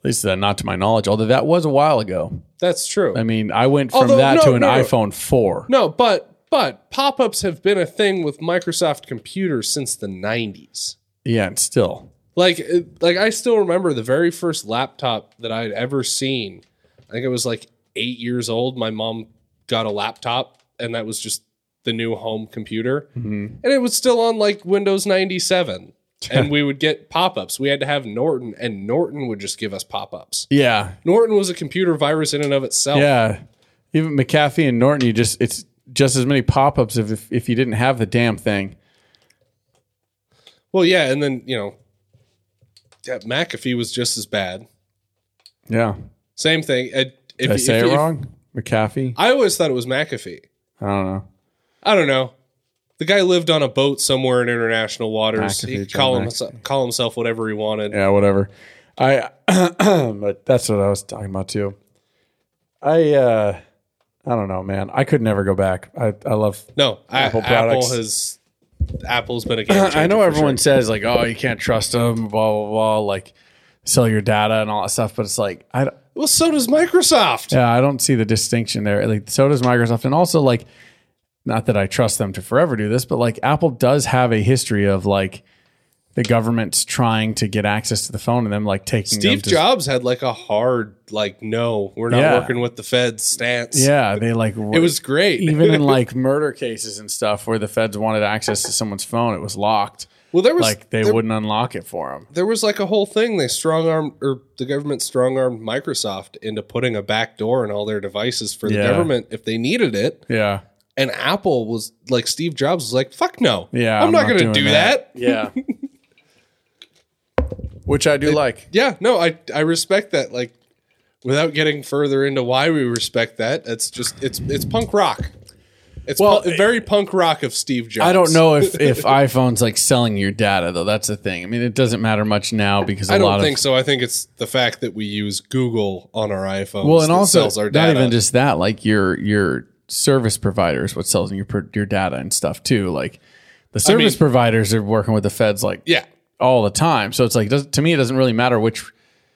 [SPEAKER 2] At least uh, not to my knowledge. Although that was a while ago.
[SPEAKER 3] That's true.
[SPEAKER 2] I mean, I went from
[SPEAKER 3] Although,
[SPEAKER 2] that
[SPEAKER 3] no,
[SPEAKER 2] to an
[SPEAKER 3] no, no.
[SPEAKER 2] iPhone four.
[SPEAKER 3] no, but but pop-ups have been a thing with Microsoft computers since the 90s.
[SPEAKER 2] Yeah, and still.
[SPEAKER 3] Like it- like I still remember the very first laptop that I'd ever seen. I think I was like 8 years old. My mom got a laptop and that was just the new home computer,
[SPEAKER 2] Mm-hmm.
[SPEAKER 3] and it was still on like Windows ninety seven. and we would get pop ups. We had to have Norton, and Norton would just give us pop ups.
[SPEAKER 2] Yeah.
[SPEAKER 3] Norton was a computer virus in and of itself.
[SPEAKER 2] Yeah. Even McAfee and Norton, you just it's just as many pop ups if, if if you didn't have the damn thing.
[SPEAKER 3] Well, yeah, and then you know, yeah, McAfee was just as bad.
[SPEAKER 2] Yeah.
[SPEAKER 3] Same thing. Uh, If,
[SPEAKER 2] Did I say
[SPEAKER 3] if-
[SPEAKER 2] it
[SPEAKER 3] if-
[SPEAKER 2] wrong? McAfee?
[SPEAKER 3] I always thought it was McAfee.
[SPEAKER 2] I don't know.
[SPEAKER 3] I don't know. The guy lived on a boat somewhere in international waters.
[SPEAKER 2] McAfee,
[SPEAKER 3] he could
[SPEAKER 2] John
[SPEAKER 3] call, himself, call himself whatever he wanted.
[SPEAKER 2] Yeah, whatever. I but that's what I was talking about too. I uh I don't know, man. I could never go back. I, I love
[SPEAKER 3] No, I-
[SPEAKER 2] Apple
[SPEAKER 3] Apple,
[SPEAKER 2] products.
[SPEAKER 3] has Apple's been a game changer.
[SPEAKER 2] I know
[SPEAKER 3] for
[SPEAKER 2] everyone says like, oh, you can't trust them, blah blah blah, like sell your data and all that stuff. But it's like I don't-
[SPEAKER 3] sure. Well, so does Microsoft.
[SPEAKER 2] yeah, I don't see the distinction there. Like so does Microsoft, and also like not that I trust them to forever do this, but like Apple does have a history of like the government's trying to get access to the phone and them like taking them
[SPEAKER 3] Steve
[SPEAKER 2] to-
[SPEAKER 3] Jobs had like a hard, like, no, we're not
[SPEAKER 2] Yeah.
[SPEAKER 3] working with the Fed stance.
[SPEAKER 2] Yeah, they like
[SPEAKER 3] It was great.
[SPEAKER 2] even in like murder cases and stuff where the feds wanted access to someone's phone, it was locked.
[SPEAKER 3] well, there was
[SPEAKER 2] Like they
[SPEAKER 3] there,
[SPEAKER 2] wouldn't unlock it for them.
[SPEAKER 3] there was like a whole thing they strong armed or the government strong armed Microsoft into putting a back door in all their devices for the
[SPEAKER 2] Yeah.
[SPEAKER 3] government if they needed it.
[SPEAKER 2] Yeah,
[SPEAKER 3] And Apple was like Steve Jobs was like, "Fuck no,
[SPEAKER 2] yeah.
[SPEAKER 3] I'm, not, gonna
[SPEAKER 2] doing
[SPEAKER 3] do that.
[SPEAKER 2] Yeah, which I do like.
[SPEAKER 3] Yeah, no, I I respect that. Like, without getting further into why we respect that, it's just it's it's punk rock. It's
[SPEAKER 2] Well,
[SPEAKER 3] pu- very punk rock of Steve Jobs.
[SPEAKER 2] I don't know if if iPhone's like selling your data though. That's the thing. I mean, it doesn't matter much now because a
[SPEAKER 3] I
[SPEAKER 2] lot
[SPEAKER 3] don't
[SPEAKER 2] of
[SPEAKER 3] think so. I think it's the fact that we use Google on our iPhones.
[SPEAKER 2] well, and
[SPEAKER 3] that
[SPEAKER 2] also
[SPEAKER 3] sells our
[SPEAKER 2] not
[SPEAKER 3] data.
[SPEAKER 2] even just that. Like your your service providers, what sells your per- your data and stuff too. Like the service
[SPEAKER 3] mean-
[SPEAKER 2] providers are working with the feds like
[SPEAKER 3] yeah,
[SPEAKER 2] all the time. So it's like does, to me, it doesn't really matter which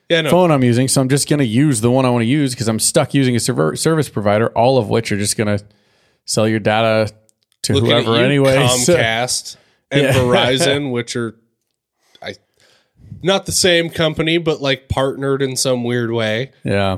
[SPEAKER 3] yeah, no,
[SPEAKER 2] phone I'm using. So I'm just going to use the one I want to use because I'm stuck using a server, service provider, all of which are just going to sell your data to
[SPEAKER 3] looking
[SPEAKER 2] whoever
[SPEAKER 3] at you,
[SPEAKER 2] anyway. So-
[SPEAKER 3] Comcast and Verizon, which are I not the same company, but like partnered in some weird way.
[SPEAKER 2] yeah.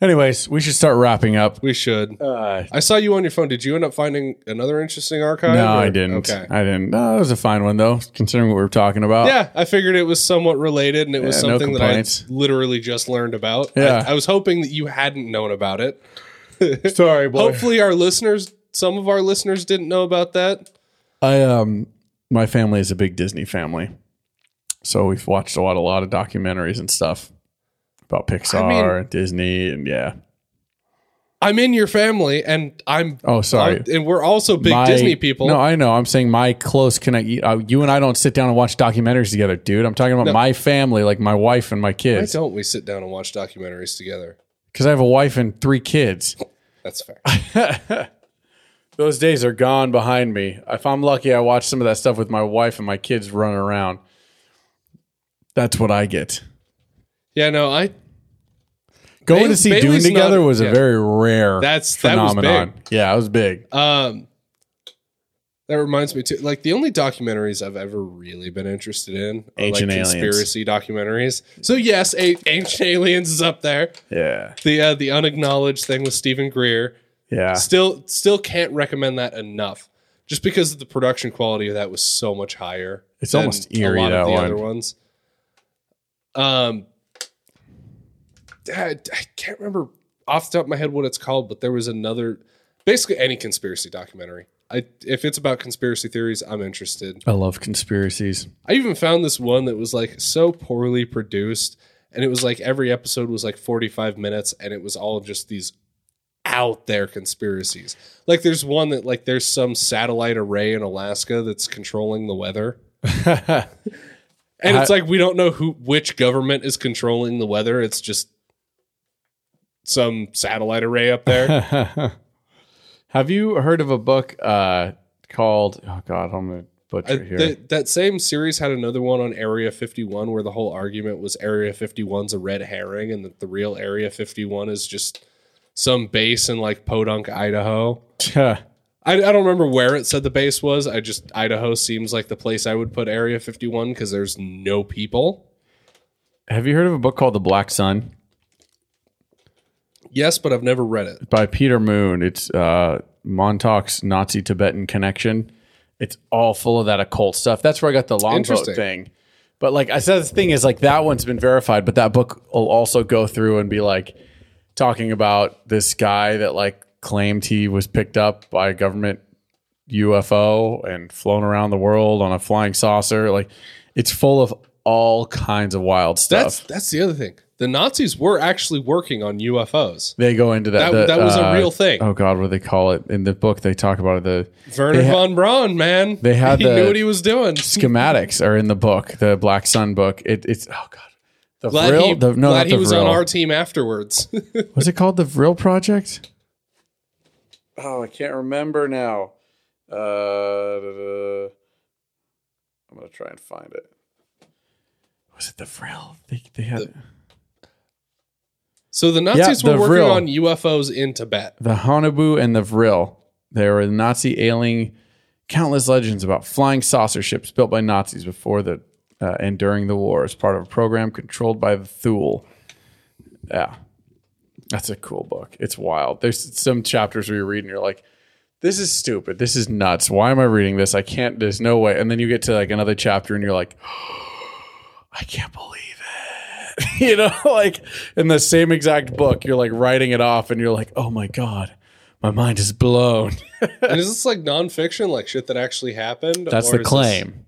[SPEAKER 2] Anyways, we should start wrapping up.
[SPEAKER 3] We should. I saw you on your phone. Did you end up finding another interesting archive?
[SPEAKER 2] No,
[SPEAKER 3] or-
[SPEAKER 2] I didn't. Uh,
[SPEAKER 3] Okay.
[SPEAKER 2] I didn't. No, it was a fine one though, considering what we were talking about.
[SPEAKER 3] yeah, I figured it was somewhat related, and it was
[SPEAKER 2] Yeah, no
[SPEAKER 3] something
[SPEAKER 2] complaints.
[SPEAKER 3] that I literally just learned about. I-
[SPEAKER 2] Yeah.
[SPEAKER 3] I, was hoping that you hadn't known about it.
[SPEAKER 2] Sorry, boy.
[SPEAKER 3] Hopefully, our listeners, some of our listeners, didn't know about that.
[SPEAKER 2] I um, my family is a big Disney family, so we've watched a lot, a lot of documentaries and stuff about Pixar
[SPEAKER 3] mean-
[SPEAKER 2] and Disney, and yeah.
[SPEAKER 3] I'm in your family, and I'm
[SPEAKER 2] Oh, sorry.
[SPEAKER 3] and we're also big
[SPEAKER 2] my-
[SPEAKER 3] Disney people.
[SPEAKER 2] No, I know. I'm saying my close connect. You, uh, you and I don't sit down and watch documentaries together, dude. I'm talking about my family, like my wife and my
[SPEAKER 3] Why
[SPEAKER 2] kids,
[SPEAKER 3] don't we sit down and watch documentaries together?
[SPEAKER 2] because I have a wife and three kids.
[SPEAKER 3] That's fair.
[SPEAKER 2] Those days are gone behind me. If I'm lucky, I watch some of that stuff with my wife and my kids running around. That's what I get.
[SPEAKER 3] yeah, no, I
[SPEAKER 2] Going
[SPEAKER 3] Bailey-
[SPEAKER 2] to see
[SPEAKER 3] Bailey's
[SPEAKER 2] Dune together
[SPEAKER 3] not-
[SPEAKER 2] was
[SPEAKER 3] yeah.
[SPEAKER 2] a very rare
[SPEAKER 3] That's- that was
[SPEAKER 2] phenomenon. Yeah, it was big.
[SPEAKER 3] um that reminds me too. Like the only documentaries I've ever really been interested in are
[SPEAKER 2] Ancient
[SPEAKER 3] like
[SPEAKER 2] Aliens.
[SPEAKER 3] conspiracy documentaries. So yes, a- Ancient Aliens is up there.
[SPEAKER 2] yeah,
[SPEAKER 3] The uh, the unacknowledged thing with Stephen Greer.
[SPEAKER 2] yeah.
[SPEAKER 3] Still still can't recommend that enough. Just because the production quality of that was so much higher.
[SPEAKER 2] It's almost eerie, that one.
[SPEAKER 3] other ones. Um I, I can't remember off the top of my head what it's called, but there was another basically any conspiracy documentary. I if it's about conspiracy theories, I'm interested.
[SPEAKER 2] I love conspiracies.
[SPEAKER 3] I even found this one that was like so poorly produced, and it was like every episode was like 45 minutes, and it was all just these out there conspiracies. Like there's one that like there's some satellite array in Alaska that's controlling the weather. and it's like we don't know who which government is controlling the weather. It's just some satellite array up there.
[SPEAKER 2] Have you heard of a book uh, called? Oh God, I'm gonna
[SPEAKER 3] I-
[SPEAKER 2] butcher it here.
[SPEAKER 3] th- that same series had another one on Area 51 where the whole argument was Area 51's a red herring and that the real Area 51 is just some base in like Podunk, Idaho. I, I don't remember where it said the base was. I just, Idaho seems like the place I would put Area 51 because there's no people.
[SPEAKER 2] Have you heard of a book called The Black Sun
[SPEAKER 3] Yes, but I've never read it.
[SPEAKER 2] by Peter Moon? It's uh, Montauk's Nazi Tibetan connection. It's all full of that occult stuff. That's where I got the longboat
[SPEAKER 3] Interesting.
[SPEAKER 2] thing. But like I said, the thing is like that one's been verified, but that book will also go through and be like talking about this guy that like claimed he was picked up by a government UFO and flown around the world on a flying saucer. Like it's full of all kinds of wild stuff.
[SPEAKER 3] That's that's the other thing. The Nazis were actually working on UFOs.
[SPEAKER 2] they go into that.
[SPEAKER 3] That-
[SPEAKER 2] the,
[SPEAKER 3] that was a
[SPEAKER 2] uh,
[SPEAKER 3] real thing.
[SPEAKER 2] Oh God, what do they call it in the book? They talk about it, the
[SPEAKER 3] Werner
[SPEAKER 2] They ha-
[SPEAKER 3] von Braun, man,
[SPEAKER 2] they had
[SPEAKER 3] he
[SPEAKER 2] the-
[SPEAKER 3] knew what he was doing.
[SPEAKER 2] schematics are in the book, the Black Sun book. It, it's oh God, the
[SPEAKER 3] Glad
[SPEAKER 2] real.
[SPEAKER 3] he,
[SPEAKER 2] the, no,
[SPEAKER 3] glad
[SPEAKER 2] not
[SPEAKER 3] he
[SPEAKER 2] the
[SPEAKER 3] was
[SPEAKER 2] Vril.
[SPEAKER 3] on our team afterwards.
[SPEAKER 2] Was it called the Vril Project? Oh, I can't remember now. Uh, I'm gonna try and find it. Was it the Vril? They, they had the,
[SPEAKER 3] so the Nazis
[SPEAKER 2] Yeah,
[SPEAKER 3] were
[SPEAKER 2] the
[SPEAKER 3] working
[SPEAKER 2] Vril.
[SPEAKER 3] on UFOs in Tibet.
[SPEAKER 2] Honobu and the Vril. They were Nazi ailing countless legends about flying saucer ships built by Nazis before the uh, and during the war as part of a program controlled by the Thule. Yeah. That's a cool book. It's wild. There's some chapters where you read and you're like, this is stupid. This is nuts. Why am I reading this? I can't, there's no way. And then you get to like another chapter and you're like, I can't believe it. you know, like in the same exact book, you're like writing it off and you're like, oh my God, my mind is blown.
[SPEAKER 3] And is this like nonfiction, like shit that actually happened?
[SPEAKER 2] That's
[SPEAKER 3] Or
[SPEAKER 2] the
[SPEAKER 3] is this-
[SPEAKER 2] claim.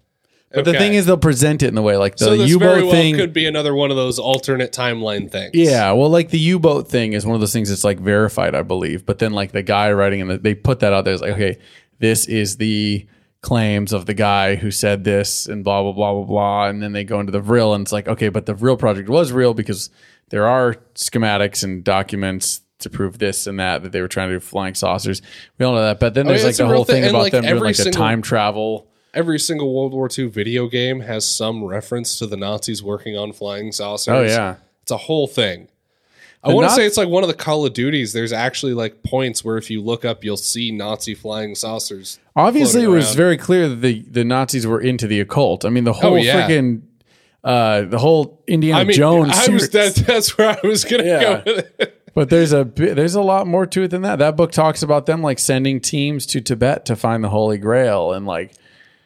[SPEAKER 2] But the
[SPEAKER 3] Okay.
[SPEAKER 2] thing is, they'll present it in the way like the
[SPEAKER 3] so this
[SPEAKER 2] U
[SPEAKER 3] very
[SPEAKER 2] boat
[SPEAKER 3] well
[SPEAKER 2] thing.
[SPEAKER 3] could be another one of those alternate timeline things.
[SPEAKER 2] yeah, well, like the U boat thing is one of those things that's like verified, I believe. But then like the guy writing and the, they put that out there is like, okay, this is the claims of the guy who said this and blah blah blah blah blah. And then they go into the Vril and it's like, okay, but the Vril project was real because there are schematics and documents to prove this and that that they were trying to do flying saucers. We all know that. But then there's
[SPEAKER 3] yeah,
[SPEAKER 2] like
[SPEAKER 3] it's a
[SPEAKER 2] the
[SPEAKER 3] real
[SPEAKER 2] whole
[SPEAKER 3] thing.
[SPEAKER 2] thing,
[SPEAKER 3] And,
[SPEAKER 2] about
[SPEAKER 3] like,
[SPEAKER 2] them doing
[SPEAKER 3] every
[SPEAKER 2] like the
[SPEAKER 3] single-
[SPEAKER 2] time travel.
[SPEAKER 3] Every single World War II video game has some reference to the Nazis working on flying saucers.
[SPEAKER 2] Oh yeah.
[SPEAKER 3] It's a whole thing. I
[SPEAKER 2] The
[SPEAKER 3] want to
[SPEAKER 2] Naz-
[SPEAKER 3] say it's like one of the Call of Duties. There's actually like points where if you look up, you'll see Nazi flying saucers.
[SPEAKER 2] Obviously, it
[SPEAKER 3] floating
[SPEAKER 2] was
[SPEAKER 3] around. Oh,
[SPEAKER 2] very clear that the, the Nazis were into the occult. I mean, the whole
[SPEAKER 3] yeah.
[SPEAKER 2] freaking uh, the whole Indiana
[SPEAKER 3] I mean,
[SPEAKER 2] Jones.
[SPEAKER 3] I
[SPEAKER 2] series.
[SPEAKER 3] was that, that's where I was gonna
[SPEAKER 2] Yeah.
[SPEAKER 3] go. With it.
[SPEAKER 2] but there's a bi- there's a lot more to it than that. That book talks about them like sending teams to Tibet to find the Holy Grail and like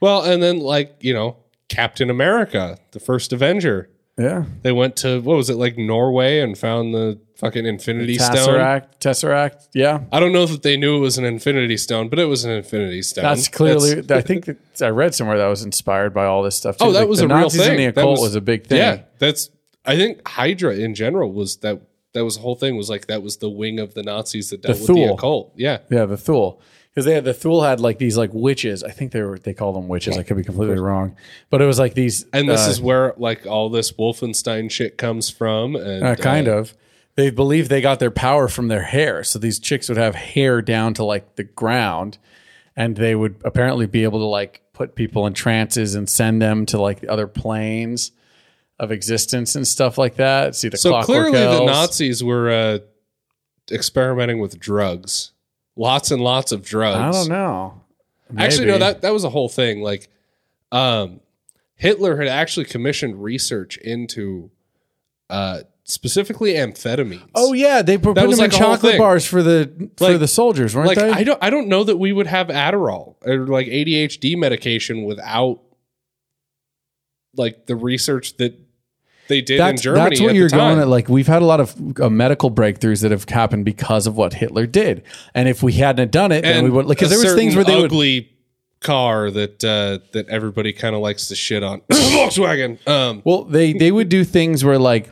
[SPEAKER 3] Well, and then like you know, Captain America, the first Avenger.
[SPEAKER 2] yeah,
[SPEAKER 3] They went to what was it like Norway and found the fucking Infinity Stone.
[SPEAKER 2] Tesseract, Tesseract, yeah.
[SPEAKER 3] I don't know that they knew it was an Infinity Stone, but it was an Infinity Stone.
[SPEAKER 2] That's clearly.
[SPEAKER 3] That's-
[SPEAKER 2] I think that I read somewhere that was inspired by all this stuff. Too.
[SPEAKER 3] oh, that
[SPEAKER 2] Like,
[SPEAKER 3] was
[SPEAKER 2] the
[SPEAKER 3] a
[SPEAKER 2] Nazis
[SPEAKER 3] real
[SPEAKER 2] and
[SPEAKER 3] thing.
[SPEAKER 2] the
[SPEAKER 3] That
[SPEAKER 2] occult was, a big thing.
[SPEAKER 3] Yeah, that's. I think Hydra in general was that. That was the whole thing. Was like that was the wing of the Nazis that dealt with the
[SPEAKER 2] Thule.
[SPEAKER 3] occult. Yeah,
[SPEAKER 2] Yeah, the Thule. Because they had the Thule had like these like witches. I think they were they called them witches. I could be completely wrong, but it was like these.
[SPEAKER 3] and this
[SPEAKER 2] uh,
[SPEAKER 3] is where like all this Wolfenstein shit comes from. And
[SPEAKER 2] uh, kind of. They believed they got their power from their hair. So these chicks would have hair down to like the ground, and they would apparently be able to like put people in trances and send them to like the other planes of existence and stuff like that. See the
[SPEAKER 3] So
[SPEAKER 2] clockwork
[SPEAKER 3] clearly, the
[SPEAKER 2] elves.
[SPEAKER 3] Nazis were uh, experimenting with drugs, lots and lots of drugs.
[SPEAKER 2] I don't know.
[SPEAKER 3] Actually,
[SPEAKER 2] Maybe.
[SPEAKER 3] no, that that was a whole thing. Like, um, Hitler had actually commissioned research into uh, specifically amphetamines.
[SPEAKER 2] Oh yeah, they put them
[SPEAKER 3] was,
[SPEAKER 2] in
[SPEAKER 3] like, a whole
[SPEAKER 2] chocolate
[SPEAKER 3] thing.
[SPEAKER 2] bars for the for
[SPEAKER 3] Like-
[SPEAKER 2] the soldiers, weren't
[SPEAKER 3] like
[SPEAKER 2] they?
[SPEAKER 3] I don't I don't know that we would have Adderall or like ADHD medication without like the research that they did in Germany.
[SPEAKER 2] That's what
[SPEAKER 3] at the
[SPEAKER 2] you're
[SPEAKER 3] time.
[SPEAKER 2] going at. Like we've had a lot of uh, medical breakthroughs that have happened because of what Hitler did, and if we hadn't have done it, then we would. Because
[SPEAKER 3] a
[SPEAKER 2] there was things
[SPEAKER 3] certain
[SPEAKER 2] where they would.
[SPEAKER 3] ugly car that uh, that everybody kind of likes to shit on Volkswagen. Um,
[SPEAKER 2] Well, they they would do things where like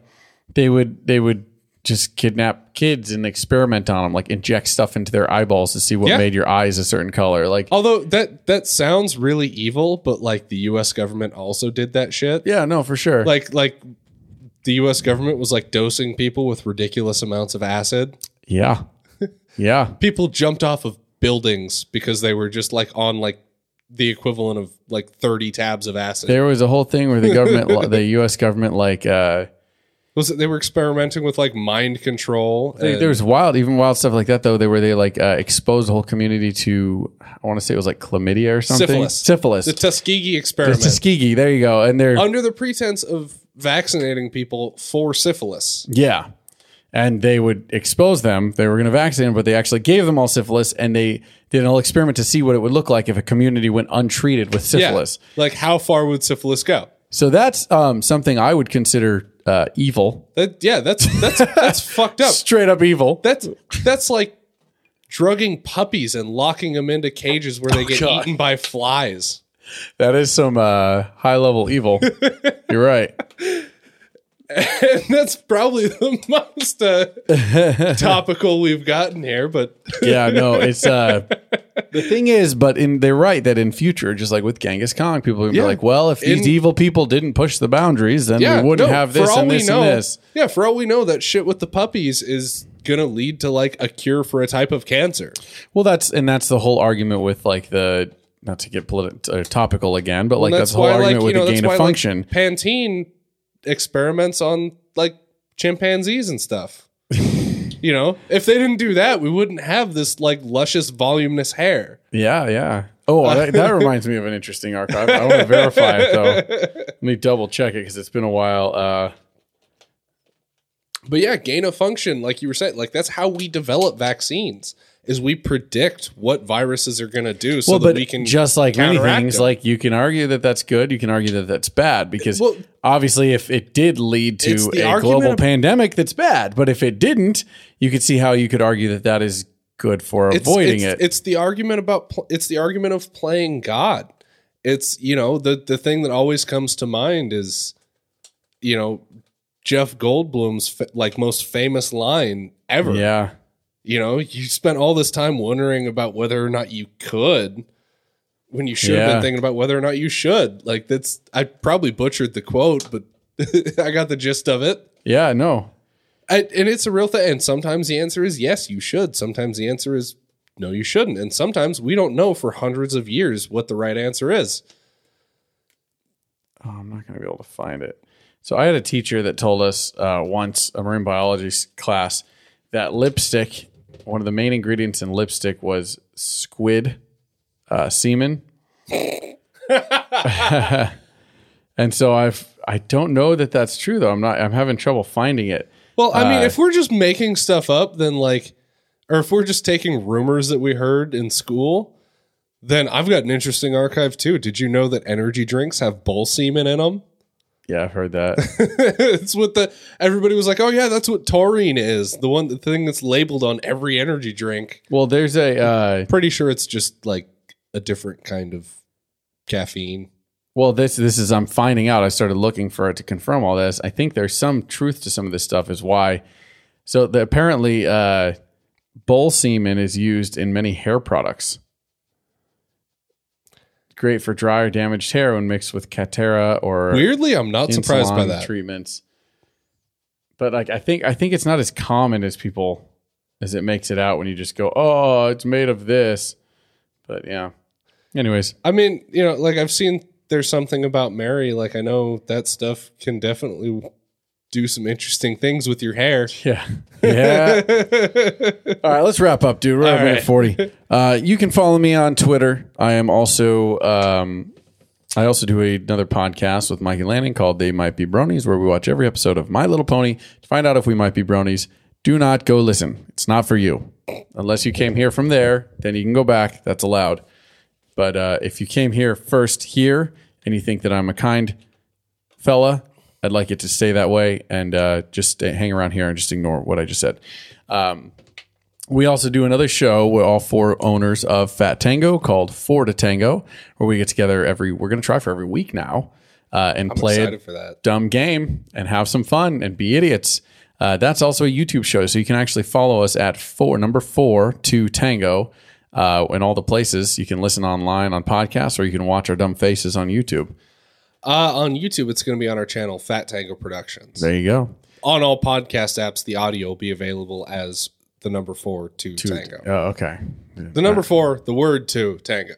[SPEAKER 2] they would they would just kidnap kids and experiment on them, like inject stuff into their eyeballs to see what
[SPEAKER 3] Yeah. Oh.
[SPEAKER 2] made your eyes a certain color. Like
[SPEAKER 3] although that that sounds really evil, but like the U.S. government also did that shit.
[SPEAKER 2] yeah, no, for sure.
[SPEAKER 3] Like like the U.S. government was like dosing people with ridiculous amounts of acid.
[SPEAKER 2] yeah, yeah.
[SPEAKER 3] People jumped off of buildings because they were just like on like the equivalent of like 30 tabs of acid.
[SPEAKER 2] There was a whole thing where the government, the U.S. government, like. uh
[SPEAKER 3] was it, they were experimenting with like mind control.
[SPEAKER 2] There-
[SPEAKER 3] and-
[SPEAKER 2] there was wild, even wild stuff like that though. They where they like uh, exposed the whole community to, I want to say it was like chlamydia or something,
[SPEAKER 3] Syphilis.
[SPEAKER 2] syphilis,
[SPEAKER 3] the
[SPEAKER 2] The
[SPEAKER 3] Tuskegee experiment.
[SPEAKER 2] Tuskegee. There you go, and they're
[SPEAKER 3] under the pretense of vaccinating people for syphilis.
[SPEAKER 2] yeah, and they would expose them. They were going to vaccinate them, but they actually gave them all syphilis, and they did an experiment to see what it would look like if a community went untreated with
[SPEAKER 3] Yeah.
[SPEAKER 2] syphilis.
[SPEAKER 3] Like, how far would syphilis go?
[SPEAKER 2] So that's um, something I would consider uh, evil,
[SPEAKER 3] That, yeah, that's that's that's fucked up.
[SPEAKER 2] straight up evil.
[SPEAKER 3] That's that's like drugging puppies and locking them into cages where they get
[SPEAKER 2] Oh, God.
[SPEAKER 3] eaten by flies.
[SPEAKER 2] that is some uh, high level evil. You're right.
[SPEAKER 3] And that's probably the most uh, topical we've gotten here. But
[SPEAKER 2] yeah, no, it's uh the thing is, but in they're right that in future, just like with Genghis Khan, people would
[SPEAKER 3] Yeah.
[SPEAKER 2] be like, well, if these
[SPEAKER 3] In-
[SPEAKER 2] evil people didn't push the boundaries, then
[SPEAKER 3] yeah,
[SPEAKER 2] we wouldn't
[SPEAKER 3] no,
[SPEAKER 2] have
[SPEAKER 3] for
[SPEAKER 2] this
[SPEAKER 3] all
[SPEAKER 2] and
[SPEAKER 3] we
[SPEAKER 2] this
[SPEAKER 3] know,
[SPEAKER 2] and this.
[SPEAKER 3] yeah, for all we know, that shit with the puppies is gonna lead to like a cure for a type of cancer.
[SPEAKER 2] Well, that's and that's the whole argument with like the not to get politi- uh, topical again, but like
[SPEAKER 3] And
[SPEAKER 2] that's, the whole argument with the
[SPEAKER 3] that's
[SPEAKER 2] gain of
[SPEAKER 3] like,
[SPEAKER 2] function.
[SPEAKER 3] Pantene experiments on like chimpanzees and stuff. you know, if they didn't do that, we wouldn't have this like luscious, voluminous hair.
[SPEAKER 2] yeah, yeah. Oh, that, that reminds me of an interesting archive. I want to verify it though. Let me double check it because it's been a while. Uh,
[SPEAKER 3] But yeah, gain of function, like you were saying, like that's how we develop vaccines. Is we predict what viruses are going to do, so
[SPEAKER 2] well,
[SPEAKER 3] that
[SPEAKER 2] but
[SPEAKER 3] we can
[SPEAKER 2] just like many
[SPEAKER 3] counteract
[SPEAKER 2] things,
[SPEAKER 3] them.
[SPEAKER 2] like you can argue that that's good, you can argue that that's bad because
[SPEAKER 3] Well-
[SPEAKER 2] obviously, if it did lead
[SPEAKER 3] It's
[SPEAKER 2] to
[SPEAKER 3] the
[SPEAKER 2] a
[SPEAKER 3] argument
[SPEAKER 2] global
[SPEAKER 3] of-
[SPEAKER 2] pandemic, that's bad. But if it didn't, you could see how you could argue that that is good for
[SPEAKER 3] It's-
[SPEAKER 2] avoiding
[SPEAKER 3] it's-
[SPEAKER 2] it.
[SPEAKER 3] It's the argument about pl- it's the argument of playing God. It's you know the the thing that always comes to mind is you know Jeff Goldblum's fa- like most famous line ever.
[SPEAKER 2] yeah,
[SPEAKER 3] You know, you spent all this time wondering about whether or not you could when you should have
[SPEAKER 2] Yeah.
[SPEAKER 3] been thinking about whether or not you should. Like that's I probably butchered the quote, but I got the gist of it.
[SPEAKER 2] yeah, no,
[SPEAKER 3] I, and it's a real thing. And sometimes the answer is yes, you should. Sometimes the answer is no, you shouldn't. And sometimes we don't know for hundreds of years what the right answer is.
[SPEAKER 2] Oh, I'm not going to be able to find it. So I had a teacher that told us uh, once a marine biology s- class that lipstick, one of the main ingredients in lipstick was squid uh, semen. and so I've I don't know that that's true though. I'm not. I'm having trouble finding it.
[SPEAKER 3] Well, I mean, if we're just making stuff up, then like, or if we're just taking rumors that we heard in school, then I've got an interesting archive too. Did you know that energy drinks have bull semen in them?
[SPEAKER 2] Yeah, I've heard that.
[SPEAKER 3] it's what the everybody was like, oh yeah, that's what taurine is. The one the thing that's labeled on every energy drink.
[SPEAKER 2] well, there's a uh,
[SPEAKER 3] pretty sure it's just like a different kind of caffeine.
[SPEAKER 2] Well, this this is I'm finding out. I started looking for it to confirm all this. I think there's some truth to some of this stuff. Is why. So the, apparently, uh, bull semen is used in many hair products. Great for dry or damaged hair when mixed with catera or
[SPEAKER 3] Weirdly, I'm not surprised by
[SPEAKER 2] in-salon
[SPEAKER 3] that.
[SPEAKER 2] treatments. But like I think I think it's not as common as people as it makes it out when you just go, oh, it's made of this. But yeah. Anyways,
[SPEAKER 3] I mean, you know, like I've seen there's something about Mary. Like I know that stuff can definitely do some interesting things with your hair.
[SPEAKER 2] Yeah. Yeah. All right, let's wrap up, dude. We're at minute
[SPEAKER 3] right.
[SPEAKER 2] 40. Uh, you can follow me on Twitter. I am also um, I also do another podcast with Mikey Lanning called They Might Be Bronies, where we watch every episode of My Little Pony to find out if we might be bronies. Do not go listen. It's not for you. Unless you came here from there, then you can go back. That's allowed. But uh, if you came here first here and you think that I'm a kind fella, I'd like it to stay that way and uh, just stay, hang around here and just ignore what I just said. Um, we also do another show. We're all four owners of Fat Tango called Four to Tango, where we get together every. We're going to try for every week now uh, and play
[SPEAKER 3] Excited
[SPEAKER 2] it
[SPEAKER 3] for that.
[SPEAKER 2] dumb game and have some fun and be idiots. Uh, that's also a YouTube show, so you can actually follow us at four number four to Tango uh, in all the places. You can listen online on podcasts, or you can watch our dumb faces on YouTube.
[SPEAKER 3] Uh, on YouTube, it's going to be on our channel, Fat Tango Productions.
[SPEAKER 2] There you go.
[SPEAKER 3] on all podcast apps, the audio will be available as the number four to, Tango.
[SPEAKER 2] Oh, okay,
[SPEAKER 3] the number four, the word to Tango.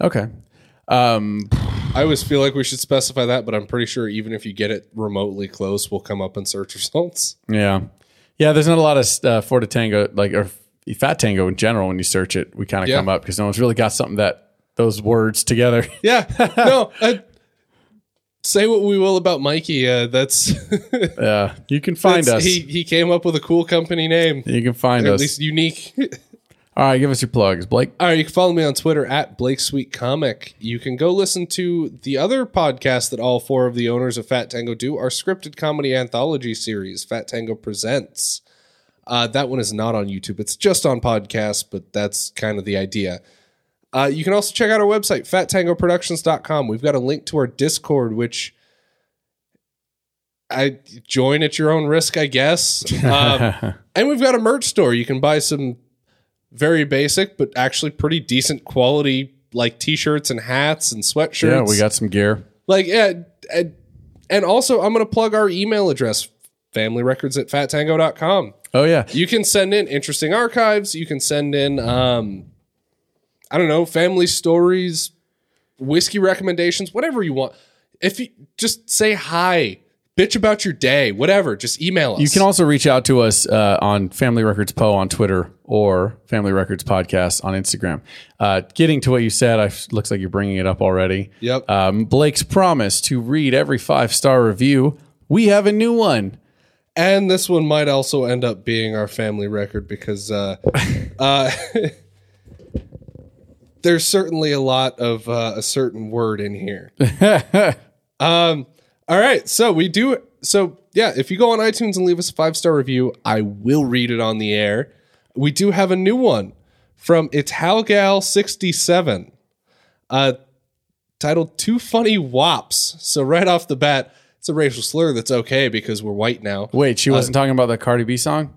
[SPEAKER 2] okay.
[SPEAKER 3] I always feel like we should specify that, but I'm pretty sure even if you get it remotely close, we'll come up in search results.
[SPEAKER 2] Yeah, yeah. There's not a lot of uh, Ford Tango like or Fat Tango in general. When you search it, we kind of
[SPEAKER 3] Yeah.
[SPEAKER 2] come up because no one's really got something that those words together.
[SPEAKER 3] Yeah. No. I, say what we will about Mikey, uh, that's,
[SPEAKER 2] Yeah, you can find us.
[SPEAKER 3] that's- He he came up with a cool company name,
[SPEAKER 2] you can find
[SPEAKER 3] or at
[SPEAKER 2] us.
[SPEAKER 3] least unique.
[SPEAKER 2] All right, give us your plugs, Blake.
[SPEAKER 3] All right, you can follow me on Twitter at Blake Sweet Comic. You can go listen to the other podcast that all four of the owners of Fat Tango do, our scripted comedy anthology series, Fat Tango Presents. Uh, that one is not on YouTube. It's just on podcast, but that's kind of the idea. Uh, you can also check out our website, fattangoproductions.com. We've got a link to our Discord, which I join at your own risk, I guess. Um, and we've got a merch store. You can buy some very basic, but actually pretty decent quality, like t-shirts and hats and sweatshirts.
[SPEAKER 2] Yeah, we got some gear.
[SPEAKER 3] like yeah, and, and also I'm gonna plug our email address, familyrecords at fattango.com.
[SPEAKER 2] Oh yeah,
[SPEAKER 3] You can send in interesting archives. You can send in, um, I don't know, family stories, whiskey recommendations, whatever you want. If you just say hi, bitch about your day, whatever, just email us.
[SPEAKER 2] you can also reach out to us uh, on Family Records Po on Twitter or Family Records Podcast on Instagram. Uh, getting to what you said, I looks like you're bringing it up already.
[SPEAKER 3] Yep.
[SPEAKER 2] Um, Blake's promise to read every five star review. We have a new one.
[SPEAKER 3] and this one might also end up being our family record because uh, uh, there's certainly a lot of uh, a certain word in here. um, all right, so we do so yeah. If you go on iTunes and leave us a five star review, I will read it on the air. We do have a new one from Italgal67 uh, titled Two Funny Wops. So, right off the bat, it's a racial slur that's okay because we're white now.
[SPEAKER 2] Wait, she wasn't talking about the Cardi B song.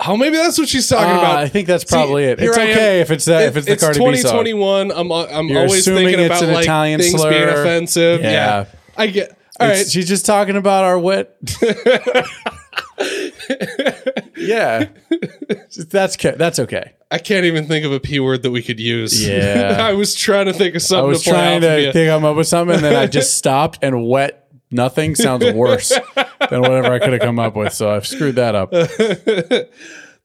[SPEAKER 3] Oh, maybe that's what she's talking
[SPEAKER 2] Ah,
[SPEAKER 3] about.
[SPEAKER 2] I think that's probably it.
[SPEAKER 3] here
[SPEAKER 2] It's
[SPEAKER 3] I am.
[SPEAKER 2] okay if it's that- if it's the Cardi B song.
[SPEAKER 3] 2021. I'm uh, I'm
[SPEAKER 2] You're
[SPEAKER 3] always
[SPEAKER 2] assuming
[SPEAKER 3] thinking
[SPEAKER 2] it's
[SPEAKER 3] about
[SPEAKER 2] an
[SPEAKER 3] like
[SPEAKER 2] Italian
[SPEAKER 3] things
[SPEAKER 2] slur.
[SPEAKER 3] being offensive. Yeah.
[SPEAKER 2] Yeah.
[SPEAKER 3] I get. All right.
[SPEAKER 2] She's just talking about our wet. yeah, that's ca- that's okay.
[SPEAKER 3] I can't even think of a p word that we could use.
[SPEAKER 2] Yeah.
[SPEAKER 3] I was trying to think of
[SPEAKER 2] I
[SPEAKER 3] something.
[SPEAKER 2] was
[SPEAKER 3] to point
[SPEAKER 2] trying
[SPEAKER 3] out from
[SPEAKER 2] to
[SPEAKER 3] you.
[SPEAKER 2] think I'm up with something, and then I just stopped and wet. Nothing sounds worse than whatever I could have come up with, so I've screwed that up.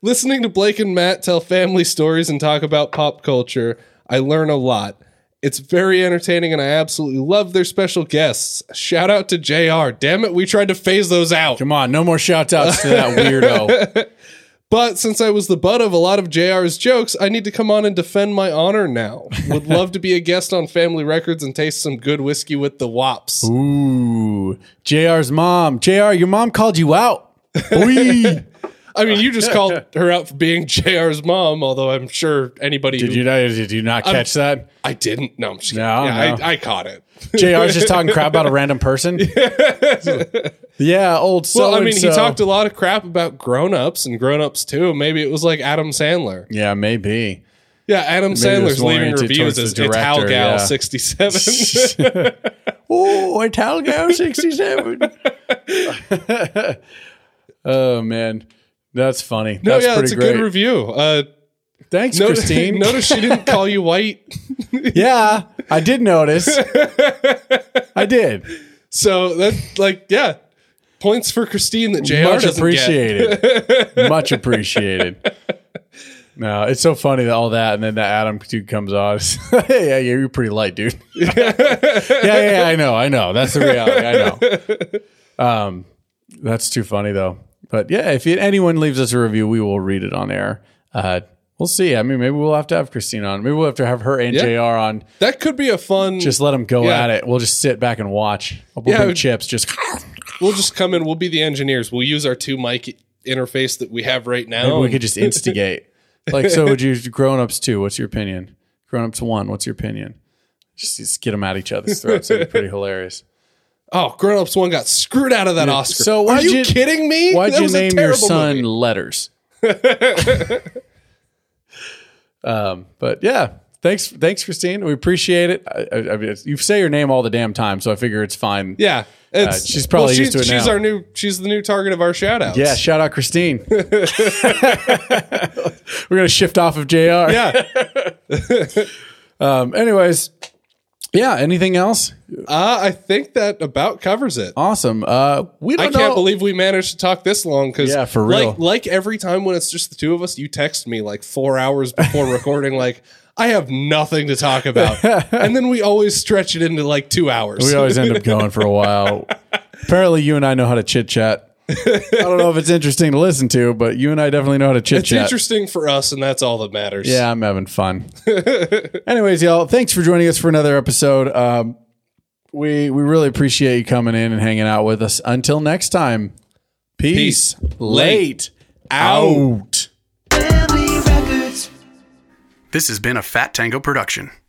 [SPEAKER 3] Listening to Blake and Matt tell family stories and talk about pop culture, I learn a lot. It's very entertaining, and I absolutely love their special guests. Shout out to Jr. Damn it, we tried to phase those out.
[SPEAKER 2] Come on, no more shout outs to that weirdo.
[SPEAKER 3] But since I was the butt of a lot of JR's jokes, I need to come on and defend my honor now. Would love to be a guest on Family Records and taste some good whiskey with the Wops.
[SPEAKER 2] Ooh, JR's mom. JR, your mom called you out. Boy.
[SPEAKER 3] I mean, you just called her out for being JR's mom, although I'm sure anybody
[SPEAKER 2] Did
[SPEAKER 3] who
[SPEAKER 2] you not, did you not catch that?
[SPEAKER 3] I didn't. No, I'm just
[SPEAKER 2] No,
[SPEAKER 3] kidding. Yeah,
[SPEAKER 2] no.
[SPEAKER 3] I, I caught it.
[SPEAKER 2] JR's just talking crap about a random person. yeah, old so
[SPEAKER 3] Well, I mean, he talked a lot of crap about grown-ups and grown-ups too. Maybe it was like Adam Sandler.
[SPEAKER 2] Yeah, maybe.
[SPEAKER 3] Yeah, Adam
[SPEAKER 2] was
[SPEAKER 3] Sandler's leaving
[SPEAKER 2] oriented towards
[SPEAKER 3] reviews
[SPEAKER 2] the
[SPEAKER 3] as it's
[SPEAKER 2] director,
[SPEAKER 3] Hal Gal
[SPEAKER 2] yeah.
[SPEAKER 3] 67.
[SPEAKER 2] Oh, Italgo 67. oh, man. That's funny.
[SPEAKER 3] no,
[SPEAKER 2] That's
[SPEAKER 3] yeah,
[SPEAKER 2] pretty
[SPEAKER 3] it's a
[SPEAKER 2] great.
[SPEAKER 3] good review. Uh,
[SPEAKER 2] Thanks,
[SPEAKER 3] notice,
[SPEAKER 2] Christine.
[SPEAKER 3] notice she didn't call you white.
[SPEAKER 2] yeah, I did notice. I did.
[SPEAKER 3] So that like yeah, points for Christine that JR
[SPEAKER 2] Much
[SPEAKER 3] doesn't
[SPEAKER 2] appreciated. Much appreciated. No, it's so funny that all that, and then the Adam dude comes on. hey, yeah, you're pretty light, dude. yeah, yeah, yeah, I know, I know. That's the reality. I know. Um, that's too funny though. But yeah, if it, anyone leaves us a review, we will read it on air. Uh, we'll see. I mean, maybe we'll have to have Christine on. Maybe we'll have to have her and Jr. on.
[SPEAKER 3] Get. That could be a fun.
[SPEAKER 2] Just let them go
[SPEAKER 3] Yeah.
[SPEAKER 2] at it. We'll just sit back and watch. We'll
[SPEAKER 3] Yeah, it
[SPEAKER 2] bring
[SPEAKER 3] would-
[SPEAKER 2] chips. Just
[SPEAKER 3] we'll just come in. We'll be the engineers. We'll use our two mic interface that we have right now.
[SPEAKER 2] Maybe we could just instigate. like, so would you grown ups two? What's your opinion? Grown ups one, what's your opinion? Just, just get them at each other's throats. That'd be pretty hilarious.
[SPEAKER 3] oh, grown ups one got screwed out of that Oscar.
[SPEAKER 2] So
[SPEAKER 3] are
[SPEAKER 2] why'd
[SPEAKER 3] you
[SPEAKER 2] you-
[SPEAKER 3] kidding me?
[SPEAKER 2] Why'd
[SPEAKER 3] That
[SPEAKER 2] you
[SPEAKER 3] was a
[SPEAKER 2] name your
[SPEAKER 3] terrible
[SPEAKER 2] son
[SPEAKER 3] movie.
[SPEAKER 2] letters? um, but yeah, thanks, thanks, Christine. We appreciate it. I, I, I mean, you say your name all the damn time, so I figure it's fine.
[SPEAKER 3] Yeah, it's,
[SPEAKER 2] Uh, she's probably
[SPEAKER 3] she-
[SPEAKER 2] used to it
[SPEAKER 3] She's
[SPEAKER 2] now.
[SPEAKER 3] our new. She's the new target of our shout outs.
[SPEAKER 2] Yeah, shout out Christine. We're gonna shift off of Jr.
[SPEAKER 3] yeah.
[SPEAKER 2] Um, anyways, yeah. Anything else?
[SPEAKER 3] Uh, I think that about covers it.
[SPEAKER 2] Awesome. Uh, we don't
[SPEAKER 3] I can't
[SPEAKER 2] know-
[SPEAKER 3] believe we managed to talk this long because
[SPEAKER 2] Yeah, for real.
[SPEAKER 3] Like, like every time when it's just the two of us, you text me like four hours before recording, like I have nothing to talk about. and then we always stretch it into like two hours.
[SPEAKER 2] We always end up going for a while. Apparently, you and I know how to chit chat. I don't know if it's interesting to listen to, but you and I definitely know how to chit
[SPEAKER 3] it's
[SPEAKER 2] chat.
[SPEAKER 3] interesting for us, and that's all that matters.
[SPEAKER 2] Yeah, I'm having fun. Anyways, y'all, thanks for joining us for another episode. Um, we we really appreciate you coming in and hanging out with us. Until next time, peace.
[SPEAKER 3] Peace. Late. Out.
[SPEAKER 1] Family Records.
[SPEAKER 4] This has been a Fat Tango production.